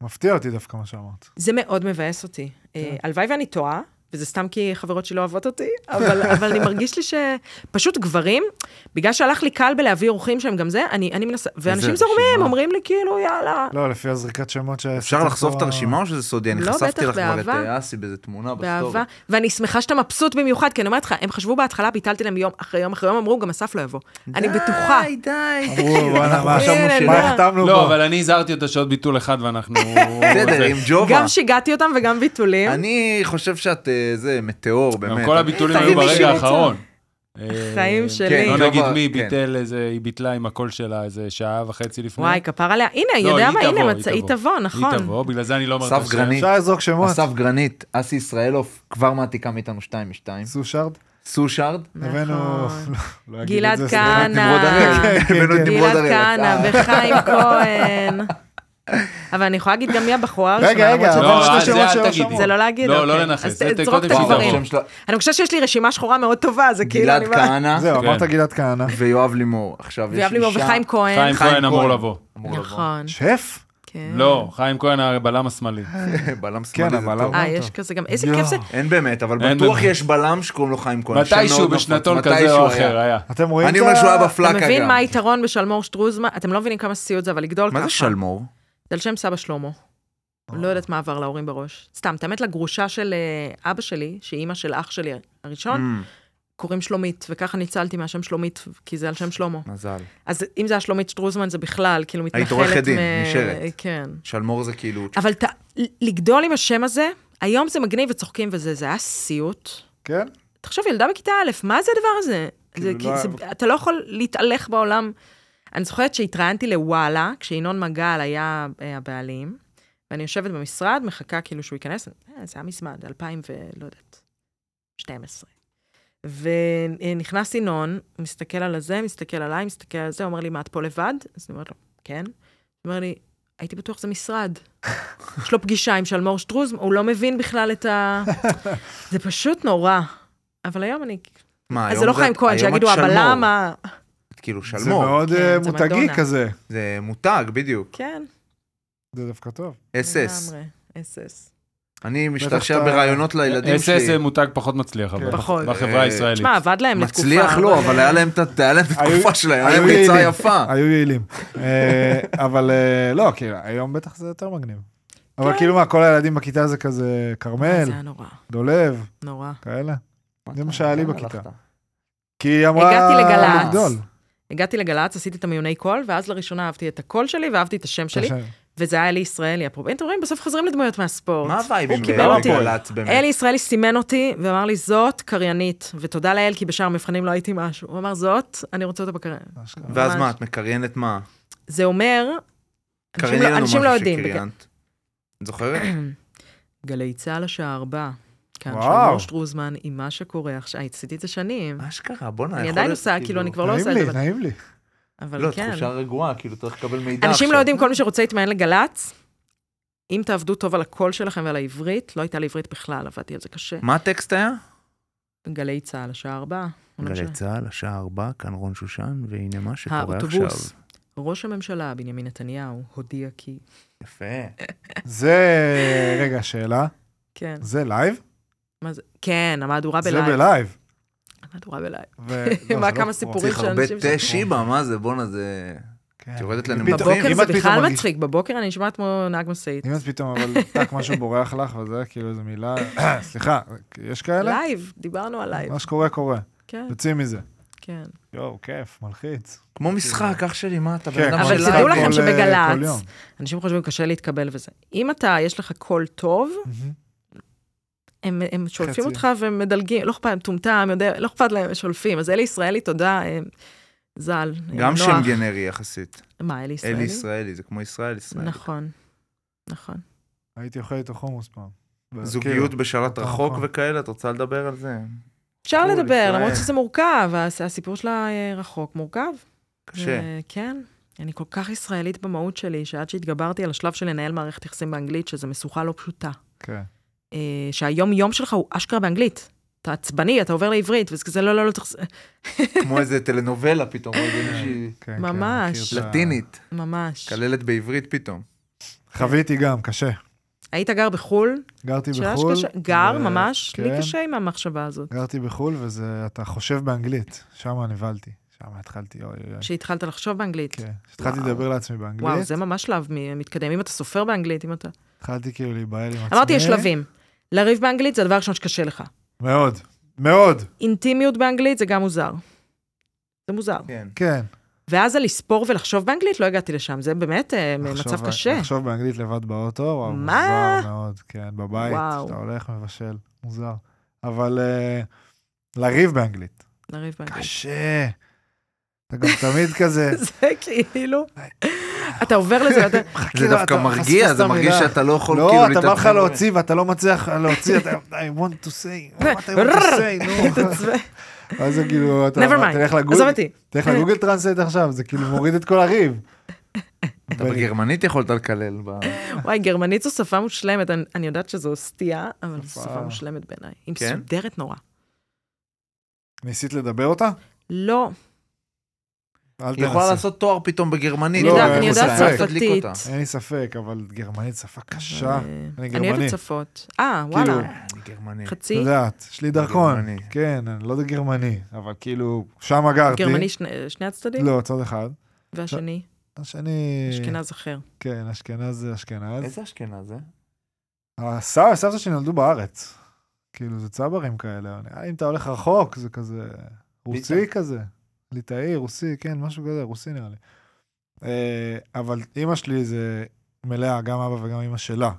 Speaker 2: מפתיע אותי דווקא מה שאמרת.
Speaker 4: זה מאוד מבאס אותי.
Speaker 5: כן.
Speaker 4: אה, הלוואי ואני טועה, וזה סתם כי חברות שלי לא אוהבות אותי, אבל, אבל אני מרגיש לי שפשוט גברים, בגלל שהלך לי קל בלהביא אורחים שהם גם זה, אני, אני מנסה, ואנשים זורמים,
Speaker 3: רשימה.
Speaker 4: אומרים לי כאילו, יאללה.
Speaker 2: לא, לפי הזריקת שמות ש...
Speaker 3: אפשר לחשוף את הרשימה או שזה סודי? אני
Speaker 4: לא,
Speaker 3: חשפתי
Speaker 4: בטח,
Speaker 3: לך כבר את
Speaker 4: באהבה.
Speaker 3: אה, אסי באיזה
Speaker 5: לא,
Speaker 3: תמונה בסטורי.
Speaker 4: באהבה, ואני שמחה שאתה מבסוט במיוחד, כי אני אומרת לך, הם חשבו בהתחלה, ביטלתי להם יום אחרי יום אחרי יום, אמרו, גם אסף לא יבוא. אני בטוחה.
Speaker 3: די, כאילו, די.
Speaker 2: אמרו, וואלה, מה
Speaker 4: אנחנו
Speaker 2: חשבנו
Speaker 4: הנה,
Speaker 2: ש- מה
Speaker 4: נדע.
Speaker 2: החתמנו
Speaker 5: לא,
Speaker 2: פה?
Speaker 5: אבל אני הזהרתי אותה שעוד ביטול אחד ואנחנו...
Speaker 3: בסדר, עם ג'ובה.
Speaker 4: גם שיגעתי אותם וגם ביטולים.
Speaker 3: אני חושב שאת, אה, זה, מטאור,
Speaker 5: גם
Speaker 3: באמת.
Speaker 5: כל הביטולים
Speaker 4: תביא
Speaker 5: היו
Speaker 4: מישהו
Speaker 5: ברגע
Speaker 4: רציני.
Speaker 5: האחרון. אה,
Speaker 4: חיים שלי.
Speaker 5: לא
Speaker 3: כן,
Speaker 5: נגיד
Speaker 3: אבל-
Speaker 5: מי
Speaker 3: כן.
Speaker 5: ביטל איזה, היא ביטלה עם הקול שלה איזה שעה וחצי לפני.
Speaker 4: וואי, כפר עליה. הנה,
Speaker 5: לא,
Speaker 4: יודע
Speaker 5: היא
Speaker 4: מה?
Speaker 5: תבוא,
Speaker 4: הנה,
Speaker 5: היא
Speaker 4: מצא- היא
Speaker 5: תבוא.
Speaker 4: תבוא,
Speaker 5: היא
Speaker 4: נכון.
Speaker 5: תבוא, בגלל זה אני לא אומר את
Speaker 3: אסף
Speaker 5: השם.
Speaker 3: גרנית.
Speaker 2: אפשר לזרוק שמות.
Speaker 3: אסף גרנית, אסי ישראלוף, כבר מעתיקה מאיתנו 2 מ-2.
Speaker 2: סושארד.
Speaker 5: נכון.
Speaker 3: סושארד.
Speaker 2: הבאנו...
Speaker 4: נכון.
Speaker 2: לא אגיד
Speaker 4: גלעד
Speaker 2: את זה, סליחה.
Speaker 4: כהנא.
Speaker 2: כן, כן,
Speaker 3: הבאנו את
Speaker 2: כן.
Speaker 3: נמרוד
Speaker 4: גלעד
Speaker 3: הראל.
Speaker 4: כהנא
Speaker 2: אה.
Speaker 4: וחיים כהן. אבל אני יכולה להגיד גם מי הבחורה הראשונה.
Speaker 2: רגע,
Speaker 4: למרות
Speaker 2: רגע,
Speaker 4: שזה-
Speaker 5: לא,
Speaker 2: אבל שתי
Speaker 5: אה, זה
Speaker 2: שמות
Speaker 5: אל
Speaker 2: שלא
Speaker 5: תגידי.
Speaker 2: שמעו.
Speaker 4: זה לא להגיד?
Speaker 5: לא, לא
Speaker 4: אוקיי.
Speaker 5: לנחש,
Speaker 4: אז
Speaker 5: זה
Speaker 4: ת-
Speaker 5: ת-
Speaker 4: תזרוק את
Speaker 5: קודם כל
Speaker 3: וואו,
Speaker 4: הגברים.
Speaker 3: השם שלה.
Speaker 4: אני חושבת שיש לי רשימה שחורה מאוד טובה, זה כאילו...
Speaker 3: גלעד
Speaker 4: אני באה-
Speaker 3: כהנא
Speaker 2: זהו,
Speaker 5: כן.
Speaker 2: אמרת גלעד כהנא.
Speaker 3: ויואב לימור. עכשיו יש אישה...
Speaker 4: ויואב לימור וחיים כהן.
Speaker 5: חיים כהן אמור לבוא.
Speaker 3: אמור לבוא.
Speaker 4: נכון.
Speaker 2: שף?
Speaker 4: כן.
Speaker 5: לא, חיים כהן הבלם השמאלי.
Speaker 3: אה, בלם
Speaker 2: כן,
Speaker 3: שמאלי זה
Speaker 2: אבל
Speaker 3: טוב.
Speaker 2: למה?
Speaker 4: אה, יש כזה גם... איזה
Speaker 2: יואו.
Speaker 4: כיף זה.
Speaker 3: אין באמת, אבל
Speaker 5: אין
Speaker 3: בטוח
Speaker 5: באמת.
Speaker 3: יש בלם שקוראים לו חיים כהן. השם
Speaker 5: מתישהו
Speaker 3: מאוד נפוץ,
Speaker 5: בשנתון כזה
Speaker 3: נכון. מתישהו
Speaker 5: או
Speaker 3: היה.
Speaker 5: אחר היה.
Speaker 2: אתם רואים את
Speaker 3: אני
Speaker 2: ה...
Speaker 3: אומר שהוא היה בפלאקה
Speaker 4: אתה
Speaker 3: גם.
Speaker 4: מבין מה היתרון בשלמור שטרוזמה? אתם לא מבינים כמה סיוט זה, אבל לגדול ככה.
Speaker 3: מה זה שלמור?
Speaker 4: זה על שם סבא שלמה.
Speaker 2: אה.
Speaker 4: לא יודעת מה עבר להורים בראש. סתם, את האמת לגרושה של אה, אבא שלי, שהיא אימא של אח שלי הראשון,
Speaker 3: Mm,
Speaker 4: קוראים שלומית, וככה ניצלתי מהשם שלומית, כי זה על שם
Speaker 2: אה.
Speaker 4: שלמה.
Speaker 3: מזל.
Speaker 4: אז אם זה השלומית שטרוזמן, זה בכלל, כאילו מתנחלת
Speaker 3: היית עורכת דין,
Speaker 4: מ-
Speaker 3: נשארת.
Speaker 4: כן.
Speaker 3: שלמור זה כאילו...
Speaker 4: אבל ת... לגדול עם השם הזה, היום זה מגניב וצוחקים וזה, זה היה סיוט.
Speaker 2: כן?
Speaker 4: תחשוב, ילדה בכיתה א', מה זה הדבר הזה? זה,
Speaker 2: כאילו,
Speaker 4: כי-
Speaker 2: לא-
Speaker 4: זה, אתה לא יכול להתהלך בעולם. אני זוכרת שהתראיינתי לוואלה, כשינון מגל היה אה, הבעלים, ואני יושבת במשרד, מחכה כאילו שהוא ייכנס, אה, זה היה מזמן, זה 2000 ולא יודעת, 12. ונכנס ינון, מסתכל על הזה, מסתכל עליי, מסתכל על זה, אומר לי, מה, את פה לבד? אז אני אומרת לו, כן. הוא אומר לי, הייתי בטוח זה משרד. יש לו פגישה עם שלמור שטרוז, הוא לא מבין בכלל את ה... זה פשוט נורא. אבל היום אני...
Speaker 3: מה,
Speaker 4: אז
Speaker 3: היום
Speaker 4: זה לא חיים כהן,
Speaker 3: היום
Speaker 4: שיגידו,
Speaker 3: את
Speaker 4: אבל
Speaker 3: שלמור."
Speaker 4: למה...
Speaker 3: כאילו,
Speaker 2: זה
Speaker 3: שלמור.
Speaker 2: מאוד
Speaker 4: כן,
Speaker 2: אה,
Speaker 4: זה
Speaker 2: מותגי
Speaker 4: מדונה.
Speaker 2: כזה.
Speaker 3: זה מותג, בדיוק.
Speaker 4: כן,
Speaker 2: זה דווקא טוב.
Speaker 3: אס-אס.
Speaker 4: לגמרי, אס-אס.
Speaker 3: אני משתעשע
Speaker 2: אתה-
Speaker 3: ברעיונות לילדים
Speaker 5: אס אס
Speaker 3: שלי.
Speaker 5: זה מותג פחות מצליח, אבל.
Speaker 4: פחות.
Speaker 5: בחברה
Speaker 3: אה,
Speaker 5: הישראלית.
Speaker 4: תשמע, עבד להם לתקופה.
Speaker 3: מצליח לא, אבל היה להם את ה- היה להם את
Speaker 2: היו-
Speaker 3: התקופה שלהם, היה
Speaker 2: היו
Speaker 3: להם ביצה
Speaker 2: יעילים.
Speaker 3: יפה.
Speaker 2: היו יעילים. אה, אבל אה, לא, כאילו, היום בטח זה יותר מגניב. אבל
Speaker 4: כן.
Speaker 2: כאילו מה, כל הילדים בכיתה זה כזה כרמל,
Speaker 4: זה היה נורא,
Speaker 2: דולב,
Speaker 4: נורא.
Speaker 2: כאלה. זה מה שהיה לי
Speaker 3: לאן
Speaker 2: בכיתה.
Speaker 3: הלכת?
Speaker 2: כי היא אמרה...
Speaker 4: הגעתי לגל"צ.
Speaker 2: לגדול.
Speaker 4: הגעתי לגל"צ, עשיתי את המיוני קול, ואז לראשונה אהבתי את הקול שלי ואהבתי את השם שלי, וזה היה אלי ישראלי הפרובן. אתם רואים, בסוף חוזרים לדמויות מהספורט.
Speaker 3: מה הווייבים
Speaker 4: הוא קיבל אותי.
Speaker 3: בגל"צ באמת?
Speaker 4: אלי ישראלי סימן אותי ואמר לי, זאת קריינית, ותודה לאל, כי בשאר המבחנים לא הייתי משהו. הוא אמר, זאת, אני רוצה אותה בקריינית.
Speaker 2: אשכרה.
Speaker 3: ואז
Speaker 4: ממש.
Speaker 3: מה, את מקריינת מה?
Speaker 4: זה אומר, אנשים
Speaker 3: קרייני
Speaker 4: לא,
Speaker 3: לנו
Speaker 4: אנשים לא
Speaker 3: משהו
Speaker 4: יודעים,
Speaker 3: שקריינת. את זוכרת?
Speaker 4: גלי צה"ל השעה ארבע. כאן
Speaker 2: וואו.
Speaker 4: שלמור שטרוזמן עם מה שקורה עכשיו, אה, עשיתי את זה שנים.
Speaker 3: מה שקרה? בואנה,
Speaker 4: אני
Speaker 3: יכול
Speaker 4: עדיין
Speaker 3: להיות,
Speaker 4: עושה, כאילו, אני כבר לא
Speaker 2: נעים
Speaker 4: עושה את
Speaker 2: לי,
Speaker 4: זה, אבל-
Speaker 2: נעים לי.
Speaker 4: אבל
Speaker 3: לא,
Speaker 4: כן.
Speaker 3: תחושה רגועה, כאילו, צריך לקבל מידע
Speaker 4: אנשים לא
Speaker 3: עכשיו.
Speaker 4: יודעים, כל מי שרוצה להתמיין לגל"צ, אם תעבדו טוב על הקול שלכם ועל העברית, לא הייתה לי עברית בכלל, עבדתי על זה קשה.
Speaker 3: מה הטקסט היה?
Speaker 4: גלי צה"ל השעה ארבע. לא משנה.
Speaker 3: גלי צה"ל, השעה ארבע, כאן רון שושן, והנה מה שקורה עכשיו.
Speaker 4: האוטובוס. ראש הממשלה בנימין נתניהו הודיע כי...
Speaker 3: יפה.
Speaker 2: זה, רגע, שאלה.
Speaker 4: כן.
Speaker 2: זה לייב?
Speaker 4: מה זה? כן, המהדורה
Speaker 2: זה
Speaker 4: בלייב.
Speaker 2: בלייב.
Speaker 4: המהדורה בלייב.
Speaker 2: ו- לא,
Speaker 4: מה
Speaker 2: זה לא
Speaker 4: כמה
Speaker 2: פה.
Speaker 4: סיפורים
Speaker 3: צריך
Speaker 4: של
Speaker 3: הרבה
Speaker 4: אנשים
Speaker 3: תה
Speaker 4: ש-
Speaker 3: שיבה, מה זה? בואנה, זה...
Speaker 2: כן.
Speaker 3: את יורדת
Speaker 2: אם
Speaker 3: לנו
Speaker 2: פתאום-
Speaker 3: בבוקר
Speaker 4: בבוקר
Speaker 2: אם
Speaker 4: זה
Speaker 2: את פתאום
Speaker 4: בכלל
Speaker 2: מרגיש-
Speaker 4: מצחיק, בבוקר אני נשמעת כמו נהג משאית.
Speaker 2: אם את פתאום, אבל טק משהו בורח לך, וזה כאילו איזה מילה, סליחה, יש כאלה?
Speaker 4: לייב, דיברנו על לייב.
Speaker 2: מה שקורה, קורה.
Speaker 4: כן,
Speaker 2: יוצאים מזה.
Speaker 4: כן.
Speaker 2: יואו, כיף, מלחיץ.
Speaker 3: כמו משחק, אח שלי, מה אתה? בן
Speaker 2: כן,
Speaker 3: אדם
Speaker 4: כאילו- אבל
Speaker 3: של לייב.
Speaker 4: תדעו
Speaker 2: כל-
Speaker 4: לכם
Speaker 2: כל
Speaker 4: שבגל"צ-
Speaker 2: יום.
Speaker 4: אנשים חושבים קשה להתקבל וזה. אם אתה, יש לך קול טוב,
Speaker 2: מהמם.
Speaker 4: הם, הם שולפים
Speaker 2: חצי.
Speaker 4: אותך ומדלגים, לא אכפת להם מטומטם, יודע, לא אכפת להם, שולפים. אז אלי ישראלי, תודה, אה, ז"ל. אה,
Speaker 3: גם
Speaker 4: נוח.
Speaker 3: שם גנרי יחסית.
Speaker 4: מה, אלי ישראלי?
Speaker 3: אלי ישראלי, זה כמו ישראל ישראלי.
Speaker 4: נכון, נכון.
Speaker 2: הייתי אוכל איתו חומוס פעם.
Speaker 3: זוגיות בשלט
Speaker 2: אותו
Speaker 3: רחוק
Speaker 2: מקום.
Speaker 3: וכאלה, את רוצה לדבר על זה?
Speaker 4: אפשר
Speaker 3: חו"ל,
Speaker 4: לדבר,
Speaker 3: ישראל.
Speaker 4: למרות שזה מורכב, הס- הסיפור שלה אה, רחוק, מורכב.
Speaker 3: קשה.
Speaker 4: אה, כן. אני כל כך ישראלית במהות שלי, שעד שהתגברתי על השלב של לנהל מערכת יחסים באנגלית, שזו משוכה לא פשוטה.
Speaker 2: כן.
Speaker 4: אה, שהיום-יום שלך הוא אשכרה באנגלית. אתה עצבני, אתה עובר לעברית, וזה כזה לא, לא, לא, תחס... אה.
Speaker 3: כמו איזה טלנובלה פתאום, או איזה מישהי
Speaker 2: כן, כן,
Speaker 4: ממש.
Speaker 2: מכיר את ה-
Speaker 3: לטינית,
Speaker 4: ממש.
Speaker 3: כללת בעברית פתאום.
Speaker 2: חוויתי גם, קשה.
Speaker 4: היית גר בחו"ל?
Speaker 2: גרתי
Speaker 4: שאלה
Speaker 2: בחו"ל.
Speaker 4: שקשה. גר,
Speaker 2: ו-
Speaker 4: ממש? לי
Speaker 2: כן.
Speaker 4: קשה עם המחשבה הזאת.
Speaker 2: גרתי בחו"ל, וזה, אתה חושב באנגלית. שם נבהלתי. שם התחלתי, אוי אוי אוי.
Speaker 4: שהתחלת לחשוב באנגלית.
Speaker 2: כן. התחלתי
Speaker 4: וואו.
Speaker 2: לדבר לעצמי באנגלית.
Speaker 4: וואו, זה ממש שלב מ- מתקדם. אם אתה סופר באנגלית, אם אתה...
Speaker 2: התחלתי כאילו להיבהל עם עצמי.
Speaker 4: אמרתי, יש שלבים. לריב באנגלית זה הדבר הראשון שקשה לך.
Speaker 2: מאוד, מאוד.
Speaker 4: אינטימיות באנגלית זה גם מוזר. זה מוזר.
Speaker 3: כן.
Speaker 2: כן.
Speaker 4: ואז הלספור ולחשוב באנגלית, לא הגעתי לשם. זה באמת אה, מצב
Speaker 2: לחשוב-
Speaker 4: קשה.
Speaker 2: לחשוב באנגלית לבד באוטו, וואו,
Speaker 4: מה?
Speaker 2: מוזר מאוד, כן, בבית,
Speaker 4: וואו.
Speaker 2: כשאתה הולך, מבשל, מוזר. אבל אה, לריב באנגלית,
Speaker 4: לריב באנגלית.
Speaker 2: קשה. אתה גם תמיד כזה,
Speaker 4: אוקיי. זה כאילו... אתה עובר לזה יותר...
Speaker 2: מחכה,
Speaker 3: זה
Speaker 2: כאילו,
Speaker 3: דווקא
Speaker 2: אתה
Speaker 3: לא, מרגיע,
Speaker 2: פספסת
Speaker 3: זה מרגיש
Speaker 2: מילה.
Speaker 3: שאתה לא יכול כאילו...
Speaker 2: לא, אתה בא לך
Speaker 3: להתעצבן.
Speaker 2: להוציא ואתה לא מצליח להוציא, אתה, I want to say, what I want to say, נו.
Speaker 4: מתעצבן.
Speaker 2: אז זה כאילו, אתה
Speaker 4: never mind,
Speaker 2: תלך
Speaker 4: עזוב
Speaker 2: לגוגל,
Speaker 4: אותי.
Speaker 2: תלך לגוגל טרנסלייט עכשיו, זה כאילו מוריד את כל הריב.
Speaker 3: אתה בגרמנית יכולת לקלל. ב-
Speaker 4: וואי, גרמנית זו שפה מושלמת, אני- אני יודעת שזו סטייה, אבל זו
Speaker 2: שפה.
Speaker 4: שפה מושלמת בעיניי. היא
Speaker 3: כן?
Speaker 4: מסודרת נורא.
Speaker 2: ניסית לדבר אותה?
Speaker 4: לא,
Speaker 2: אל
Speaker 3: היא יכולה
Speaker 2: תנסה.
Speaker 3: לעשות תואר פתאום בגרמנית.
Speaker 4: אני יודעת,
Speaker 3: לא,
Speaker 4: אני
Speaker 3: אין
Speaker 4: יודעת
Speaker 3: לי ספק.
Speaker 4: צרפתית.
Speaker 3: תדליק אותה.
Speaker 2: אין לי ספק, אבל גרמנית שפה קשה.
Speaker 4: אה,
Speaker 2: אני
Speaker 4: אני
Speaker 2: גרמני.
Speaker 4: אוהבת שפות. אה,
Speaker 2: כאילו, לא
Speaker 4: וואלה,
Speaker 3: אני גרמני.
Speaker 2: את
Speaker 4: חצי.
Speaker 2: יודעת, יש לי דרכון.
Speaker 3: גרמני.
Speaker 2: כן, אני לא גרמני, אבל כאילו, שמה גרתי.
Speaker 4: גרמני שני- שני הצדדים?
Speaker 2: לא, אה, צד אחד.
Speaker 4: והשני?
Speaker 2: השני...
Speaker 4: אשכנז אחר.
Speaker 2: כן, אשכנז זה אשכנז.
Speaker 3: איזה אשכנז אה? זה?
Speaker 2: הסבא וסבתא שלי נולדו בארץ. כאילו, זה צברים כאלה. נראה לי אם אתה הולך רחוק, זה כזה רוסי
Speaker 3: ליטאי.
Speaker 2: כזה. ליטאי, רוסי, כן, משהו כזה, רוסי נראה לי. אה, אבל אימא שלי זה מלאה, גם אבא וגם אימא שלה.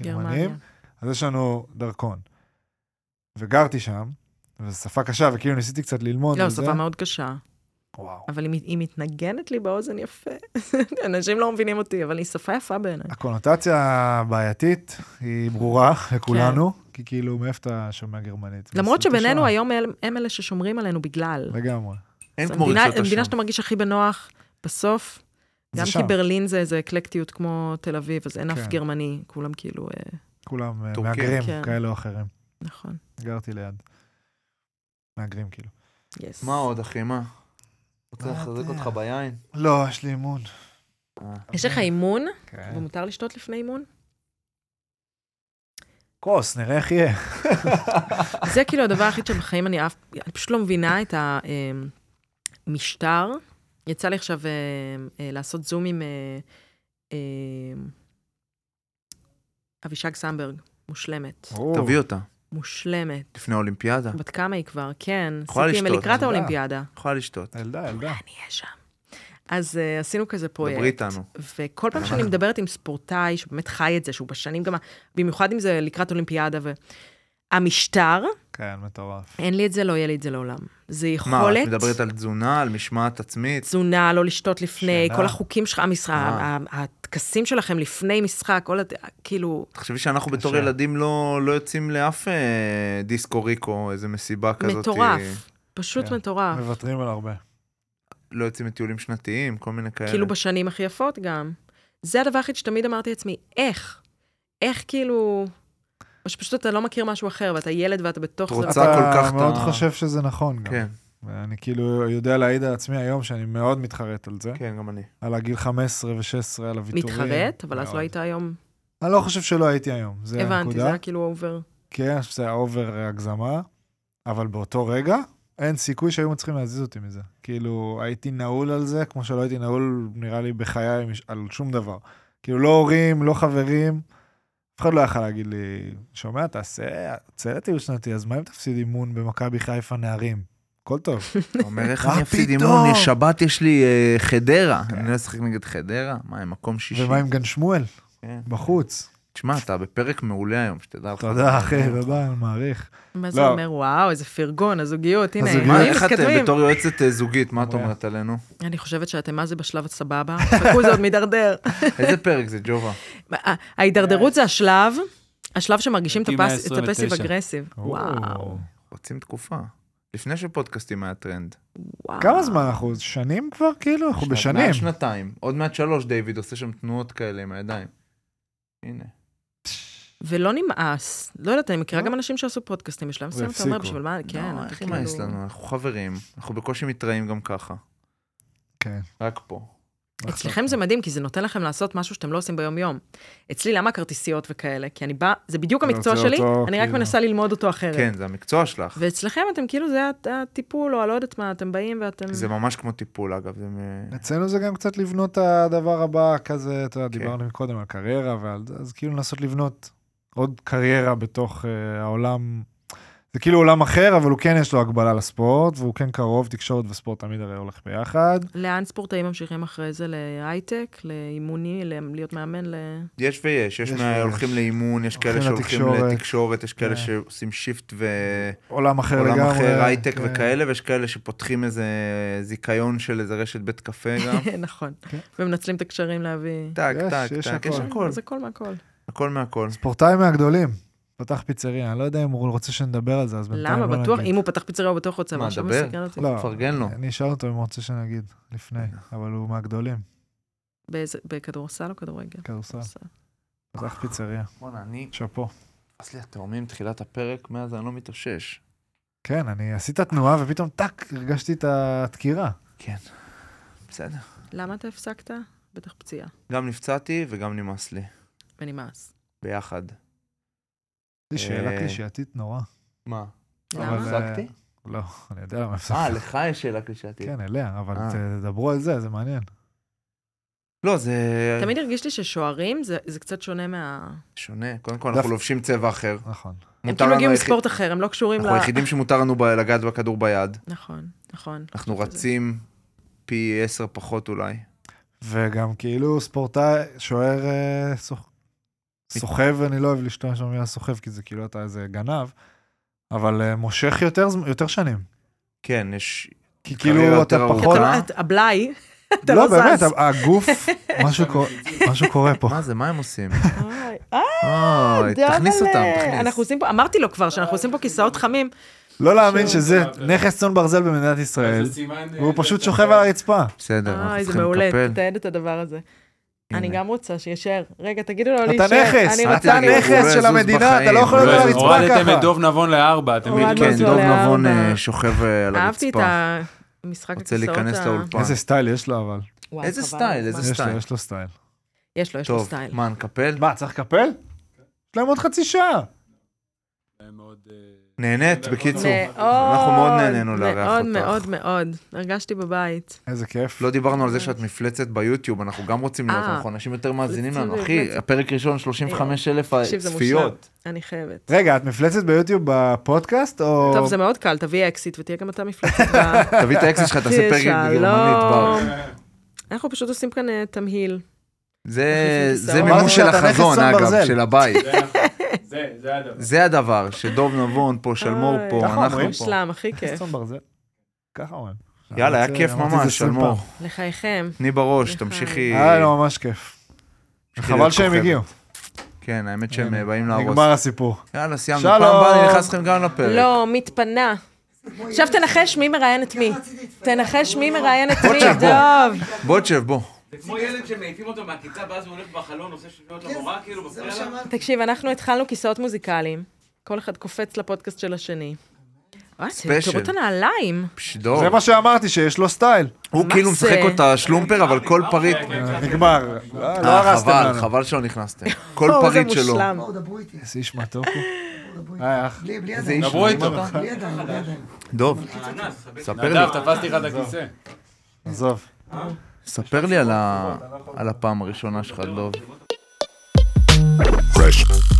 Speaker 4: גרמניה.
Speaker 2: גרמנים. אז יש לנו דרכון. וגרתי שם, וזו שפה קשה, וכאילו ניסיתי קצת ללמוד.
Speaker 4: לא,
Speaker 2: וזה.
Speaker 4: שפה מאוד קשה,
Speaker 2: וואו,
Speaker 4: אבל היא מת- היא מתנגנת לי באוזן יפה. אנשים לא מבינים אותי, אבל היא שפה יפה
Speaker 2: אה,
Speaker 4: בעיניי.
Speaker 2: הקונוטציה הבעייתית היא ברורה לכולנו, כי כאילו, מאיפה אתה שומע גרמנית?
Speaker 4: כן. למרות
Speaker 2: בסביבות
Speaker 4: שבינינו
Speaker 2: השעה.
Speaker 4: היום אל- הם אלה ששומרים עלינו בגלל.
Speaker 2: לגמרי.
Speaker 3: אין
Speaker 4: זו
Speaker 3: כמו
Speaker 4: המדינה-
Speaker 3: ריצות השם.
Speaker 4: המדינה שאתה מרגיש הכי בנוח, בסוף,
Speaker 2: זה
Speaker 4: גם כי
Speaker 2: שם.
Speaker 4: ברלין זה איזה אקלקטיות כמו תל אביב, אז אין אף
Speaker 2: כן.
Speaker 4: גרמני, כולם כאילו, אה,
Speaker 2: כולם אה,
Speaker 3: טורקים.
Speaker 2: מהגרים
Speaker 4: כן.
Speaker 2: כאלה או אחרים.
Speaker 4: נכון,
Speaker 2: גרתי ליד. מהגרים כאילו.
Speaker 4: יס.
Speaker 3: מה עוד, אחי, מה? רוצה
Speaker 2: לא
Speaker 3: לחזק
Speaker 2: יודע.
Speaker 3: אותך ביין?
Speaker 2: לא, יש לי אימון.
Speaker 3: אה.
Speaker 4: יש לך אימון,
Speaker 2: כן.
Speaker 4: ומותר לשתות לפני אימון?
Speaker 2: כוס, נראה איך יהיה.
Speaker 4: זה כאילו הדבר היחיד שבחיים אני אף, אני פשוט לא מבינה את המשטר. יצא לי עכשיו אה, אה, לעשות זום עם אה, אה, אבישג סמברג, מושלמת.
Speaker 3: תביא אותה,
Speaker 4: מושלמת.
Speaker 3: לפני האולימפיאדה.
Speaker 4: בת כמה היא כבר, כן.
Speaker 3: יכולה
Speaker 4: עשיתי-
Speaker 3: לשתות,
Speaker 4: לקראת
Speaker 2: תודה.
Speaker 4: האולימפיאדה.
Speaker 3: יכולה לשתות.
Speaker 2: ילדה, ילדה.
Speaker 4: אוקיי, אני אהיה שם. אז אה, עשינו כזה פרויקט.
Speaker 3: דברי איתנו.
Speaker 4: וכל פעם שאני
Speaker 3: אנחנו-
Speaker 4: מדברת עם ספורטאי שבאמת חי את זה, שהוא בשנים גם, ה- במיוחד אם זה לקראת אולימפיאדה, והמשטר,
Speaker 2: כן, מטורף.
Speaker 4: אין לי את זה, לא יהיה לי את זה לעולם. זה
Speaker 3: מה,
Speaker 4: יכולת,
Speaker 3: את מדברת על תזונה, על משמעת עצמית?
Speaker 4: תזונה, לא לשתות לפני,
Speaker 2: שינה.
Speaker 4: כל החוקים שלך, המשחק,
Speaker 3: אה.
Speaker 4: ה- ה- הטקסים שלכם לפני משחק, כל הד... כאילו,
Speaker 3: תחשבי שאנחנו בתור
Speaker 2: קשה.
Speaker 3: ילדים לא לא יוצאים לאף אה, דיסקו ריקו, איזה מסיבה כזאת.
Speaker 4: מטורף.
Speaker 3: אה,
Speaker 4: פשוט
Speaker 2: כן.
Speaker 4: מטורף.
Speaker 2: מוותרים על הרבה.
Speaker 3: לא יוצאים לטיולים שנתיים, כל מיני כאלה.
Speaker 4: כאילו בשנים הכי יפות גם. זה הדבר היחיד שתמיד אמרתי לעצמי, איך? איך כאילו... או שפשוט אתה לא מכיר משהו אחר, ואתה ילד ואתה בתוך
Speaker 3: את
Speaker 4: זה.
Speaker 3: רוצה כל כך את
Speaker 2: אתה מאוד
Speaker 3: ה-
Speaker 2: חושב שזה נכון גם.
Speaker 3: כן,
Speaker 2: אני כאילו יודע להעיד על עצמי היום שאני מאוד מתחרט על זה.
Speaker 3: כן, גם אני.
Speaker 2: על הגיל 15 ו-16, על הוויתורים.
Speaker 4: מתחרט, אבל אז
Speaker 2: מאוד.
Speaker 4: לא היית היום.
Speaker 2: אני לא חושב שלא הייתי היום, זה הנקודה.
Speaker 4: הבנתי, זה היה כאילו אובר.
Speaker 2: כן, אני חושב שזה היה אובר הגזמה, אבל באותו רגע, אין סיכוי שהיו מצליחים להזיז אותי מזה. כאילו, הייתי נעול על זה, כמו שלא הייתי נעול, נראה לי, בחיי מש- על שום דבר. כאילו, לא הורים, לא חברים, אף אחד לא יכל להגיד לי, שומע, תעשה, צא לטיול שנתי, אז מה אם תפסיד אימון במכבי חיפה נערים? הכל טוב.
Speaker 3: אתה אומר, איך
Speaker 2: מה
Speaker 3: אני אפסיד
Speaker 2: פתאום?"
Speaker 3: אימון? יש שבת, יש לי אה, חדרה. אני לא אשחק נגד חדרה? מה, הם מקום שישי?
Speaker 2: כן. ומה עם גן שמואל?
Speaker 3: כן.
Speaker 2: בחוץ. אה,
Speaker 3: תשמע, אתה בפרק מעולה היום, שתדע לך.
Speaker 2: תודה,
Speaker 3: כן.
Speaker 2: אחי, תודה, אני מעריך.
Speaker 4: מה זה
Speaker 2: לא.
Speaker 4: אומר, וואו, איזה פרגון, הזוגיות, הנה,
Speaker 2: הזוגיות.
Speaker 3: מה,
Speaker 4: הנה,
Speaker 3: איך את אה,
Speaker 4: מתכתבים.
Speaker 3: בתור יועצת אה, זוגית, מה את
Speaker 2: מעולה.
Speaker 3: אומרת עלינו?
Speaker 4: אני חושבת שאתם מה זה בשלב הסבבה, חכו, זה עוד מידרדר.
Speaker 3: איזה פרק זה, ג'ובה?
Speaker 4: ה- ההידרדרות זה השלב, השלב שמרגישים את
Speaker 5: לדעתי
Speaker 4: הפס- את
Speaker 5: 129.
Speaker 4: הפסיב אגרסיב. וואו,
Speaker 2: או.
Speaker 3: רוצים תקופה. לפני שפודקאסטים היה טרנד.
Speaker 4: וואו.
Speaker 2: כמה זמן אנחנו? שנים כבר כאילו? אנחנו
Speaker 3: שנת-
Speaker 2: בשנים.
Speaker 3: מעל שנתיים. עוד מעט שלוש, דיוויד עושה שם תנועות כאלה עם הידיים. הנה.
Speaker 4: ולא נמאס. לא יודעת, אני מכירה
Speaker 2: לא.
Speaker 4: גם אנשים שעשו פודקאסטים בשלב מסוים, אתה אומר,
Speaker 2: והפסיקו.
Speaker 4: בשביל מה, כן,
Speaker 3: לא,
Speaker 4: אתה
Speaker 3: איך
Speaker 4: כאילו...
Speaker 3: ימאס לנו? אנחנו חברים, אנחנו בקושי מתראים גם ככה.
Speaker 2: כן.
Speaker 3: רק פה.
Speaker 4: אצלכם זה מדהים, כי זה נותן לכם לעשות משהו שאתם לא עושים ביום-יום. אצלי, למה כרטיסיות וכאלה? כי אני באה, זה בדיוק
Speaker 2: לא,
Speaker 4: המקצוע
Speaker 2: זה
Speaker 4: שלי,
Speaker 2: אותו,
Speaker 4: אני רק
Speaker 2: כאילו.
Speaker 4: מנסה ללמוד אותו אחרת.
Speaker 3: כן, זה המקצוע שלך.
Speaker 4: ואצלכם אתם כאילו, זה הט- הטיפול, או הלא יודעת מה, אתם באים ואתם...
Speaker 2: Mm.
Speaker 3: זה ממש כמו טיפול, אגב. זה מ-
Speaker 2: אצלנו זה גם קצת לבנות את הדבר הבא, כזה, אתה יודע,
Speaker 3: כן.
Speaker 2: דיברנו קודם על קריירה ועל זה, אז כאילו לנסות לבנות עוד קריירה בתוך אה, העולם. זה כאילו עולם אחר, אבל הוא כן יש לו הגבלה לספורט, והוא כן קרוב, תקשורת וספורט תמיד הרי הולך ביחד.
Speaker 4: לאן ספורטאים ממשיכים אחרי זה? להייטק? לאימוני? ל- להיות מאמן? ל...
Speaker 3: יש ויש, יש
Speaker 2: יש
Speaker 3: מה-
Speaker 2: ויש.
Speaker 3: הולכים לאימון, יש כאלה
Speaker 2: הולכים
Speaker 3: שהולכים
Speaker 2: לתקשורת.
Speaker 3: לתקשורת, יש כאלה
Speaker 2: כן.
Speaker 3: שעושים שיפט ועולם
Speaker 2: עולם אחר לגמרי.
Speaker 3: אחר, הייטק
Speaker 2: כן.
Speaker 3: וכאלה, ויש כאלה שפותחים איזה זיכיון של איזה רשת בית קפה גם.
Speaker 4: נכון.
Speaker 2: כן.
Speaker 4: ומנצלים את הקשרים להביא...
Speaker 3: טק,
Speaker 2: יש,
Speaker 3: טק,
Speaker 2: יש
Speaker 3: טק, יש
Speaker 2: הכל.
Speaker 3: הכל,
Speaker 4: אז הכל מהכל.
Speaker 3: הכל מהכל.
Speaker 2: ספורטאי מהגדולים, פתח פיצריה, אני לא יודע אם הוא רוצה שנדבר על זה, אז בינתיים
Speaker 4: למה?
Speaker 2: לא
Speaker 4: בטוח,
Speaker 2: נגיד.
Speaker 4: אם הוא פתח פיצריה, הוא בטוח רוצה
Speaker 3: מה,
Speaker 4: משהו
Speaker 3: דבר?
Speaker 4: מסקרן אותי.
Speaker 2: לא,
Speaker 3: תפרגן לו.
Speaker 2: אני אשאל אותו אם הוא רוצה שנגיד, לפני, אבל הוא מהגדולים,
Speaker 4: באיזה- בכדורסל או כדורגל?
Speaker 3: לא.
Speaker 2: כדורסל,
Speaker 4: כדורסל.
Speaker 2: פתח פיצריה,
Speaker 3: בואנה, אני,
Speaker 2: שאפו.
Speaker 3: נמאס לי התאומים תחילת הפרק, מאז אני לא מתאושש.
Speaker 2: כן, אני עשית תנועה ופתאום טאק, הרגשתי את הדקירה.
Speaker 3: בסדר.
Speaker 4: למה אתה הפסקת? בטח פציעה.
Speaker 3: גם נפצעתי וגם נמאס לי,
Speaker 4: ונמאס.
Speaker 3: ביחד.
Speaker 2: זו שאלה
Speaker 3: אה.
Speaker 2: קלישאתית נורא.
Speaker 3: מה?
Speaker 2: אבל,
Speaker 4: למה?
Speaker 2: אה,
Speaker 3: הפסקתי?
Speaker 2: לא, אני יודע למה
Speaker 3: אה,
Speaker 2: הפסקתי.
Speaker 3: לך יש שאלה קלישאתית.
Speaker 2: כן, אליה, אבל
Speaker 3: אה.
Speaker 2: ת- תדברו על זה, זה מעניין.
Speaker 3: לא, זה
Speaker 4: תמיד הרגיש לי ששוערים זה- זה קצת שונה מה...
Speaker 3: שונה. קודם כל,
Speaker 2: דווקא-
Speaker 3: אנחנו לובשים צבע אחר.
Speaker 2: נכון.
Speaker 4: הם
Speaker 3: מותר
Speaker 4: כאילו
Speaker 3: לנו
Speaker 4: מגיעים
Speaker 3: היחיד-
Speaker 4: מספורט אחר, הם לא קשורים ל...
Speaker 3: אנחנו היחידים שמותר לנו ב- לגעת בכדור ביד.
Speaker 4: נכון, נכון.
Speaker 3: אנחנו רצים פי עשר פחות אולי.
Speaker 2: וגם כאילו ספורטאי, שוער אה, סוח- סוחב, אני לא אוהב להשתמש במילה סוחב, כי זה כאילו אתה איזה גנב, אבל אה, מושך יותר זמ- יותר שנים.
Speaker 3: כן, יש...
Speaker 2: כי
Speaker 3: קריירה
Speaker 2: כאילו
Speaker 3: יותר
Speaker 2: אתה
Speaker 3: ארוכה.
Speaker 2: פחות...
Speaker 4: אתה לא- את- הבלאי, אתה לא
Speaker 2: לא, באמת,
Speaker 4: זז.
Speaker 2: הגוף, משהו קורה- משהו קורה פה.
Speaker 3: מה זה, מה הם עושים?
Speaker 4: אוי, אה,
Speaker 3: אוי,
Speaker 4: דאבל,
Speaker 3: תכניס אותם,
Speaker 4: אה, אנחנו
Speaker 3: תכניס.
Speaker 4: עושים פה, אמרתי לו כבר שאנחנו עושים פה כיסאות חמים.
Speaker 2: לא להאמין
Speaker 5: שום
Speaker 2: שזה
Speaker 3: אה,
Speaker 5: דבר.
Speaker 2: נכס צאן ברזל במדינת ישראל,
Speaker 5: זה סימן, אה,
Speaker 2: והוא
Speaker 5: זה-
Speaker 2: פשוט
Speaker 5: זה-
Speaker 2: שוכב על הרצפה.
Speaker 3: בסדר,
Speaker 4: אוי,
Speaker 3: לא, אנחנו
Speaker 4: אה, זה
Speaker 3: צריכים
Speaker 4: מעולה,
Speaker 3: לטפל.
Speaker 4: תתעד את הדבר הזה. אני
Speaker 3: הנה.
Speaker 4: גם רוצה שישאר. רגע, תגידו לו
Speaker 2: אתה
Speaker 4: להישאר.
Speaker 2: נכס,
Speaker 4: אני
Speaker 3: אל
Speaker 4: רוצה
Speaker 2: אתה
Speaker 3: תדאגו, הוא
Speaker 4: להיות-
Speaker 3: לא
Speaker 2: נכס
Speaker 3: יזוז
Speaker 2: של המדינה, אתה לא
Speaker 3: בחיים.
Speaker 2: יכול
Speaker 3: הוא
Speaker 2: להיות
Speaker 3: לא
Speaker 2: על
Speaker 3: יזוז.
Speaker 2: הרצפה
Speaker 5: הורדתם את
Speaker 2: ככה.
Speaker 5: דוב נבון לארבע, אתם
Speaker 4: הורדנו
Speaker 3: כן,
Speaker 4: אותו
Speaker 5: מבינים?
Speaker 3: דוב
Speaker 4: לארבע.
Speaker 3: נבון אה, שוכב אה, על
Speaker 4: אהבתי את
Speaker 3: הרצפה.
Speaker 4: המשחק
Speaker 3: רוצה
Speaker 4: הכיסאות.
Speaker 3: להיכנס
Speaker 4: ה-
Speaker 3: לאולפן.
Speaker 2: איזה סטייל יש לו אבל.
Speaker 4: וואי,
Speaker 3: איזה
Speaker 4: חבל,
Speaker 3: סטייל,
Speaker 4: הזמן.
Speaker 3: איזה
Speaker 2: יש
Speaker 3: סטייל.
Speaker 2: לו, יש לו סטייל.
Speaker 4: יש לו, יש לו
Speaker 3: טוב,
Speaker 4: סטייל.
Speaker 3: מה, נקפל?
Speaker 2: מה, צריך לקפל? יש להם עוד חצי שעה.
Speaker 5: מאוד, אה,
Speaker 3: נהנית, בקיצור.
Speaker 4: מאוד,
Speaker 3: אנחנו מאוד נהנינו לארח אותך.
Speaker 4: מאוד מאוד מאוד. הרגשתי בבית.
Speaker 2: איזה כיף.
Speaker 3: לא דיברנו על זה שאת מפלצת ביוטיוב, אנחנו גם רוצים להיות,
Speaker 4: אה.
Speaker 3: אנחנו אנשים יותר מאזינים לנו.
Speaker 4: מפלצת,
Speaker 3: אחי,
Speaker 4: מפלצת.
Speaker 3: הפרק ראשון 35 אלף
Speaker 4: תקשיב, זה מושלם.
Speaker 3: אה, צפיות.
Speaker 4: אני חייבת.
Speaker 2: רגע, את מפלצת ביוטיוב בפודקאסט, או...
Speaker 4: טוב, זה מאוד קל, תביא אקסיט ותהיה גם אתה מפלצת. ב-
Speaker 3: תביא את האקסיט שלך, תעשה פרק
Speaker 4: שלום.
Speaker 3: גרמנית בר.
Speaker 4: אנחנו פשוט עושים כאן אה, תמהיל.
Speaker 3: זה-
Speaker 4: נכנסים
Speaker 3: זה
Speaker 4: לסערה.
Speaker 3: מימוש
Speaker 2: אמרתי
Speaker 3: של
Speaker 2: שאתה נכס
Speaker 3: החזון,
Speaker 2: צאן
Speaker 3: אגב,
Speaker 2: ברזל. כן.
Speaker 3: של הבית.
Speaker 5: זה נכון,
Speaker 3: כן.
Speaker 5: זה- זה הדבר.
Speaker 3: זה הדבר, שדוב נבון פה, שלמור
Speaker 4: אוי,
Speaker 3: פה,
Speaker 2: ככה
Speaker 3: אנחנו
Speaker 2: נכון, אומרים?
Speaker 3: פה.
Speaker 4: מושלם, הכי כיף.
Speaker 2: צאן ברזל. ככה אומרים.
Speaker 3: יאללה, היה
Speaker 2: אמרתי-
Speaker 3: כיף
Speaker 2: אמרתי את זה
Speaker 3: ממש,
Speaker 2: 20
Speaker 3: שלמור.
Speaker 2: פעם.
Speaker 4: לחייכם.
Speaker 3: תני בראש,
Speaker 4: לך.
Speaker 3: תמשיכי.
Speaker 2: היה לנו לא, ממש כיף.
Speaker 3: תמשיכי
Speaker 2: חבל
Speaker 3: להיות
Speaker 2: שהם
Speaker 3: כוכבת.
Speaker 2: הגיעו.
Speaker 3: כן, האמת שהם
Speaker 2: הנה,
Speaker 3: אה, באים להרוס.
Speaker 2: נגמר הסיפור.
Speaker 3: יאללה, סיימנו.
Speaker 2: שלום.
Speaker 3: פעם הבאה אני נכנס לכם גם לפרק.
Speaker 4: לא, מתפנה. עכשיו תנחש מי מראיין את מי. תנחש מי מראיין את מי,
Speaker 3: תשב, בוא.
Speaker 4: דוב.
Speaker 3: בוא תשב, בוא.
Speaker 1: זה כמו ילד שמעיפים אותו מהכיתה, ואז הוא הולך בחלון, עושה שטויות למורה, כאילו, מפריע לה.
Speaker 4: תקשיב, אנחנו התחלנו כיסאות מוזיקליים. כל אחד קופץ לפודקאסט של השני. וואי,
Speaker 3: ספיישל.
Speaker 4: תראו את הנעליים.
Speaker 3: פש, דוב.
Speaker 2: זה מה שאמרתי, שיש לו סטייל.
Speaker 3: הוא
Speaker 4: מה
Speaker 3: כאילו
Speaker 4: זה?
Speaker 3: משחק אותה שלומפר, אבל כל פריט...
Speaker 2: כן. נגמר. לא לא
Speaker 3: אה,
Speaker 2: הרסתם
Speaker 3: חבל,
Speaker 2: לנו.
Speaker 3: חבל שלא נכנסתם. כל
Speaker 4: או, לא, זה
Speaker 3: פריט שלו.
Speaker 4: מושלם.
Speaker 6: בואו, דברו איתי,
Speaker 2: איזה איש מתוק הוא. אה,
Speaker 6: דברו איתי.
Speaker 2: היי, אח.
Speaker 6: בלי, בלי
Speaker 3: איזה
Speaker 6: ידיים,
Speaker 3: איש.
Speaker 5: דברו
Speaker 3: מדהים
Speaker 5: איתו.
Speaker 3: אתה.
Speaker 6: בלי ידיים, בלי ידיים.
Speaker 3: דוב,
Speaker 1: האנס, הבן
Speaker 3: ספר לי,
Speaker 5: נדב, תפסתי לך את הכיסא.
Speaker 2: עזוב.
Speaker 3: ספר לי על ה- על הפעם הראשונה שלך, דוב.
Speaker 7: Fresh